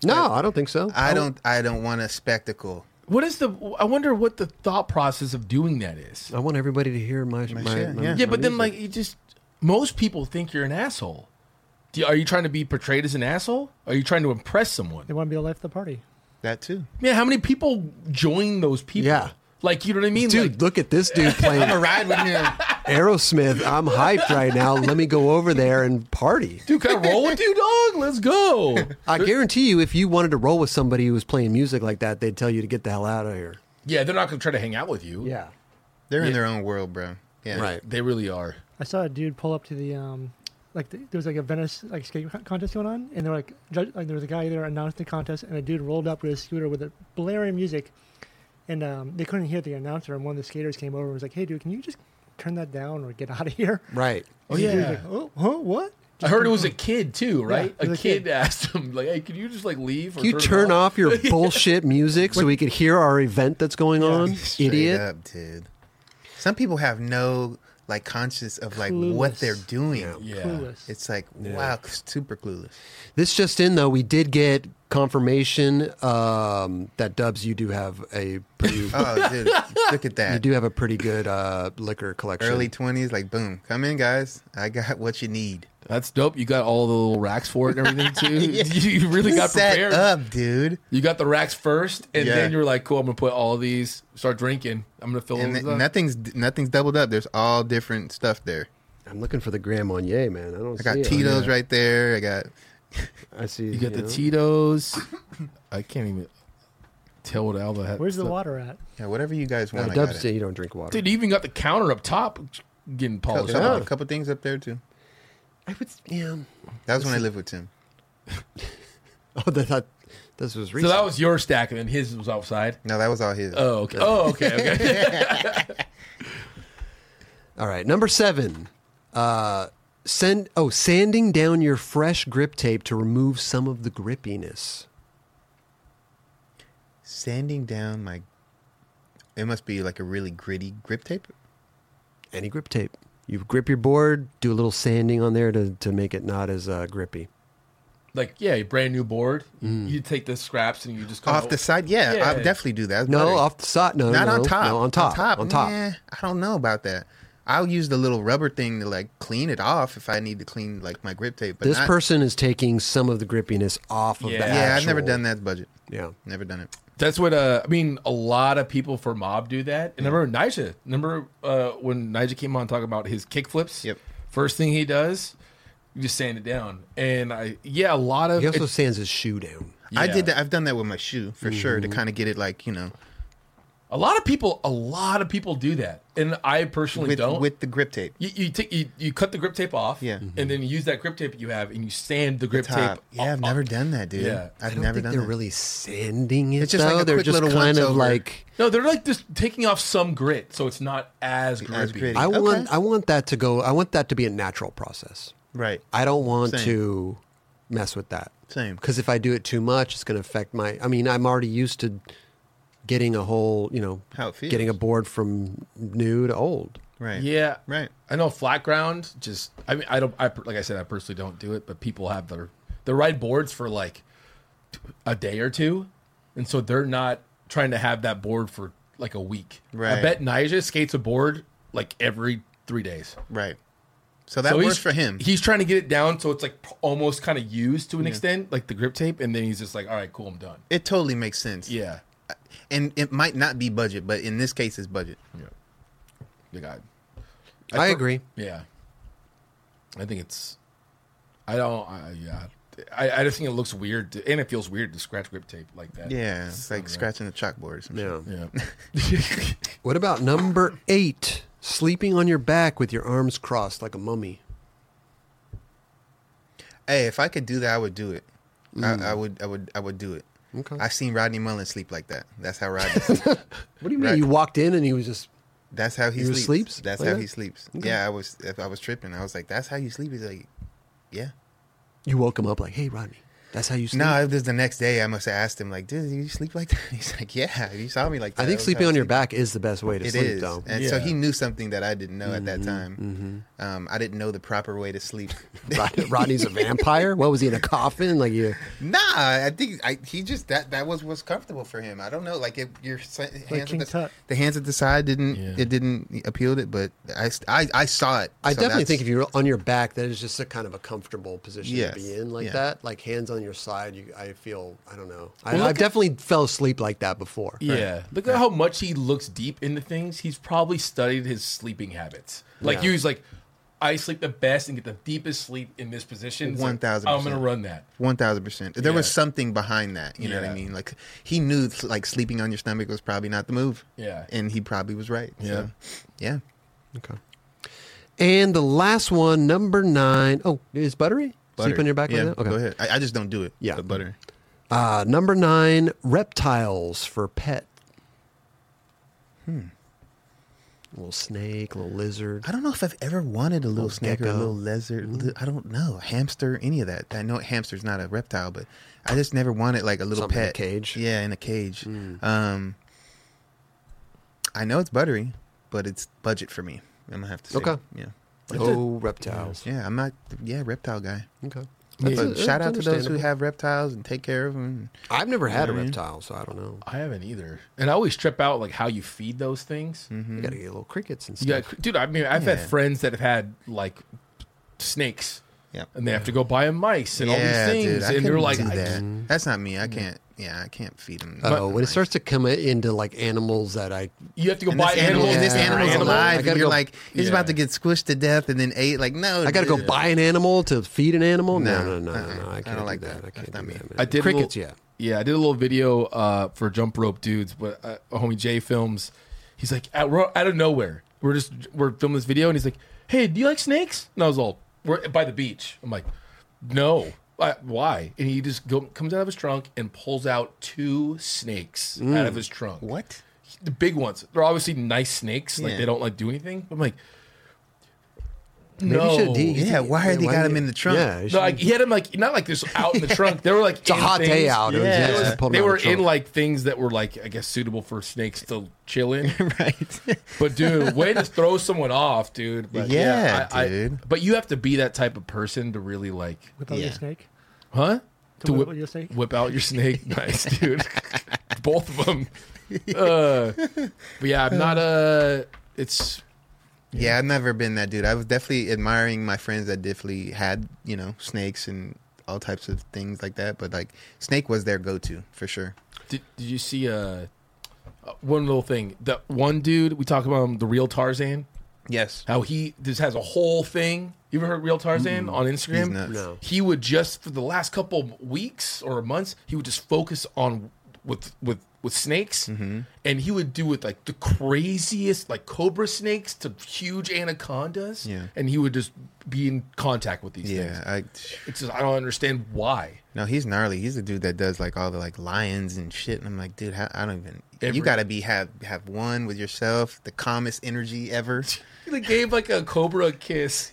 no, I don't think so.
I don't. I don't want a spectacle.
What is the? I wonder what the thought process of doing that is.
I want everybody to hear my my.
shit,
my-
yeah.
Yeah, but then like you just most people think you're an asshole. Do you- are you trying to be portrayed as an asshole? Are you trying to impress someone?
They want to be the life of the party.
(laughs)
That too.
Yeah, how many people join those people?
Yeah.
Like you know what I mean?
Dude,
Like,
look at this dude playing
(laughs) A ride with him.
Aerosmith. I'm hyped right now. Let me go over there and party.
dude, can I roll with you, dog? Let's go.
I guarantee you, if you wanted to roll with somebody who was playing music like that, they'd tell you to get the hell out of here.
(laughs) yeah, they're not gonna try to hang out with you.
Yeah.
They're in their own world, bro. Yeah.
Right.
They really are.
I saw a dude pull up to the um, like the, there was like a Venice like skate con- contest going on, and they're like, judge, like there was a guy there announced the contest, and a dude rolled up with his scooter with a blaring music, and um, they couldn't hear the announcer, and one of the skaters came over and was like, "Hey, dude, can you just turn that down or get (laughs) out of here?"
Right.
Oh
And the dude's
yeah.
like, oh, huh? What?
I heard it was a kid too, right?
it
a
was a
kid,
kid.
asked him, like, "Hey, could you just like leave?" Or
Can you turn
it
off your bullshit music so we could hear our event that's going on,
(laughs) Straight
idiot?
up, dude. Some people have no like conscious of like what
Clueless.
they're doing.
Yeah.
Clueless.
It's like wow, super clueless.
This just in though, we did get confirmation um, that Dubs, you do have a pretty,
Oh, dude, look at
you
that.
do have a pretty good uh, liquor collection.
Early twenties, like boom, come in, guys. I got what you need.
That's dope. You got all the little racks for it and everything too.
Yeah.
(laughs) you, you really got
Set
prepared.
up, dude.
You got the racks first, and
Yeah.
then you're like, "Cool, I'm gonna put all these. Start drinking. I'm gonna fill uh,
And
those
th-
up."
nothing's nothing's doubled up. There's all different stuff there.
I'm looking for the Grand Marnier, man. I don't
I got
see it.
Tito's right there. I got
I see.
you got the
know.
Tito's. (laughs) I can't even tell what Alva had.
Where's the
stuff.
water at?
yeah, whatever you guys
Uh,
want. I got
Dubs
it.
say you don't drink water.
Dude, you even got the counter up top getting
Couple-
polished.
couple-
Yeah.
couple things up there too.
I would. Yeah.
That was when I lived with Tim.
Oh, that, that this was
So
recent.
that was your stack, and then his was outside.
No, that was all his.
Oh, okay. Oh, okay. Okay. (laughs)
All right, number seven. Uh, send oh, sanding down your fresh grip tape to remove some of the grippiness.
Sanding down my. It must be like a really gritty grip tape.
Any grip tape. You grip your board, do a little sanding on there to, to make it not as uh, grippy.
like yeah, a brand new board.
Mm-hmm.
You take the scraps and you just come
Off the side, yeah,
Oh. Yeah.
I'll definitely do that. That's
No,
better.
off the side. No,
not
no,
on top.
No, on top. On top.
Nah, I don't know about that. I'll use the little rubber thing to like clean it off if I need to clean like my grip tape. But
This
not-
person is taking some of the grippiness off of
Yeah.
the
Yeah,
yeah, I've never done that budget.
Yeah.
Never done it.
That's what uh, I mean. A lot of people for mob do that. And remember Nija? Remember uh, when Nija came on talking about his kick flips?
Yep.
First thing he does, you just sand it down. And I yeah, a lot of
He also
it's-
sands his shoe down.
I
yeah.
did that. I've done that with my shoe for sure to
Mm-hmm.
kind of get it like you know
A lot of people, a lot of people do that, and I personally
with
don't.
with the grip tape.
you you, take, you you cut the grip tape off,
Yeah.
and then you use that grip tape you have, and you sand the grip
Top.
tape.
Mm-hmm. Yeah,
up-
I've never done that, dude.
Yeah.
I
I've
don't
never
think
done
they're
that.
really sanding it.
It's just like
though.
a
they're
quick
just
little
kind
once
of
over.
like
No, they're like just taking off some grit, so it's not as grippy.
As gritty.
I
Okay.
want I want that to go I want that to be a natural process.
right.
I don't want
Same.
to mess with that.
Same.
Because if I do it too much, it's going to affect my. I mean, I'm already used to getting a whole, you know,
How it feels.
getting a board from new to old.
Right.
Yeah,
Right.
I know flat ground. Just I mean, I don't. I per- like I said, I personally don't do it, but people have their their ride boards for like t- a day or two, and so they're not trying to have that board for like a week. I
Right.
bet Nija skates a board like every three days.
Right. So that
so
works
he's-
for him.
He's trying to get it down so it's like p- almost kind of used to an extent, like the grip tape, and then he's just like, "All right, cool, I'm done."
it totally makes sense.
Yeah,
And it might not be budget, but in this case, it's budget.
you got.
I, agree.
Yeah, I think it's. I don't. I, yeah, I, I just think it looks weird, to, and it feels weird to scratch grip tape like that.
Yeah. It's like scratching the chalkboard. Or some shit.
Yeah. (laughs)
Yeah.
What about number eight? Sleeping on your back with your arms crossed like a mummy.
Hey, if I could do that, I would do it. I, I would. I would. I would do it.
Mm. Okay.
I've seen Rodney Mullen sleep like that. That's
(laughs)
how Rodney. sleeps.
What do you mean?
Right.
You walked in and he was just.
That's how he
You
sleeps.
sleeps
That's
like
how
that?
he sleeps. Yeah, I was. If I was tripping, I was like, "That's how you sleep." He's like, "Yeah."
You woke him up like, "Hey, Rodney, that's how you sleep."
No, it was the next day. I must have asked him, like, "Dude, you sleep like that?" (laughs) He's like, "Yeah." You saw me like that.
I think
was
sleeping
how
on
I
your
sleep."
back is the best way to
It
sleep,
is,
though. Mm-hmm.
and so
Yeah.
he knew something that I didn't know at that time. Um, I didn't know the proper way
(laughs)
to sleep.
Rod- Rodney's
(laughs)
a vampire. What was he in a coffin? Like you.
nah, I think I, he just that that was what's comfortable for him. I don't know, like if your s- hands at
King
the,
Tut.
the hands at the side didn't
Yeah.
it didn't appeal it, but I st- I, I saw it.
I
so
definitely
that's-
think if you're on your back, that is just a kind of a comfortable position
Yes.
to be in, like
Yeah.
that. Like hands on your side, you, I feel I don't know. I, I've
Well, look at-
definitely fell asleep like that before.
Yeah. Look at how much he looks deep into things. He's probably studied his sleeping habits. Like
Yeah.
you, he's like, I sleep the best and get the deepest sleep in this position. It's like,
1000%.
I'm gonna run that.
One thousand percent. There was
Yeah.
something behind that. You know what
Yeah.
I mean? Like he knew like sleeping on your stomach was probably not the move.
Yeah.
and he probably was right. so, yeah.
Okay. And the last one, number nine. Oh, is buttery? Sleep
Butter.
on your back
Yeah,
like that? Okay.
go ahead. I, I just don't do it.
Yeah.
but butter.
Uh, number nine, reptiles for pet. Hmm. Little snake, little lizard.
I don't know if I've ever wanted a little,
Little
snake or
gecko. Mm-hmm.
a little lizard. li- I don't know hamster, any of that. I know hamster's not a reptile, but I just never wanted like a little
Something in a
pet
cage. Hmm.
Yeah, in a cage. Um, I know it's buttery, but it's budget for me. I'm gonna have to say,
Okay.
yeah,
No Oh, reptiles.
yeah. I'm not, yeah, reptile guy.
Okay.
But
That's- that's
shout out to those who
understandable.
have reptiles and take care of them.
I've never had a
I mean-
reptile, so I don't know.
I haven't either. And I always trip out like how you feed those things.
You
Mm-hmm.
gotta get little crickets and stuff.
Yeah, dude. I mean, I've had
Yeah.
friends that have had like snakes
Yeah.
and they have to go buy a mice and all these
Yeah, dude,
things,
I
and they're
couldn't
like,
do
I-
that. that's not me. I
Mm-hmm.
can't. Yeah, I can't feed them.
Oh, when it starts to come into like animals that I
you have to go
and
buy
this animal,
animals.
and this
Yeah.
animal's
Animal. I
alive,
gotta
and you're
go-
like, it's
Yeah.
about to get squished to death and then ate. Like, no,
I got to go
dude.
buy (laughs) an animal to feed an animal. No, no,
No,
no, no,
uh-uh.
no.
I
I
don't
can't do
like
that.
that.
I
That's
can't
not
do
me.
that. man.
I did a
crickets.
little-
Yeah,
yeah. I did a little video uh, for Jump Rope Dudes, but uh, homie Jay films. He's like, out, we're out of nowhere. We're just we're filming this video, and he's like, "Hey, do you like snakes?" And I was all, "We're by the beach." I'm like, "No, I, why?" And he just go, comes out of his trunk and pulls out two snakes out
Mm.
of his
(laughs)
trunk.
What?
The big ones. They're obviously nice snakes. Like
Yeah.
they don't like do anything. I'm like,
Maybe you
no.
should de- you
Yeah,
should-
why they got 'em
you-
in the trunk?
Yeah, you
No,
should-
like he had him like not like this
(laughs)
out in the trunk. They were like
it's a
in
hot day
things-
out. It was-
Yeah.
yeah, just
They
pulled 'em
They
out of
were
the
in
trunk.
like things that were like I guess suitable for snakes to chill
(laughs)
in.
right.
But dude, way to throw someone off, dude. But
Yeah,
I- I-
dude.
but you have to be that type of person to really like,
Whip out
Yeah.
your snake.
huh?
To whip out your snake?
whip out
(laughs)
your snake, nice dude. Both of them. Uh, but yeah, I'm not a. It's
Yeah, I've never been that dude. I was definitely admiring my friends that definitely had, you know, snakes and all types of things like that. But like, snake was their go-to for sure.
Did, did you see uh, uh, one little thing? That one dude we talk about him, the real Tarzan.
Yes.
How he just has a whole thing. You ever heard real Tarzan on
He's
Instagram?
nuts.
No.
He would just for the last couple weeks or months, he would just focus on with with with snakes,
Mm-hmm.
and he would do with like the craziest like cobra snakes to huge anacondas.
Yeah.
and he would just be in contact with these
Yeah.
things.
I,
It's just I don't understand why.
no, he's gnarly. He's the dude that does like all the like lions and shit. And I'm like, dude, how, I don't even.
Every-
You gotta be have have one with yourself. The calmest energy
(laughs)
ever.
They gave like a cobra a (laughs) kiss.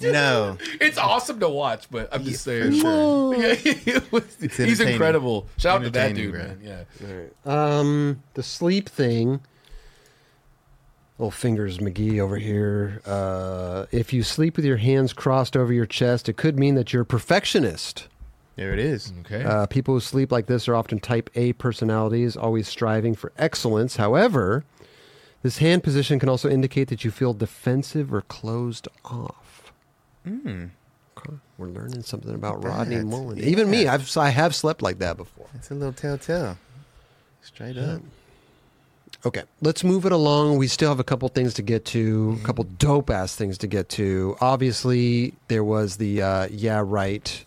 no.
It's awesome to watch, but I'm just
Yeah,
saying.
for sure.
(laughs) Yeah, it was- he's
entertaining.
incredible. Shout out to that
Entertaining,
dude,
bro.
man. Yeah.
Um, the sleep thing. Little fingers McGee over here. Uh, if you sleep with your hands crossed over your chest, it could mean that you're a perfectionist.
There it is.
Okay.
Uh, people who sleep like this are often type A personalities, always striving for excellence. However, this hand position can also indicate that you feel defensive or closed off. Okay. We're learning something about Rodney
That,
Mullen. Even me, I've I have slept like that before.
It's a little telltale. Straight up.
Okay, let's move it along. We still have a couple things to get to, a couple dope ass things to get to. Obviously, there was the uh, yeah right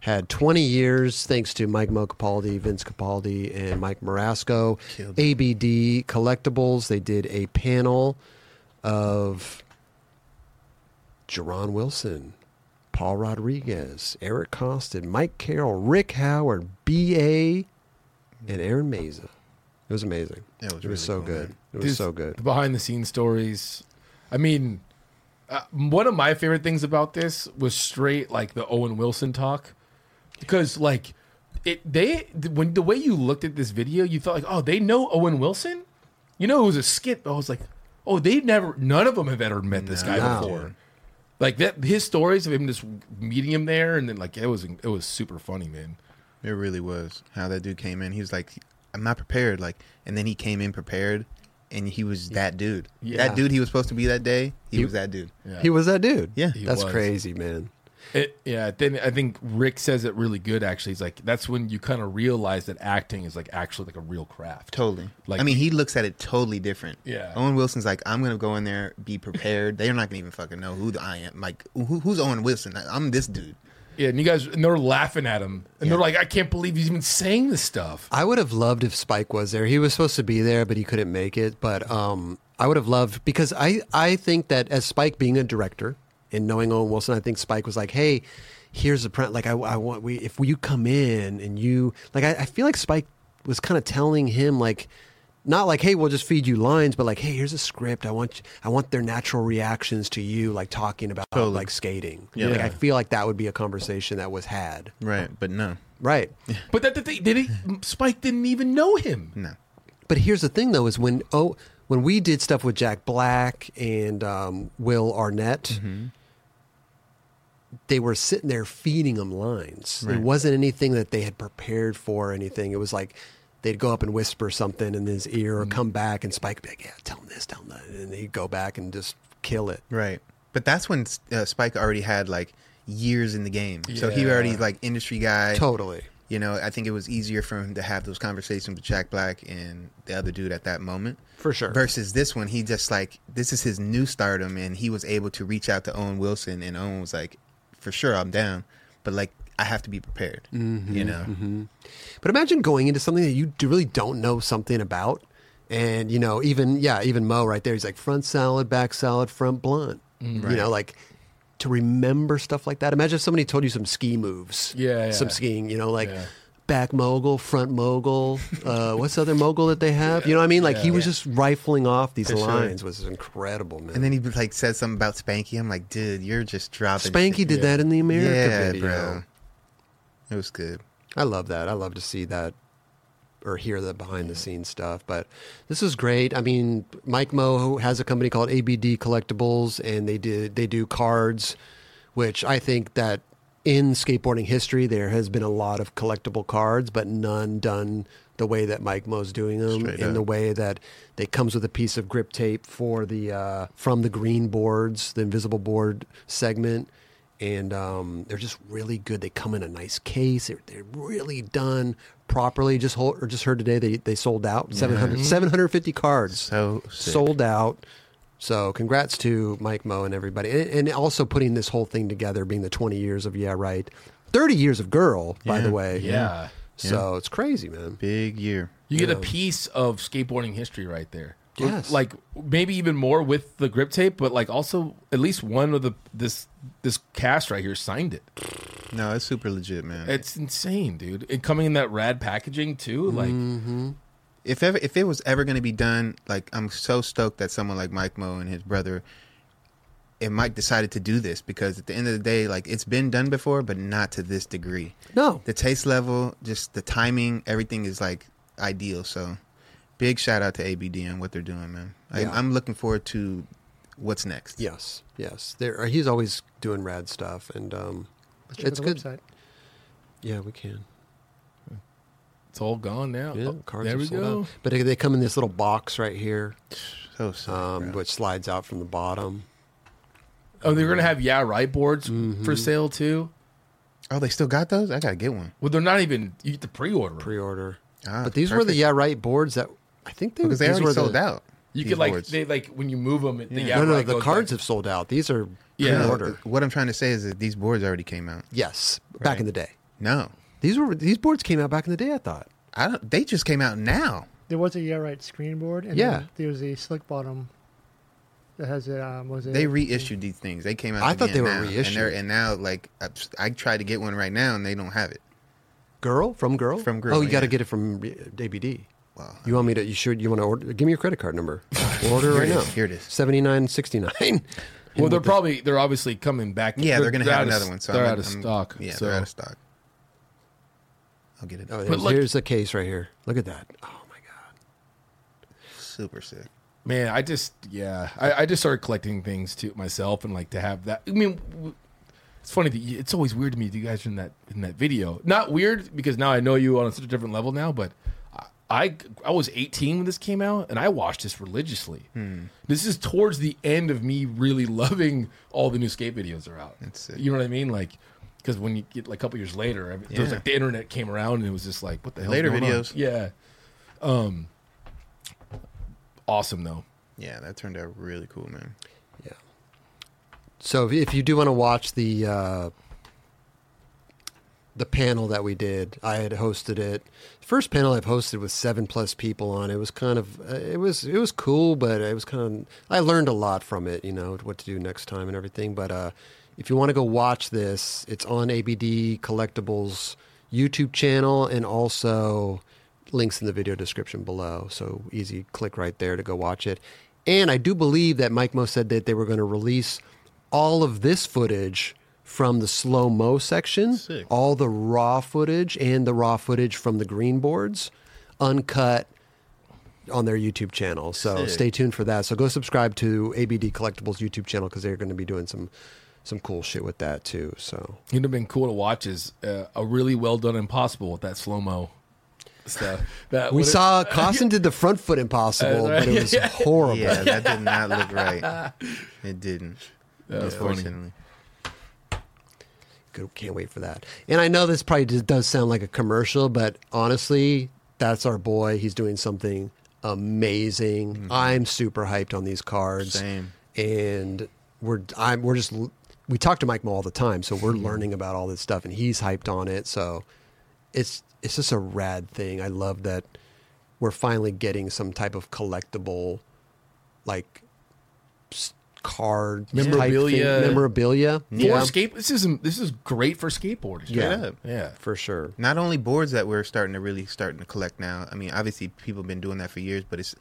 had 20 years thanks to Mike Mo Capaldi, Vince Capaldi, and Mike Marasco.
Killed
ABD Collectibles. They did a panel of Jerron Wilson, Paul Rodriguez, Eric Costin, Mike Carroll, Rick Howard, B.A., and Aaron Meza. It was amazing.
That was
it was
really
so
cool,
good.
man.
It was
This-
so good.
The behind the scenes stories. I mean, uh, one of my favorite things about this was straight like the Owen Wilson talk, because like it they when the way you looked at this video, you felt like oh they know Owen Wilson. You know it was a skit. But I was like oh they never none of them have ever met this guy
No.
before. Like that his stories of him just meeting him there and then like it was it was super funny man.
It really was how that dude came in. He was like, "I'm not prepared," like, and then he came in prepared, and he was that dude.
Yeah.
That dude he was supposed to be that day. He, was that dude.
Yeah.
He was that dude.
Yeah.
He
That's
was.
crazy, man.
It, yeah, then I think Rick says it really good. Actually, he's like, that's when you kind of realize that acting is like actually like a real craft.
Totally.
Like-
Like, I mean, he looks at it totally different.
Yeah.
Owen Wilson's like, I'm gonna go in there, be prepared. They're not gonna even fucking know who I am. Like, who, who's Owen Wilson? I- I'm this dude.
Yeah, and you guys, and they're laughing at him, and they're like, I can't believe he's even saying this stuff.
I would have loved if Spike was there. He was supposed to be there, but he couldn't make it. But um, I would have loved because I, I think that as Spike being a director and knowing Owen Wilson, I think Spike was like, hey, here's the print. Like I, I want we if you come in and you like I, I feel like Spike was kind of telling him like not like hey we'll just feed you lines but like hey here's a script i want i want their natural reactions to you like talking about like skating yeah. like i feel like that would be a conversation that was had
Right. But no,
right
But that the thing, did he? Spike didn't even know him.
no.
But here's the thing, though, is when oh, when we did stuff with Jack Black and um, Will Arnett, they were sitting there feeding them lines. It wasn't anything that they had prepared for or anything. It was like they'd go up and whisper something in his ear or come back and Spike would be like, "Yeah, tell him this, tell him that," and he'd go back and just kill it.
Right. But that's when uh, Spike already had like years in the game, so he
Yeah.
already like industry guy.
Totally.
You know, I think it was easier for him to have those conversations with Jack Black and the other dude at that moment.
For sure.
Versus this one, he just like this is his new stardom, and he was able to reach out to Owen Wilson, and Owen was like, "For sure, I'm down, but like I have to be prepared."
Mm-hmm,
You know,
But imagine going into something that you d- really don't know something about. And, you know, even, yeah, even Mo right there, he's like front salad, back salad, front blunt.
Mm.
You know, like to remember stuff like that. Imagine if somebody told you some ski moves.
Yeah, yeah.
Some skiing, you know, like
Yeah.
back mogul, front mogul. uh, what's the other mogul that they have? You know what I mean? Like he was just rifling off these
sure.
lines, was incredible, man.
and then he like said something about Spanky. I'm like, "Dude, you're just dropping."
Spanky
shit."
did that in the America
yeah,
video.
bro. It was good.
I love that. I love to see that or hear the behind the scenes stuff. But this is great. I mean, Mike Mo has a company called ABD Collectibles, and they do they do cards, which I think that in skateboarding history there has been a lot of collectible cards, but none done the way that Mike Mo's doing them,
Straight
in
up.
the way that they comes with a piece of grip tape for the uh, from the green boards, the invisible board segment and um, they're just really good. They come in a nice case. They're, they're really done properly. Just hold, or just heard today they, they sold out 700, 750 cards
Mm-hmm. So sick.
sold out. So congrats to Mike Moe and everybody, and, and also putting this whole thing together, being the 20 years of yeah right, 30 years of girl by the
Yeah.
way.
Yeah.
So it's crazy, man.
big year.
You get a piece of skateboarding history right there.
Yes.
Like maybe even more with the grip tape, but like also at least one of the this this cast right here signed it.
No, it's super legit, man.
It's insane, dude. And coming in that rad packaging too, like
Mm.
if ever if it was ever going to be done, like I'm so stoked that someone like Mike Mo and his brother and Mike decided to do this because at the end of the day, like it's been done before, but not to this degree.
No,
The taste level, just the timing, everything is like ideal. So, big shout out to ABD and what they're doing, man. I,
Yeah.
I'm looking forward to what's next.
yes, yes. There, uh, he's always doing rad stuff, and um,
Let's check
it's
out
good.
Website.
Yeah, we can.
it's all gone now.
Yeah,
Oh,
cards
there
are
we
sold
go.
out. But they- they come in this little box right here,
So, sick,
um,
bro.
which slides out from the bottom.
Oh, they're gonna have yeah right boards
Mm-hmm.
for sale too.
oh, they still got those? I gotta get one
Well, they're not even you get the pre-order.
pre-order.
Ah,
but these were the
perfect.
yeah right boards that I think they
because they
these
already
were
sold
the,
out.
you
these
could like
boards.
they like when you move them. The
Yeah.
yeah
no, no,
right
the
goes
cards
back.
have sold out. These are
Yeah.
No,
pre-order.
What I'm trying to say is that these boards already came out.
Yes, back in the day.
No,
These were these boards came out back in the day. I thought.
I don't. They just came out now.
There was a yeah right screen board, and
Yeah.
then there was a slick bottom that has a um, was it?
They reissued these things. They came out.
I thought
again
they were
now, and
reissued.
they're- And, now, like, I, I tried to get one right now, and they don't have it.
Girl from girl
From Girl,
Oh, you got to
yeah.
get it from uh, ABD.
Wow.
You want me to? You should. You want to order? Give me your credit card number. We'll order
Here
right
it
now.
is, here it is.
Seventy nine sixty (laughs) nine.
Well, they're probably they're obviously coming back.
Yeah, they're, gonna have
out of-
another one. So
they're
I'm,
out of
I'm-
stock.
Yeah,
so.
they're out of stock. I'll get it.
Oh,
Oh,
there's,
look-
here's the case right here. Look at that. Oh my god.
super sick.
Man, I just yeah, I, I just started collecting things to myself and like to have that. I mean, w- it's funny that you, it's always weird to me. that You guys are in that in that video, not weird because now I know you on such a different level now. But I I, I was 18 when this came out, and I watched this religiously.
Hmm.
This is towards the end of me really (laughs) loving all the new skate videos that are out.
That's it.
You know what I mean? Like because when you get like a couple years later, I mean, there was
Yeah.
like the internet came around and it was just like what the hell
Later videos.
Yeah, um, awesome though.
Yeah, that turned out really cool, man.
Yeah. So if, if you do want to watch the uh, the panel that we did, I had hosted it. First panel I've hosted with seven plus people on. It was kind of uh, it was it was cool, but it was kind of I learned a lot from it. You know what to do next time and everything. But uh, if you want to go watch this, it's on ABD Collectibles YouTube channel and also links in the video description below. So easy click right there to go watch it. And I do believe that Mike Mo said that they were going to release all of this footage from the slow mo section,
Sick.
all the raw footage and the raw footage from the green boards, uncut on their YouTube channel. So
Sick.
stay tuned for that. So go subscribe to ABD Collectibles YouTube channel because they're going to be doing some some cool shit with that too. So
It'd have been cool to watch is uh, a really well done impossible with that slow mo
(laughs)
stuff. That
we
what it-
(laughs)
saw Costin did the front Oh, foot impossible, but it was horrible. (laughs)
Yeah, that did not look right. It didn't.
That was funny.
Unfortunately.
Good, can't wait for that. And I know this probably just does sound like a commercial, but honestly, that's our boy. He's doing something amazing.
Mm-hmm.
I'm super hyped on these cards.
Same.
And we're I'm we're just l- we talk to Mike Mo all the time, so we're
Mm-hmm.
learning about all this stuff, and he's hyped on it. So it's it's just a rad thing. I love that we're finally getting some type of collectible, like s- card type thing-
Memorabilia.
memorabilia.
For skate, this is this is great for skateboarders.
Yeah.
straight up. yeah.
for sure.
Not only boards that we're starting to really starting to collect now. I mean, obviously people have been doing that for years, but it's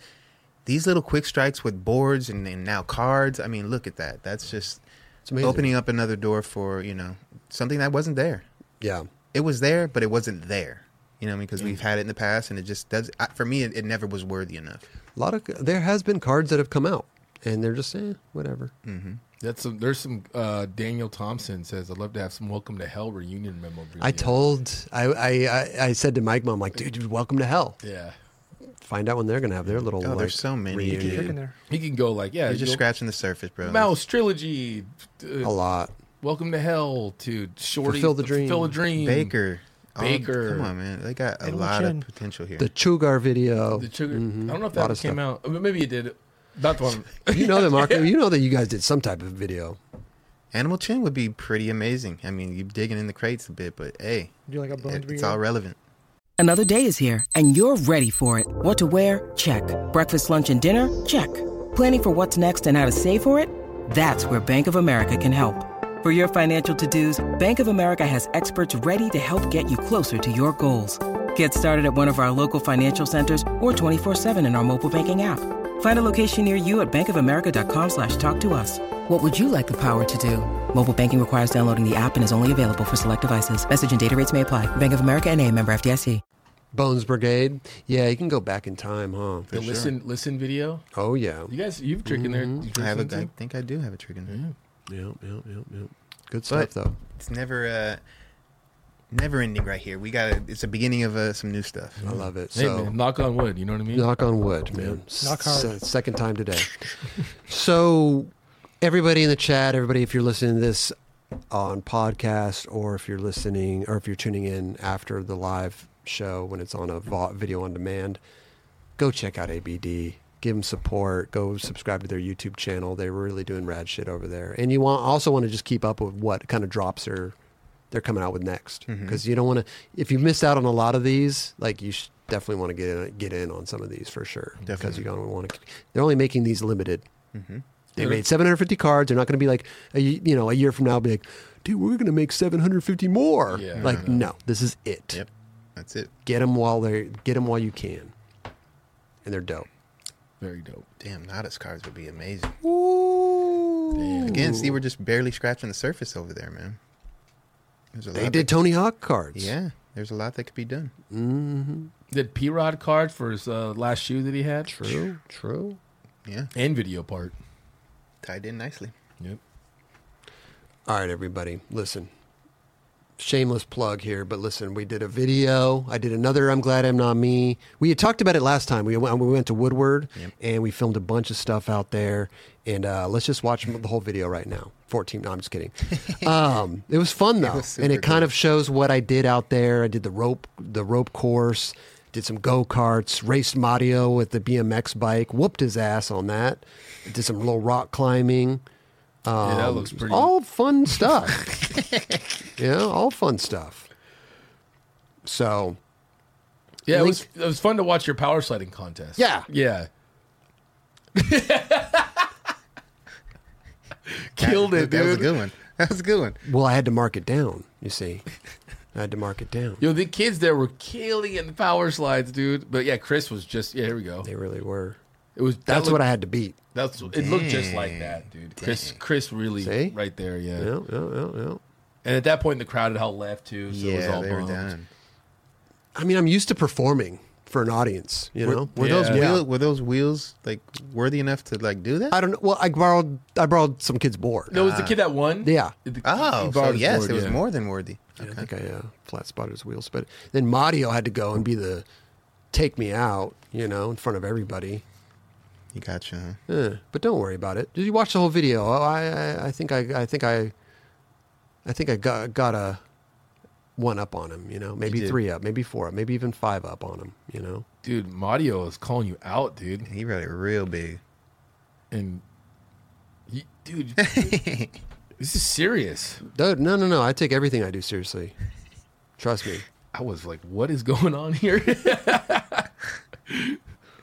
these little quick strikes with boards and, and now cards. I mean, look at that. That's just
amazing.
opening up another door for you know something that wasn't there.
Yeah.
It was there, but it wasn't there. You know, because
Mm.
we've had it in the past, and it just does. I, for me, it, it never was worthy enough.
A lot of there has been cards that have come out, and they're just eh, whatever.
That's some. There's some. Uh, Daniel Thompson says, "I'd love to have some Welcome to Hell reunion memorabilia."
I told I, I I I said to Mike, Mom, like, dude, dude, welcome to hell.
Yeah,
Find out when they're gonna have their little.
Oh,
like,
there's so many.
reunion.
Click
dude.
in there.
he can go like, yeah,
You're just
you'll-
scratching the surface, bro.
Mouse trilogy, uh,
A lot.
Welcome to Hell to Shorty,
Fulfill the Dream.
Fulfill the Dream,
Baker. All-
Baker.
come on, man. They got a
Edwin
lot
Chen.
of potential here.
The Chugar video.
the Sugar. I don't know if
Lot
that
of
came out. I mean, maybe it did. Not the one.
(laughs) you know that
(laughs)
Marco. You know that you guys did some type of video.
Animal Chin would be pretty amazing. I mean, you're digging in the crates a bit, but hey,
Do like a bone
it- it's
reader.
all relevant.
Another day is here, and you're ready for it. What to wear? Check. Breakfast, lunch, and dinner? Check. Planning for what's next and how to save for it? That's where Bank of America can help. For your financial to dos, Bank of America has experts ready to help get you closer to your goals. Get started at one of our local financial centers or 24-7 in our mobile banking app. Find a location near you at bankofamerica.com slash talk to us. What would you like the power to do? Mobile banking requires downloading the app and is only available for select devices. Message and data rates may apply. Bank of America and a member FDIC.
Bones Brigade. Yeah, you can go back in time, huh?
The listen, listen video.
Oh yeah.
You guys, you've drinking there.
Mm-hmm.
You
I
drink
have a,
something
I
too?
think I do have a trigger. now.
Yeah, yeah, yeah, yeah. Good stuff though.
It's never uh, never ending right here. We got it's a beginning of uh, some new stuff.
I love it.
Hey,
so
man, knock on wood. You know what I mean?
Knock on wood, man.
Knock
S-
hard.
se- second time today. so, everybody in the chat, everybody, if you're listening to this on podcast, or if you're listening, or if you're tuning in after the live show when it's on a vo- video on demand, go check out ABD. Give them support. Go subscribe to their YouTube channel. They're really doing rad shit over there. And you want also want to just keep up with what kind of drops are they're coming out with next because you don't want to. If you missed out on a lot of these, like you should definitely want to get in, get in on some of these for sure. Because
Definitely.
you're gonna want to. They're only making these limited. They made 750 cards. They're not going to be like a, y- you know a year from now be like, dude, we're going to make 750 more.
Yeah.
like no, this is it.
Yep, that's it.
Get them while they get them while you can, and they're dope.
Very dope.
Damn, Nautis cards would be amazing.
Ooh.
Again, see, we're just barely scratching the surface over there, man. There's a
They
lot
did Tony Hawk cards.
That, yeah, there's a lot that could be done.
Did P Rod card for his uh, last shoe that he had?
True. True.
Yeah,
And video part.
tied in nicely.
Yep.
All right, everybody, listen. Shameless plug here, but listen, we did a video. I did another. I'm glad I'm not me. We had talked about it last time. We went, we went to Woodward and we filmed a bunch of stuff out there. And uh, let's just watch the whole video right now. 14. No, I'm just
(laughs)
kidding. Um, it was fun though,
was
and it
super
kind
cool.
of shows what I did out there. I did the rope, the rope course, did some go karts, raced Mario with the BMX bike, whooped his ass on that. Did some little rock climbing.
yeah, that
Um,
looks pretty.
All
(laughs)
fun stuff. yeah, all fun stuff. So
yeah, it was. It was fun to watch your power sliding contest.
Yeah.
Yeah. (laughs) Killed
that,
it,
That was a
dude.
good one. (laughs) That was a good one.
well, I had to mark it down. You see, I had to mark it down.
Yo, the kids there were killing it in the power slides, dude. But yeah, Chris was just yeah. Here we go.
They really were.
It was
That's
that
what
looked,
I had to beat.
That's it looked just like that, dude. Chris, Chris really
See?
right there, yeah.
Yeah, yeah, yeah, yeah.
And at that point, the crowd had all left too, so it was
yeah,
all
they
bummed.
were done.
I mean, I'm used to performing for an audience. You know,
Were those
Yeah.
wheel, were those wheels like worthy enough to like do that?
I don't know. Well, I borrowed I borrowed some kid's board.
No, it was the kid that won.
Yeah.
The- he
Oh, so
borrowed his
yes,
board,
it was
yeah.
more than worthy.
Yeah, I think I uh, flat spotted his wheels, but then Mario had to go and be the take me out. You know, in front of everybody.
You gotcha. huh?
Eh, but don't worry about it. Did you watch the whole video? Oh, I, I, I think I, I think I, I think I got got a one up on him. You know, maybe
did.
three up, maybe four up, maybe even five up on him. You know,
Dude, Mario is calling you out, dude.
He wrote it real big.
And you,
(laughs)
dude, this is serious.
Dude, no, no, no. I take everything I do seriously. Trust me.
I was like, what is going on here? (laughs)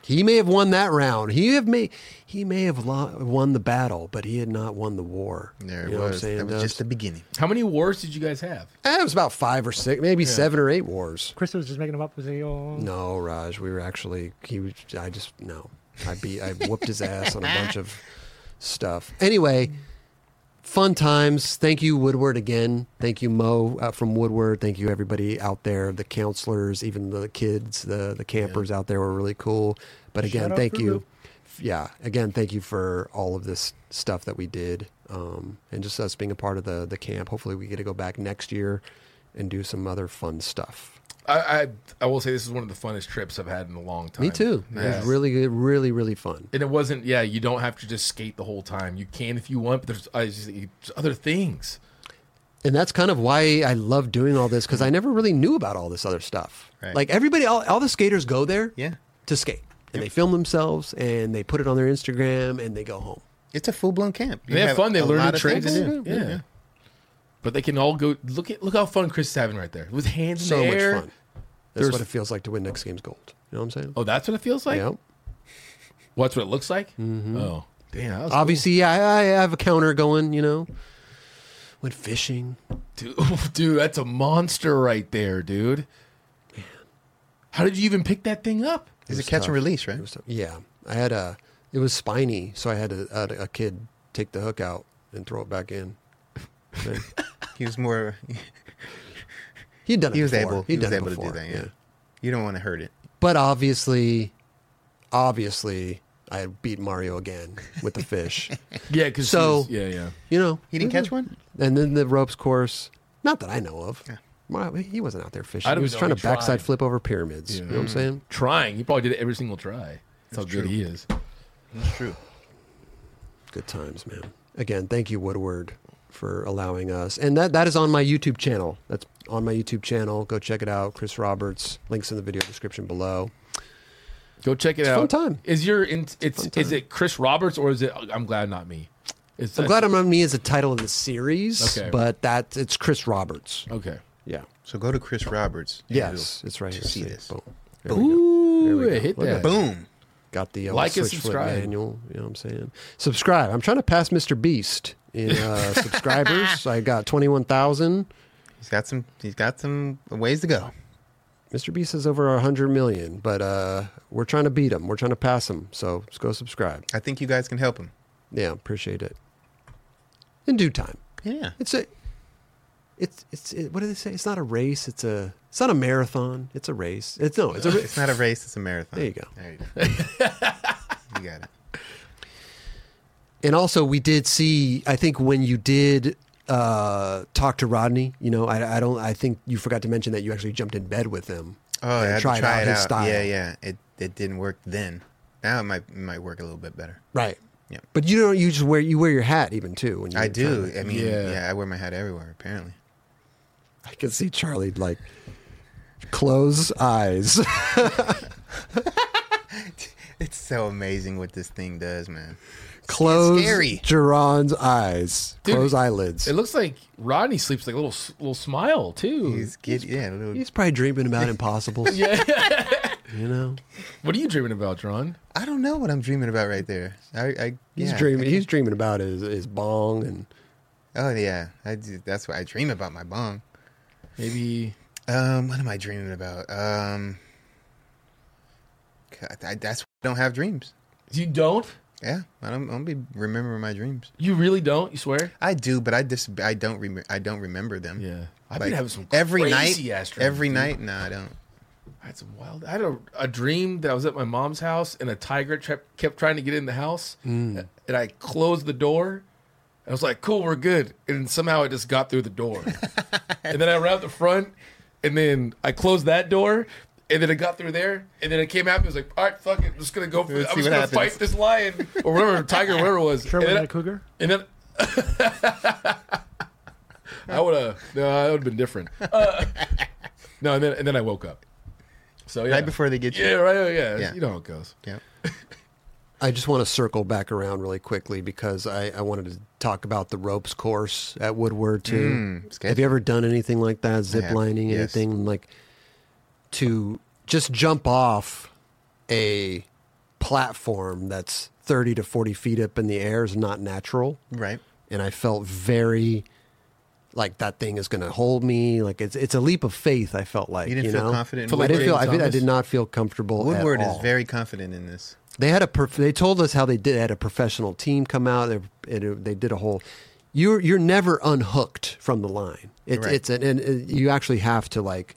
He may have won that round. He have may he may have lo- won the battle, but he had not won the war.
There
you
it
know what I'm
was.
saying?
That was
Dubs?
just the beginning.
How many wars did you guys have?
Eh, it was about five or six, maybe seven or eight wars.
Chris was just making them up um, as they go.
No, Raj, we were actually he was I just no. I beat I whooped his ass on a bunch of stuff. Anyway, fun times. Thank you Woodward again. Thank you Mo uh, from Woodward. Thank you everybody out there, the counselors, even the kids, the the campers out there were really cool. But again,
Shout out
thank
for
you.
Lou.
Yeah, again, thank you for all of this stuff that we did, um, and just us being a part of the the camp. Hopefully, we get to go back next year and do some other fun stuff.
I, I I will say this is one of the funnest trips I've had in a long time.
Me too. It
Yeah.
was really, good- really, really fun.
and it wasn't. Yeah, you don't have to just skate the whole time. You can if you want, but there's, I just, there's other things.
And that's kind of why I love doing all this because I never really knew about all this other stuff.
Right.
Like everybody, all, all the skaters go there
Yeah.
to skate and they film themselves and they put it on their Instagram and they go home.
It's a full blown camp. You
They have
have
fun. They
a
learn
lot
new
of things
tricks.
to
Yeah.
do.
But they can all go look at look how fun Chris is having right there with hands
So
in the
much
air.
fun. That's
There's-
what it feels like to win next game's gold. You know what I'm saying?
Oh, that's what it feels like.
yeah.
Well, that's what it looks like.
Mm-hmm.
Oh, damn! That was
Obviously, yeah, I, I have a counter going. You know, went fishing.
Dude, (laughs) dude, that's a monster right there, dude. How did you even pick that thing up?
It's a
was
catch
tough.
and release, right?
It was tough. Yeah, I had a. It was spiny, so I had a, had a kid take the hook out and throw it back in.
He was more.
He'd done it.
(laughs) He was
before.
able.
He'd
He was
done it
able to do
before,
that. Yeah. You don't want to hurt it.
But obviously, obviously, I beat Mario again with the
(laughs)
fish.
Yeah, because
So-
yeah, yeah.
you know,
He didn't catch one.
and then the ropes course. Not that I know of. Mario, he wasn't out there fishing.
I
He
don't
was
know,
trying
he
to backside
tried.
flip over pyramids. You know what I'm saying?
Trying, he probably did it every single try. That's, how good he is.
That's true.
Good times, man. Again, thank you, Woodward, for allowing us. And that, that is on my YouTube channel. That's on my YouTube channel. Go check it out. Chris Roberts. Links in the video description below.
Go check it
a
out.
fun time.
Is your in, it's
time.
is it Chris Roberts or is it I'm glad not me? It's
I'm glad I'm on me is the title of the series,
Okay.
but that it's Chris Roberts.
okay.
Yeah.
So go to Chris Roberts. and
Yes, it's right here.
see
See,
this.
Boom. There we go.
Ooh,
go.
hit
Look
that.
at
you'll- Boom.
Got the uh,
Like and
switch flip
subscribe.
manual. You know what I'm saying? Subscribe. I'm trying to pass Mr. Beast in
(laughs)
uh, subscribers. I got 21,000.
He's got some. He's got some ways to go.
Mr. Beast is over 100 million, but uh, we're trying to beat him. We're trying to pass him. So just go subscribe.
I think you guys can help him.
Yeah, appreciate it. In due time.
Yeah.
It's a. It's it's it, what do they say? It's not a race. It's a. It's not a marathon. It's a race. It's no. It's a.
(laughs)
ra-
It's not a race. It's a marathon.
There you go.
There you, go.
(laughs)
you got it.
And also, we did see. I think when you did uh, talk to Rodney, you know, I, I don't. I think you forgot to mention that you actually jumped in bed with him.
Oh, I
and
had
tried
to try
out
it
his
out.
style.
Yeah, yeah. It it didn't work then. Now it might it might work a little bit better.
Right.
Yeah.
But you don't. You just wear. You wear your hat even too. When you
I do. I mean,
Yeah.
yeah. I wear my hat everywhere. Apparently,
I can see Charlie like close eyes. (laughs)
it's so amazing what this thing does, man.
close
scary.
Geron's eyes.
Dude,
close eyelids.
It looks like Rodney sleeps like a little s- little smile too.
He's get yeah, a little.
He's probably dreaming about (laughs) impossibles. yeah. You know?
what are you dreaming about, John?
I don't know what I'm dreaming about right there. I, I
He's
yeah.
dreaming he's dreaming about his, his bong and
Oh yeah, I do, that's what I dream about my bong.
Maybe
Um, what am I dreaming about? Um, God, I, that's why I don't have dreams.
you don't.
Yeah, I don't, I don't be remembering my dreams.
You really don't. You swear.
I do, but I just I don't remember. I don't remember them.
Yeah, I've
Like,
been having some
every night.
crazy ass dreams,
Every
dude.
night, no, I don't.
I had some wild. I had a, a dream that I was at my mom's house and a tiger tra- kept trying to get in the house,
Mm.
and I closed the door. I was like, "Cool, we're good," and somehow it just
(laughs)
got through the door. and then I ran out the front, and then I closed that door, And then it got through there, and then it came out. And it was like, all right, fuck it, I'm just gonna go. For,
Let's
I'm
see
just
what
gonna
happens."
fight this lion or whatever tiger, whatever it was.
Sure,
and
was
then,
that a cougar?
and then (laughs) I would have no, that would have been
(laughs)
different. Uh, no, and then and then I woke up. So yeah.
Right before they get you.
Yeah, right. Yeah,
Yeah.
you know how it goes.
Yeah.
I just want to circle back around really quickly because I, I wanted to talk about the ropes course at Woodward too.
Mm, sketchy.
Have you ever done anything like that? Zip
have,
lining,
yes.
anything like to just jump off a platform that's 30 to 40 feet up in the air is not natural.
Right.
And I felt very like that thing is going to hold me. Like it's, it's a leap of faith. I felt like,
You didn't feel
know?
confident in
I didn't
Woodward?
feel, I did, I
Thomas?
did not feel comfortable. at
Woodward is
all.
very confident in this.
They had a prof- they told us how they did had a professional team come out and it- they did a whole you're you're never unhooked from the line. It's
Right.
it's an, and uh, you actually have to like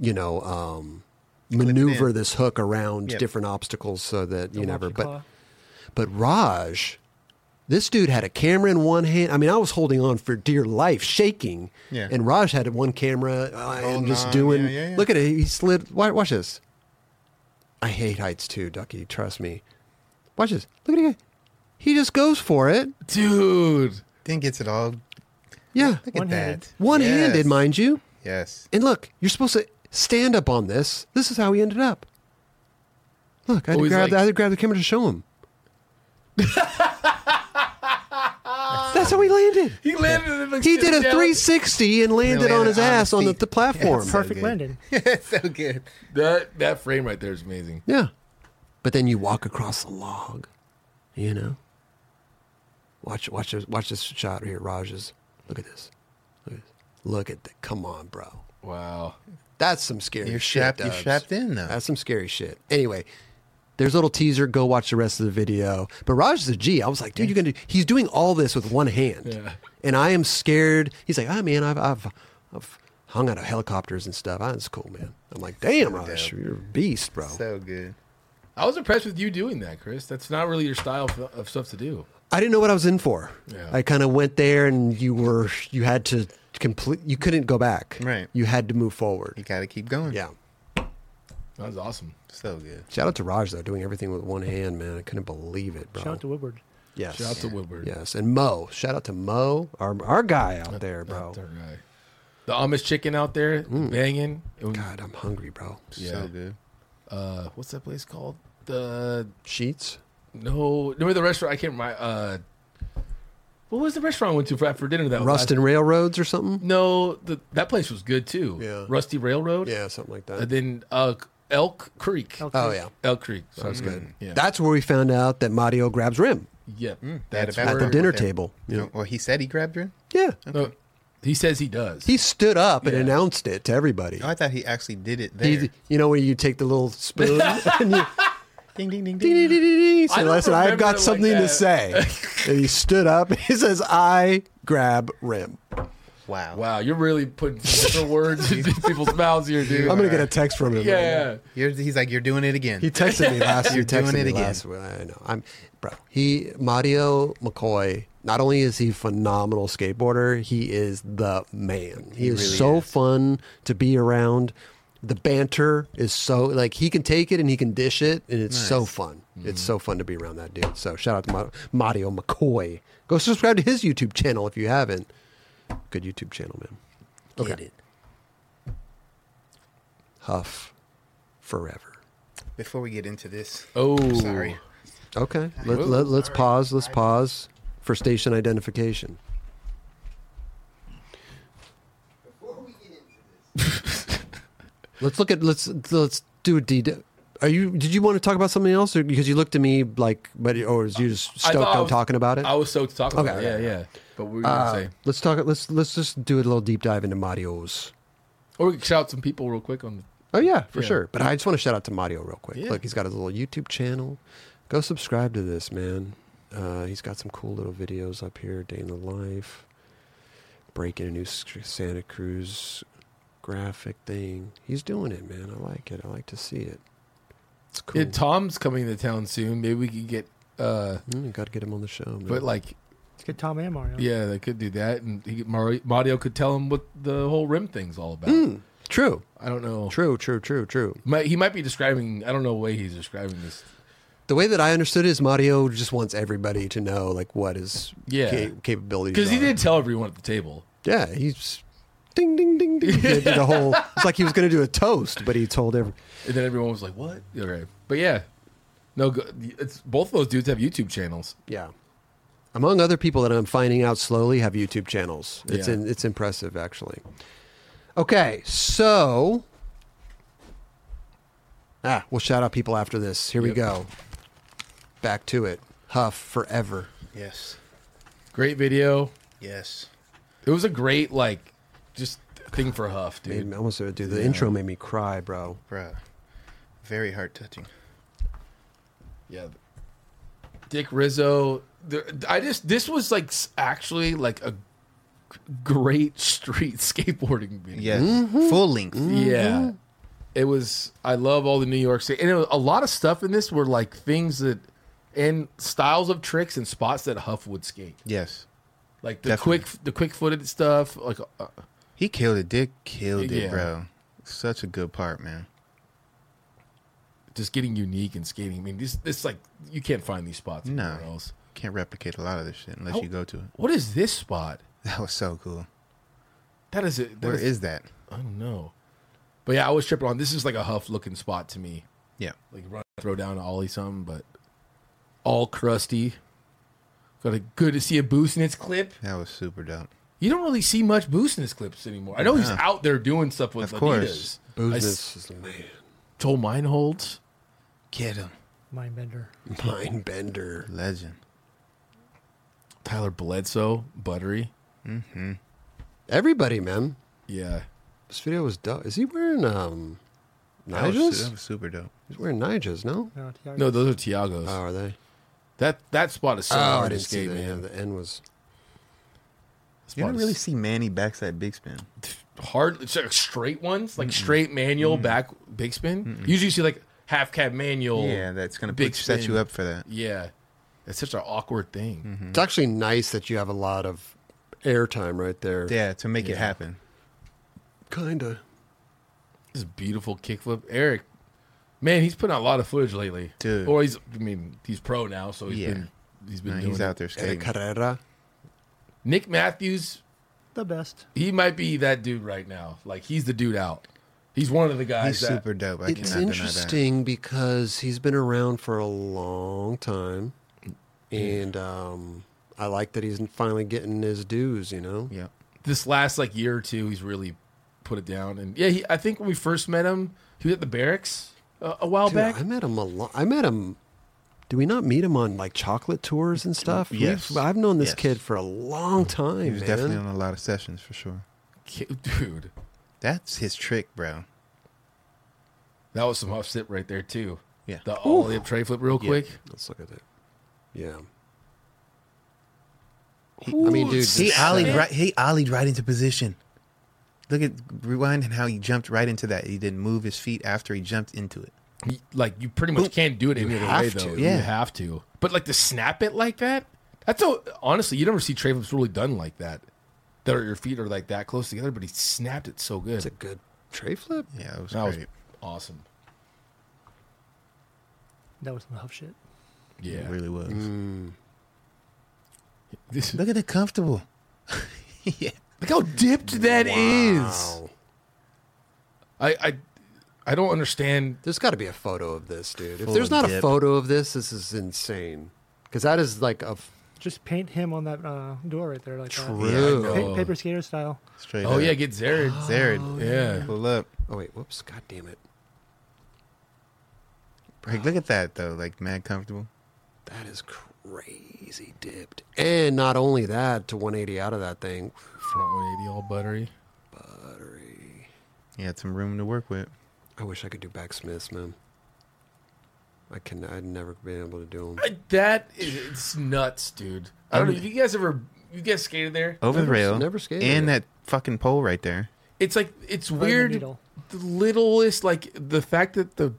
you know um, maneuver
in.
this hook around
Yep.
different obstacles so that you
Watch
never
your
but
claw.
but Raj this dude had a camera in one hand. I mean, I was holding on for dear life, shaking.
Yeah.
And Raj had one camera uh, and
Holding
just
on,
doing.
yeah, yeah, yeah.
Look at it. He slid. wa- Watch this. I hate heights too, Ducky. Trust me. Watch this. Look at it. He just goes for it.
Dude,
Then gets it all.
Yeah.
Look at
One-handed.
that.
One-handed,
Yes.
mind you.
Yes. (laughs)
And look, you're supposed to stand up on this. This is how he ended up. Look, I had,
Oh,
to
he's
grab,
like-
the, I had to grab the camera to show him. That's how he landed.
he landed. In the,
He did a
down-
360 and landed,
landed
on his
on his
ass on the,
feet.
the platform.
Yes.
Perfect
good.
landing.
so good.
That that frame right there is amazing.
Yeah. But then you walk across the log, you know? Watch watch this watch this shot here, Raj's. Look at this. Look at this. Look at that. Come on, bro.
Wow.
That's some scary
You're
shit.
strapped. You're
Dubs.
strapped in though.
That's some scary shit. Anyway, there's a little teaser. Go watch the rest of the video. But Raj is a G. I was like, dude, you're gonna. Do, he's doing all this with one hand,
Yeah.
and I am scared. He's like, ah, man, I've, I've, I've hung out of helicopters and stuff. Ah, That's cool, man. I'm like, damn, Raj, you're a beast, bro.
so good.
I was impressed with you doing that, Chris. That's not really your style of, of stuff to do.
I didn't know what I was in for.
Yeah.
I kind of went there, and you were, you had to complete. You couldn't go back.
Right.
You had to move forward.
You got to keep going.
Yeah.
That was awesome.
So good.
Shout out to Raj though, doing everything with one hand, man. I couldn't believe it, bro.
Shout out to Woodward.
yes.
Shout out to Woodward.
Yes, and Mo. Shout out to Mo, our our guy out there, bro.
That guy. The Amish chicken out there banging. It was-
God, I'm hungry, bro.
yeah.
So good.
Uh, what's that place called? The
Sheets.
Oh, no, remember the restaurant? I can't remember. Uh, what was the restaurant I went to for for dinner? That
Rustin
last-
Railroads or something.
No, the, that place was good too.
Yeah.
Rusty Railroad.
Yeah, something like that.
And then uh, Elk Creek.
Elk
oh
Creek.
yeah,
Elk Creek. So
that's good.
Yeah.
That's where we found out that Mario grabs rim
yeah.
Mm,
They had a
That's
bathroom
at the
right
dinner
there.
table. You know?
Oh, Well, he said he grabbed her.
Yeah,
No, he says he does.
he stood up and
Yeah.
announced it to everybody.
Oh, I thought he actually did it there.
He, you know when you take the little
(laughs)
spoon and you
ding, ding,
ding,
ding, ding.
ding, ding, ding, ding, he said,
don't
"Listen, I've
remember it
got
like
something to
that." (laughs)
say." and he stood up. (laughs) He says, "I grab rim."
Wow.
wow, you're really putting different (laughs) words in people's mouths here, dude.
I'm gonna get a text from him. right now.
yeah.
You're, he's like, you're doing it again.
He texted me last.
You're
he texted
doing it
me
again.
last. I know. I'm, bro. He Mario McCoy. Not only is he a phenomenal skateboarder, he is the man. He, is
really
so
is.
fun to be around. The banter is so like he can take it and he can dish it, and it's so fun. It's so fun to be around that dude. So shout out to Ma- Mario McCoy. Go subscribe to his YouTube channel if you haven't. Good YouTube channel, man.
Get it.
Huff forever.
Before we get into this,
Oh,
sorry.
Okay. Let, let, let's pause. Let's pause for station identification. (laughs) let's look at let's let's do a D. Are you? Did you want to talk about something else, or because you looked at me like, but or is you just
I
stoked
thought I
on
was-
talking about it?
I was stoked to talk about
Okay. Uh,
it. Yeah, yeah. But we were gonna say,
let's talk. Let's let's just do a little deep dive into Mario's.
or we could shout out some people real quick on.
Oh yeah, for
Yeah.
sure. But I just want to shout out to Mario real quick.
Yeah.
Look, he's got his little YouTube channel. Go subscribe to this man. Uh, he's got some cool little videos up here. Day in the life, breaking a new S- Santa Cruz graphic thing. He's doing it, man. I like it. I like to see it. It's cool.
Yeah, Tom's coming to town soon. Maybe we could get. uh
Mm, got to get him on the show. Man.
But like,
Let's get Tom and Mario.
yeah, they could do that, and he, Mario, Mario could tell him what the whole rim thing's all about.
True.
I don't know.
Mm. True, true, true, true.
Might- he might be describing. I don't know the way he's describing this.
The way that I understood it is Mario just wants everybody to know like what his
Yeah.
ca- capabilities
Because he
are.
did tell everyone at the table.
Yeah, he's ding ding ding ding. He did the whole it's like he was going to do a toast, but he told every
And then everyone was like, "What?" Okay, but yeah, no. go- It's both of those dudes have YouTube channels.
yeah. Among other people that I'm finding out slowly have YouTube channels. It's
Yeah.
in, it's impressive actually. Okay, so ah, we'll shout out people after this. Here we
Yep.
go. Back to it. Huff forever.
Yes.
Great video.
Yes.
It was a great like just thing for Huff, dude.
Made me, almost dude. The intro made me cry, bro.
Bruh. Very heart touching.
Yeah. Dick Rizzo. There, I just this was like s- actually like a g- great (laughs) street skateboarding video.
Yes. Full length.
Mm-hmm.
Mm-hmm.
Yeah. It was I love all the New York City and it was, a lot of stuff in this were like things that and styles of tricks and spots that Huff would skate.
Yes.
Like the
Definitely.
quick the quick footed stuff like uh,
He killed it. Dick killed it,
Yeah.
bro. Such a good part, man.
just getting unique and skating. I mean this this like you can't find these spots
No.
anywhere else.
Can't replicate a lot of this shit unless
How-
you go to it. (laughs)
What is this spot?
That was so cool.
That is it.
Where
That
is
is,
that?
I don't know. But yeah, I was tripping on this is like a Huff looking spot to me.
Yeah.
like run throw down to ollie something, but all crusty. Got a good to see a boost in his clip.
That was super dope.
You don't really see much boost in his clips anymore. I know he's out there doing stuff with
Of course.
Adidas. I
Business is the man.
told mine holds.
Get him.
Mind bender.
Mind bender.
Legend.
Tyler Bledsoe, buttery.
Everybody, man.
Yeah.
This video was dope. Is he wearing um
That was, su-
Niges?
that was super dope.
He's wearing Niges, no?
No, Tiago.
No, those are Tiago's.
Oh, are they?
that that spot is so
oh, I
hard to
didn't see
skate,
that. Yeah,
man.
The end was
That
You
spot
don't really
is
see Manny backside big spin.
hard it's like straight ones, like straight manual back big spin. Usually you see like half cab manual.
yeah, that's gonna
big
put, set
spin.
you up Mm-hmm. for that.
Yeah. It's such an awkward thing.
It's actually nice that you have a lot of airtime right there.
Yeah, to make it happen.
Kinda.
This beautiful kickflip, Eric. Man, he's putting out a lot of footage lately,
Dude.
Or he's, I mean, he's pro now, so he's
Yeah.
been, he's been
Nah,
doing.
he's
it.
out there
Eric
skating.
Carrera.
Nick Matthews,
The best.
he might be that dude right now. Like he's the dude out. He's one of the guys.
He's
that-
super dope. I
It's
cannot deny
interesting because he's been around for a long time. And um I like that he's finally getting his dues, you know?
that. Yeah.
This last like year or two, he's really put it down. And yeah, he, I think when we first met him, he was at the barracks uh, a while
Dude,
back.
I met him a lot. I met him. Do we not meet him on like chocolate tours and stuff? We've-
Yes.
I've known this
Yes.
kid for a long time.
He was
man.
definitely on a lot of sessions for sure.
Ki- Dude,
That's his trick, bro.
that was some offset right there too.
Yeah.
the ollie up tray flip real quick.
Let's look at it. Yeah. He- I mean, dude,
He
this-
ollied right. He ollied right into position. Look at rewind and how he jumped right into that. He didn't move his feet after he jumped into it.
He- like you pretty much can't do it any other way
have
though.
to,
You
yeah.
have to. But like to snap it like that, that's a, honestly you never see Trey Flips really done like that. That are, your feet are like that close together, but he snapped it so good.
it's a good tray flip.
Yeah, it was
that was
great.
awesome.
That was some huff shit.
Yeah, Mm.
It really was.
This-
Look at it comfortable. yeah.
look how dipped that is.
Wow.
I, I I don't understand.
There's got to be a photo of this, dude. If
Full
there's not a
dip.
photo of this, this is insane. Because that is like a f-
Uh,
Just paint him on that uh, door right there, like that.
true.
know.
Pa- paper skater style.
Straight
Oh
up.
yeah, get Zared.
Zared.
Yeah.
Pull up.
oh wait, whoops! God damn it!
Like, look at that though. Like mad comfortable.
That is crazy dipped. And not only that, to 180 out of that thing.
(gasps) Front 180 all buttery.
He had some room to work with.
I wish I could do backsmiths, man. I can. I'd never been able to do them.
I- That is it's nuts, dude. I don't know. Have you guys ever you guys skated there?
Over the
Never-
rail.
never skated
And
it.
that fucking pole right there.
it's like it's
the
weird the,
needle.
littlest like the fact that the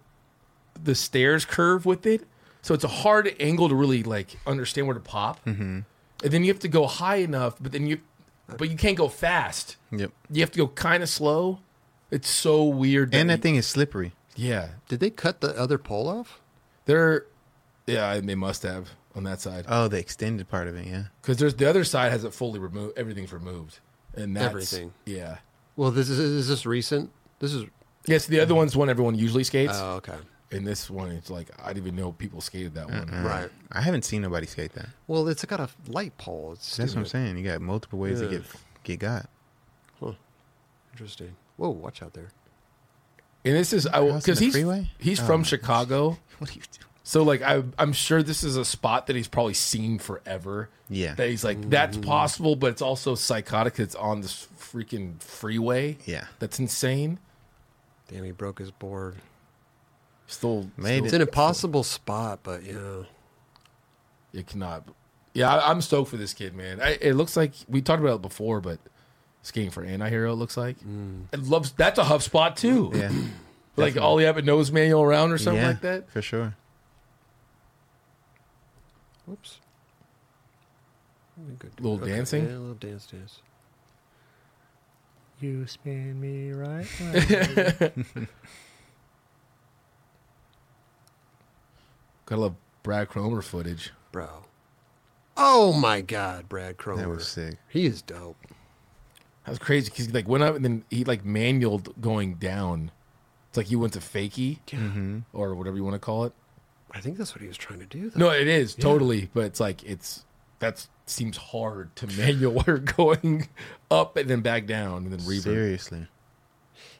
the stairs curve with it so it's a hard angle to really like understand where to pop mm-hmm. and then you have to go high enough but then you but you can't go fast
Yep.
you have to go kind of slow It's so weird.
And
that
that thing is slippery.
we- yeah,
Did they cut the other pole off?
they're, yeah, they must have on that side
Oh, the extended part of it, yeah.
because there's the other side has it fully removed. Everything's removed, and that's
Everything.
Yeah,
Well, this is, is this recent? This is
yes. The other one's one everyone usually skates,
oh okay,
and this one it's like I didn't even know people skated that one.
right.
I haven't seen nobody skate that.
Well, it's got a light pole. It's
That's what I'm
stupid.
saying. You got multiple ways to
Yeah.
get get got.
Interesting. Whoa, watch out there.
And this is I
Crossing
because
the
he's
freeway?
he's
Oh,
from
my
Chicago,
What are you doing?
so like I I'm sure this is a spot that he's probably seen forever.
Yeah.
that he's like that's possible, but it's also psychotic. It's on this freaking freeway.
Yeah.
that's insane.
Damn, he broke his board.
Still
Made
It's
it.
an impossible spot, but you know.
It cannot. Yeah, I, I'm stoked for this kid, man. I, it looks like we talked about it before, but skating for anti-hero it looks like it loves. That's a hub spot too.
Yeah.
(laughs) like all he have a nose manual around or something
Yeah,
like that.
For sure.
Whoops. Good.
Little dancing?
Yeah, a little dance, dance.
You spin me right. round.
Gotta love Brad Cromer footage.
Bro. Oh my God, Brad Cromer.
That was sick.
He is dope.
That was crazy because like went up and then he like manualed going down. It's like he went to fakie
Mm-hmm.
or whatever you want to call it.
I think that's what he was trying to do. Though.
No, it is totally, but it's like it's that seems hard to (laughs) manual. We're going up and then back down and then reverb.
Seriously.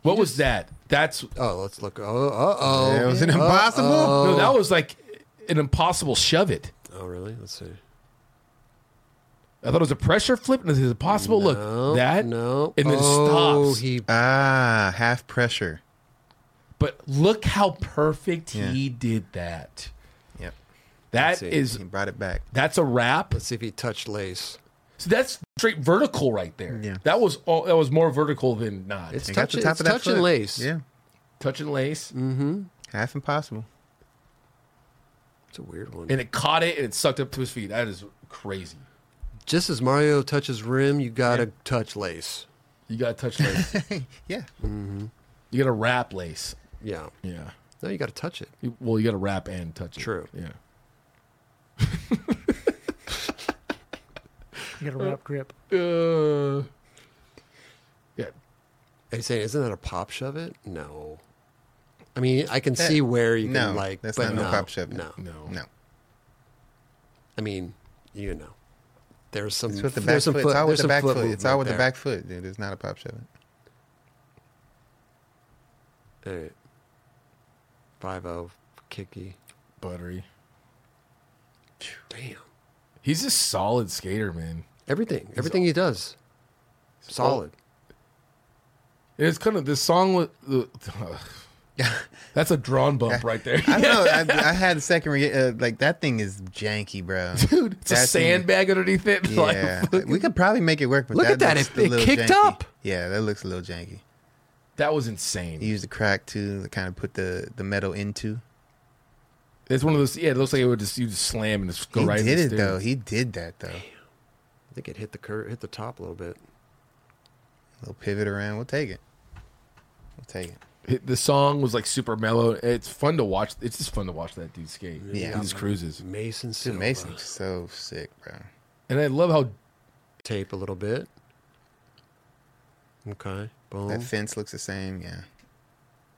What was that? That's
Oh, let's look. Oh, uh oh.
It was an impossible.
no, that was like an impossible shove it.
Oh, really? Let's see.
I thought it was a pressure flip, and this is impossible.
No,
Look that,
No.
and then
oh,
stops.
He,
Ah, half pressure.
But look how perfect
Yeah.
he did that.
Yep.
That
see.
is
He brought it back.
that's a wrap.
let's see if he touched lace.
So that's straight vertical right there.
Yeah.
That was all. That was more vertical than not.
It's
He got
touching,
the top
it's
of that
touching
foot.
lace.
Yeah.
touch and lace,
Mm. Half impossible.
It's a weird one.
and it caught it, and it sucked up to his feet. That is crazy.
Just as Mario touches rim, you got to touch lace.
You got
(laughs)
to touch lace.
Yeah.
you got to wrap lace.
Yeah.
Yeah.
No, you got to touch it.
You- Well, you got to wrap and touch it.
True.
Yeah.
you got a wrap grip.
Uh, yeah.
Are you saying, isn't that a pop shove it? No. I mean, I can see where you can,
Eh, no,
like,
that's
but
not no
no
pop shove it.
No.
No.
No.
I mean, you know, there's some.
It's with the back
there's
foot.
some
It's
there's
all with the
some
back
foot
foot. It's
movement
all with the
there.
back foot, dude. It's not a pop shove.
All right. Five zero, kicky.
Buttery.
Damn.
He's a solid skater, man.
Everything, everything he does, solid.
And it's kind of this song with
(laughs)
the. that's a drawn bump right there,
I don't know. I, I had a second. Re- uh, like that thing is janky,
(laughs)
bro.
dude. It's a
That thing-
sandbag underneath it. (laughs)
Yeah,
Like,
we could probably make it work. But
Look
that
at that,
looks
it-
a
it
little
kicked
janky.
up.
Yeah, that looks a little janky.
that was insane.
He used the crack too to kind of put the the metal into.
It's one of those. Yeah, it looks like it would just you just slam and just go
he
right. in
did
the
it
stairs.
though. He did that though.
I think it hit the cur- hit the top a little bit.
Little pivot around. We'll take it. We'll take it.
It- the song was like super mellow. It's fun to watch. It's just fun to watch that dude skate.
Yeah.
he just cruises.
Mason
Dude,
Silva
Mason's so sick, bro.
And I love how
tape a little bit. Okay, boom.
That fence looks the same. Yeah.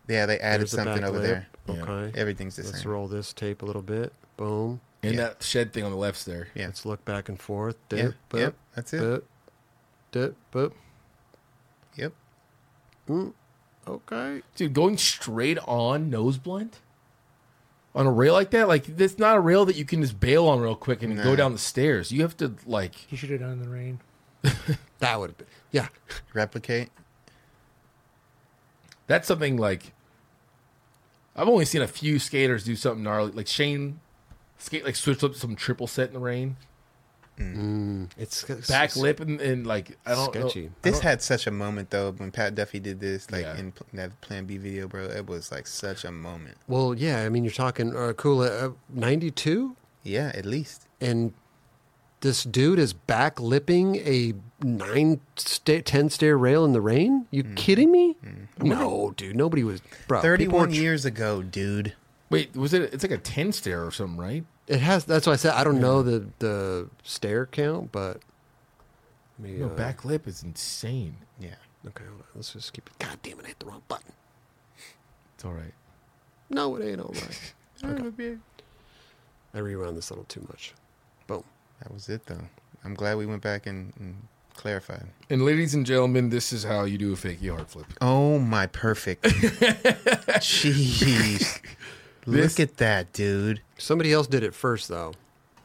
Yeah, they added
There's the
something
back
over
lip.
there.
Yeah.
Okay,
Everything's the
let's
same.
roll this tape a little bit. Boom.
and
Yeah.
that shed thing on the left's there.
Yeah.
Let's look back and forth. Dip,
Yeah,
boop,
yep, that's it.
Dip, dip, boop.
Yep.
Okay.
dude, going straight on nose blunt on a rail like that. Like that's not a rail that you can just bail on real quick and go
Nah.
down the stairs. You have to like.
He should have done it in the rain.
That would have been yeah.
Replicate.
That's something like. I've only seen a few skaters do something gnarly, like Shane, skate like switched up some triple set in the rain,
It's
back lip and, and like I don't
sketchy.
know.
This had such a moment though when Pat Duffy did this, like
Yeah.
in pl- that Plan B video, bro. It was like such a moment.
Well, yeah. I mean, you're talking uh, cool. Uh, Ninety two
Yeah, at least
and this dude is back lipping a nine, sta 10 stair rail in the rain? You
Mm-hmm.
kidding me? No, dude. Nobody was. Bro, people
Thirty-one
were-
years ago, dude.
Wait, was it? It's like a ten stair or something, right?
It has. That's why I said I don't know the the stair count, but. let me,
No,
uh,
back lip is insane.
Yeah.
Okay, hold on. Let's just keep it. God damn it! I hit the wrong button.
It's all right.
No, it ain't all
(laughs)
right. I rewound this a little too much. Boom.
That was it, though. I'm glad we went back and, and clarified.
And ladies and gentlemen, this is how you do a fakie hard flip.
Oh my perfect. Jeez.
This-
Look at that, dude.
Somebody else did it first, though.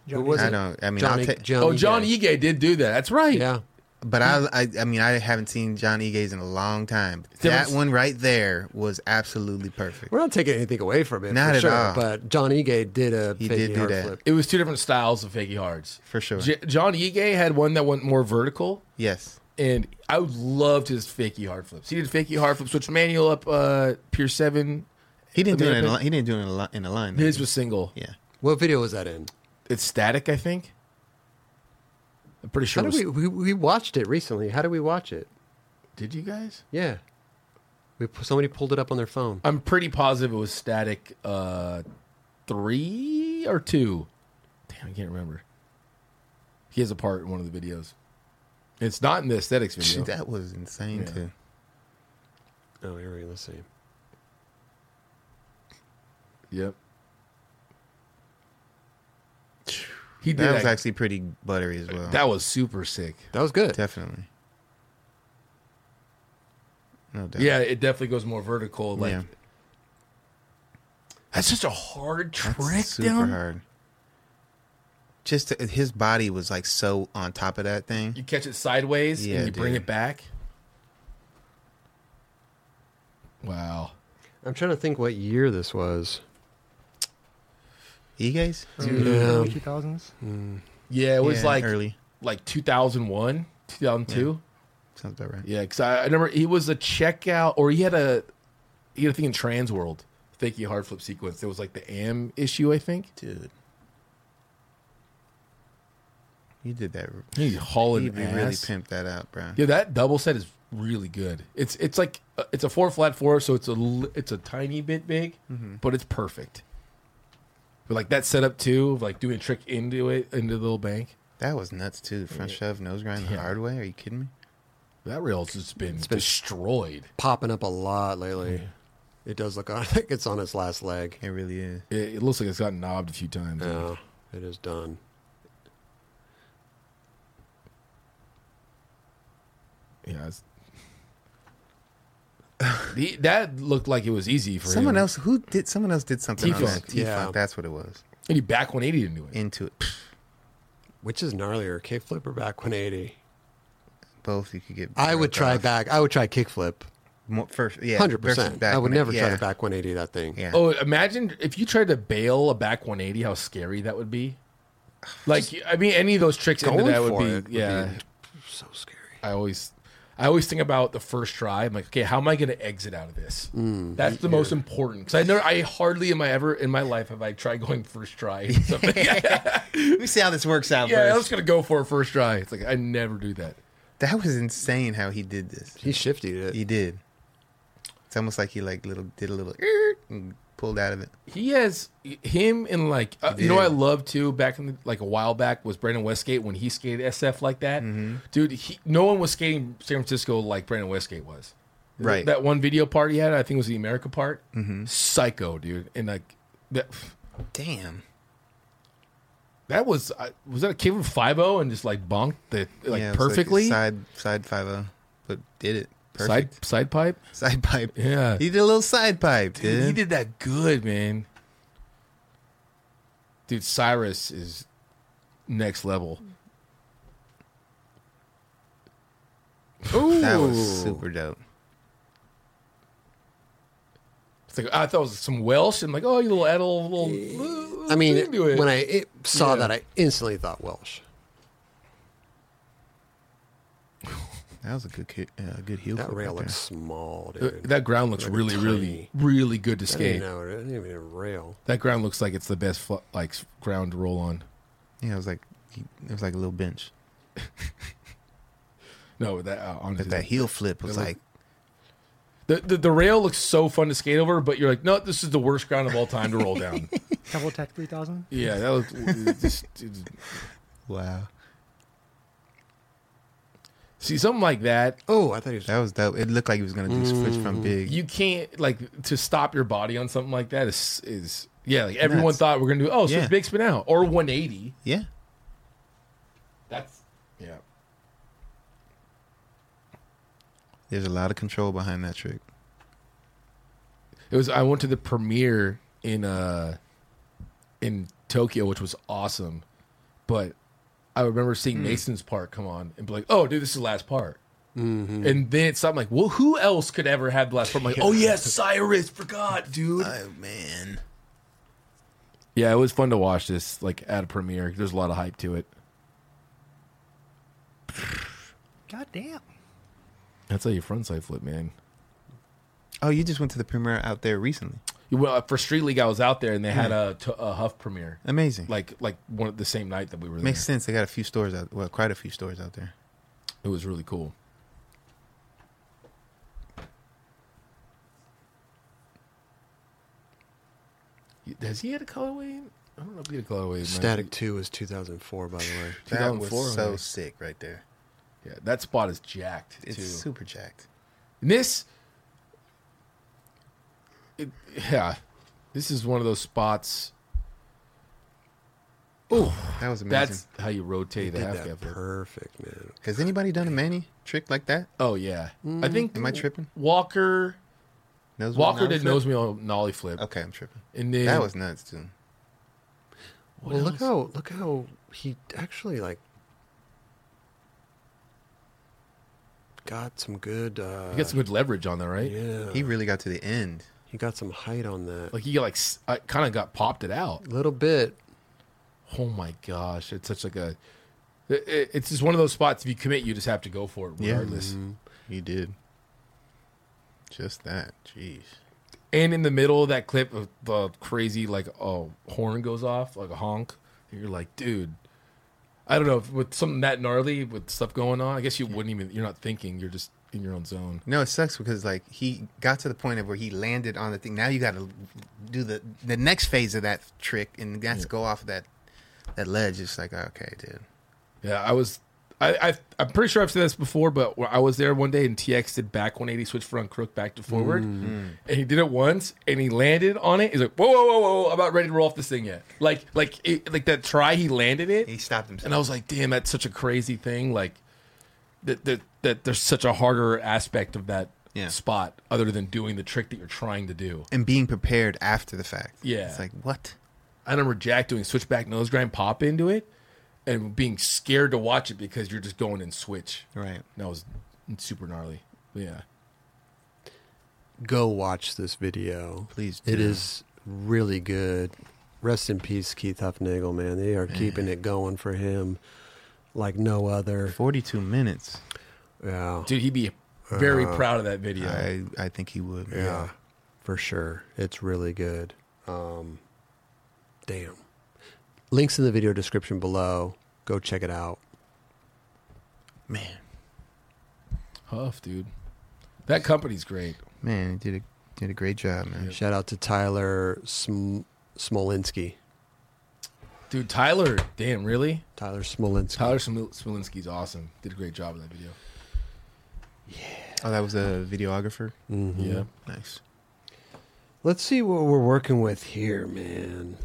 Johnny.
was
I
it?
don't I mean
Johnny,
I'll take
Johnny
Oh, John
Gay.
Ige did do that. That's right.
Yeah.
but I, I I mean I haven't seen John Egays in a long time.
There
That
was-
one right there was absolutely perfect.
We're not taking anything away from it.
Not
for
at
sure,
all.
But John Ige did a
He
fakie
did do
hard
that.
flip.
It was two different styles of fakie hards.
For sure.
J- John Ige had one that went more vertical,
Yes.
and I loved his fakie hard flips. He did fakie hard flips, which manual up uh, Pier Seven.
He didn't do it in a,
American-
li- he didn't do it in a, li- in a line.
His was single.
yeah.
What video was that in?
It's static, I think. I'm pretty sure.
How
It
did
was,
we, we we watched it recently? How did we watch it?
did you guys?
Yeah, we somebody pulled it up on their phone.
I'm pretty positive it was static uh three or two. Damn, I can't remember. He has a part in one of the videos. It's not in the
(laughs)
aesthetics video.
That was insane
Yeah.
too.
Oh, here we go. Let's see.
Yep. He did
That was uh,
that-
actually pretty buttery as well.
that was super sick.
That was good.
definitely. No doubt.
Yeah, it definitely goes more vertical. Like
Yeah.
that's such a hard
That's
trick,
super
down.
hard. Just to, his body was like so on top of that thing.
You catch it sideways
Yeah,
and you bring
dude.
it back. Wow.
I'm trying to think what year this was.
You guys?
Early 2000s.
Yeah, it was
Yeah,
like
early.
like 2001, 2002.
Sounds about right.
Yeah, because I, I remember he was a checkout, or he had a he had a thing in Trans World, fakie hard flip sequence. It was like the AM issue, I think.
Dude. You did that.
He's hauling
You really
ass.
pimped that out, bro.
yeah, that double set is really good. It's it's like uh, it's a four flat four, so it's a li- it's a tiny bit big,
Mm-hmm.
but it's perfect. But like that setup too, of like doing a trick into it into the little bank.
That was nuts too. Front shove, nose grind the
Yeah.
hard way. Are you kidding me?
That rail's just been,
been-
destroyed.
Popping up a lot lately. It does look. (laughs) I think it's on its last leg.
It really is.
It, it looks like it's gotten knobbed a few times.
Oh,
Yeah, it is done.
Yeah. It's... the, that looked like it was easy for
Someone
him.
else who did someone else did something on
T-Funk,
that. T-Funk,
yeah.
that's what it was.
And he back 180 into it.
Into it. Pfft,
Which is gnarlier, kickflip or back 180?
Both you could get.
I would
broke
try
off.
back. I would try kickflip.
Mo- first. Yeah,
Hundred
versus
percent.
back
I would
when it-
never try
yeah,
to back 180 that thing.
Yeah.
Oh, imagine if you tried to bail a back 180, how scary that would be. Like, I mean, any of those tricks into
Going
that would
for
be,
it would be-
yeah.
So scary.
I always, I always think about the first try. I'm like, okay, how am I going to exit out of this? That's the most important because I know I hardly am I ever in my life have I tried going first try. (laughs) into Something. yeah,
Let me see how this works out
I was
first.
going to go for a first try. It's like I never do that.
That was insane how he did this.
He shifted it.
He did. It's almost like he like little did a little "Er," and pulled out of it.
He has him and like uh, you know
Yeah.
what I love too back in the, like a while back was Brandon Westgate when he skated SF like that.
Mm-hmm.
Dude, he, no one was skating San Francisco like Brandon Westgate was.
Right. Mm-hmm.
That one video part he had, I think was the America part. Psycho, dude. And like that
Damn.
that was I was that a Kevin 50 and just like bonked the like
Yeah, it was
perfectly
side side five oh, but did it perfect.
side side pipe.
Side, pipe.
Yeah.
He did a little side pipe, dude.
Dude, he did that good, man. Dude, Cyrus is next level.
That was super dope.
It's like I thought it was some Welsh. I'm like, oh, you little adult, little.
I mean,
thing to it.
when I it, saw
Yeah.
that, I instantly thought Welsh.
That was a good ki- uh, a good heel.
That
flip
rail
right
looks
there.
small,
Uh,
dude.
that ground looks really, really, really good to
I didn't
skate.
know it. I didn't even know rail.
That ground looks like it's the best fl- like s- ground to roll on.
Yeah, it was like He, it was like a little bench.
No, that uh, honestly,
But that heel flip was
It looked-
like,
The, the the rail looks so fun to skate over, but you're like, no, this is the worst ground of all time (laughs) to roll down.
Double tech 3000.
yeah, that was it just, it just-
wow.
(laughs) see something like that.
Oh, I thought he was.
That was dope. It looked like he was going to do switch from big.
You can't like to stop your body on something like that is is yeah. Like everyone
Nuts.
thought we're gonna do oh, so
Yeah.
it's big spin out or 180.
yeah.
That's yeah.
There's a lot of control behind that trick.
It was I went to the premiere in uh in Tokyo, which was awesome. But I remember seeing Mason's part come on and be like, "Oh, dude, this is the last part." And then it's I'm like, "Well, who else could ever have the last part?" I'm like, "Oh yeah, Cyrus forgot, dude."
Oh, man.
Yeah, it was fun to watch this like at a premiere. There's a lot of hype to it.
God damn.
That's how you frontside flip, man.
Oh, you just went to the premiere out there recently.
Well, uh, for Street League, I was out there and they had a, t- a Huff premiere,
Amazing. Like,
like like one the same night that we were there.
Makes sense. They got a few stores out, well, quite a few stores out there.
It was really cool. Has he had a colorway? in- I don't know if he had a colorway. in my-
Static 2 was 2004, by the way.
That was
2004,
so
man.
sick right there.
Yeah, that spot is jacked
It's
too.
super jacked.
And this, it, yeah, this is one of those spots.
That was amazing.
That's how you rotate a
Did
half
that
cap flip.
perfect, man.
Has anybody done a Manny trick like that?
Oh yeah, I think.
Mm-hmm. Am I tripping?
Walker
Nose
Walker
Mm. nose
did
flip?
nose me on nollie flip,
Okay, I'm tripping.
and then
That was nuts too.
what
well, look
else?
how look how he actually like got some good. Uh,
you got some good leverage on that, right?
yeah,
He really got to the end.
he got some height on that.
like he like kind of got popped it out.
little bit.
Oh my gosh, it's such like a. it- it- It's just one of those spots. If you commit, you just have to go for it,
Yeah. Mm-hmm.
regardless.
Mm. He did. Just that. Jeez.
And in the middle of that clip, of the crazy like oh horn goes off like a honk. And you're like, dude, I don't know if with something that gnarly with stuff going on. I guess you wouldn't even. You're not thinking. You're just in your own zone.
No, it sucks because like he got to the point of where he landed on the thing. Now you got to do the the next phase of that trick and that's go off that that ledge. It's like oh, okay, dude.
Yeah, I was. I, I I'm pretty sure I've said this before, but wh- I was there one day and TX did back 180 switch front crook back to forward,
Mm-hmm.
and he did it once and he landed on it. He's like, whoa, whoa, whoa, whoa! I'm not ready to roll off this thing yet. Like, like, it, like that try he landed it,
He stopped himself.
and I was like, damn, that's such a crazy thing. Like, that that that there's such a harder aspect of that
Yeah.
spot other than doing the trick that you're trying to do.
and being prepared after the fact.
Yeah.
It's like what?
I remember Jack doing switchback nose grind pop into it, and being scared to watch it because you're just going in switch.
Right.
That was super gnarly. Yeah.
Go watch this video.
Please
It
do.
is really good. Rest in peace, Keith Huffnagel, man. They are keeping it going for him like no other.
Forty two minutes.
Yeah.
Dude, he'd be very
Uh,
proud of that video.
I I think he would.
Yeah, Uh, for sure. It's really good. Um, damn. Links in the video description below. Go check it out.
Man.
Huff, dude. That company's great.
Man, he did a did a great job, man.
Shout out to Tyler Sm- Smolinski.
Dude, Tyler, damn, really?
Tyler Smolinski.
Tyler Smil- Smolinski's awesome. Did a great job in that video.
Oh, that was a videographer.
Mm-hmm.
Yeah.
Nice.
Let's see what we're working with here, man.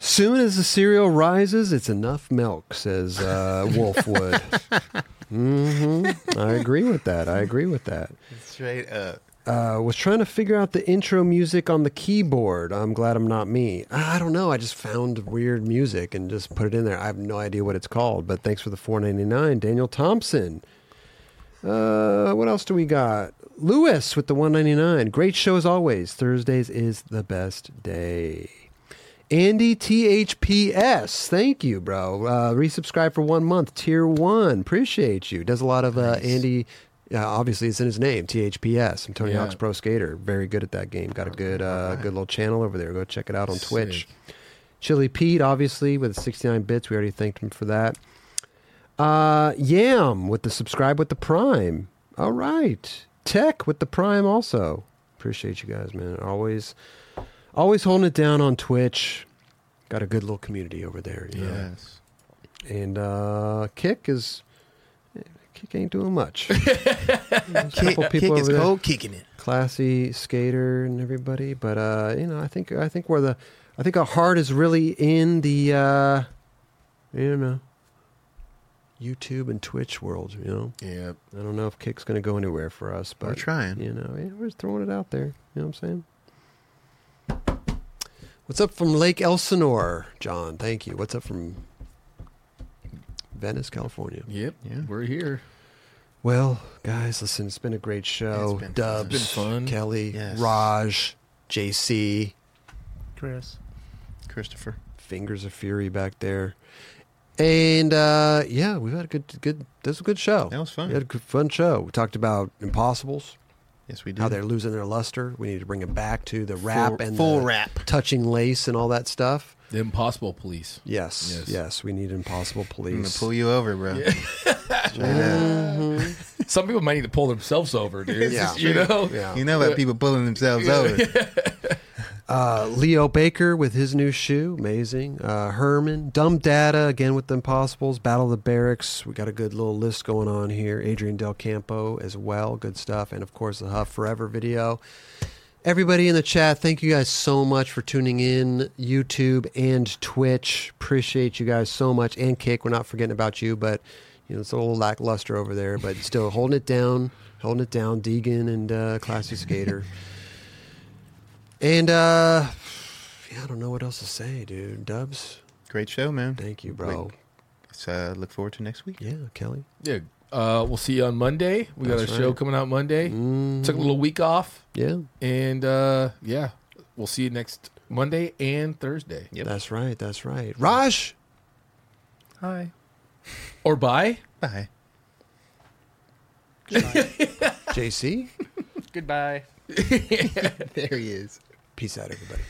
Soon as the cereal rises, it's enough milk, says uh, Wolfwood. hmm I agree with that. I agree with that.
Straight up.
uh, was trying to figure out the intro music on the keyboard. I'm glad I'm not me. I don't know. I just found weird music and just put it in there. I have no idea what it's called, but thanks for the 4.99, Daniel Thompson. Uh, what else do we got? Lewis with the 1.99. Great show as always. Thursdays is the best day. Andy THPS, thank you, bro. Uh, resubscribe for one month, tier one. Appreciate you. Does a lot of uh, Andy. Uh, obviously, it's in his name, THPS. I'm Tony
Yeah.
Hawk's pro skater. Very good at that game. Got a good, uh, good little channel over there. Go check it out on Twitch. Chili Pete, obviously, with 69 bits. We already thanked him for that. Uh, Yam with the subscribe with the Prime. All right. Tech with the Prime also. Appreciate you guys, man. Always, always holding it down on Twitch. Got a good little community over there. you know?
Yes.
And uh, Kick is. eh, Kick ain't doing much. (laughs)
Kick,
Couple
kick
people
is
over there.
cold kicking it.
classy skater and everybody. But uh, you know, I think I think where the I think our heart is really in the uh, you know YouTube and Twitch world. You know,
Yeah.
I don't know if Kick's going to go anywhere for us, but
We're trying.
You know, yeah, we're just throwing it out there. You know what I'm saying? What's up from Lake Elsinore, John? Thank you. What's up from Venice, California?
Yep.
Yeah.
We're here.
Well, guys, listen, it's been a great show.
It's been fun.
Dubs,
It's been fun.
Kelly,
Yes.
Raj, JC,
Chris.
Christopher.
Fingers of Fury back there. And uh, yeah, we've had a good, good. This was a good show.
That was fun.
We had a good, fun show. We talked about Impossibles,
Yes, we do.
how they're losing their luster. We need to bring it back to the rap and
full
the
rap.
touching lace and all that stuff.
The Impossible Police.
Yes, yes,
Yes.
we need Impossible
I'm gonna
Police.
pull you over, bro. (laughs) Try that.
Some people might need to pull themselves over,
(laughs)
dude.
Yeah.
Just, you know.
Yeah.
You know about people pulling themselves over.
Uh, Leo Baker with his new shoe, amazing. Uh, Herman, Dumb Data again with the Impossibles, Battle of the Barracks. We got a good little list going on here. Adrian Del Campo as well, good stuff, and of course the Huff Forever video. Everybody in the chat, thank you guys so much for tuning in, YouTube and Twitch. Appreciate you guys so much. And Kick, we're not forgetting about you, but you know it's a little lackluster over there, but still holding it down, holding it down. Deegan and uh, Classy Skater. And uh yeah, I don't know what else to say, dude. Dubs,
Great show, man.
thank you, bro.
Let's uh, look forward to next week.
Yeah, Kelly.
Yeah. Uh, we'll see you on Monday. We got
That's
a show
right. Mm-hmm.
coming out Monday. Took a little week off,
Yeah,
and uh, yeah, we'll see you next Monday and Thursday.
Yep.
that's right. That's right. Raj,
Hi.
Or bye.
Bye.
JC,
Goodbye.
There he is.
peace out, everybody.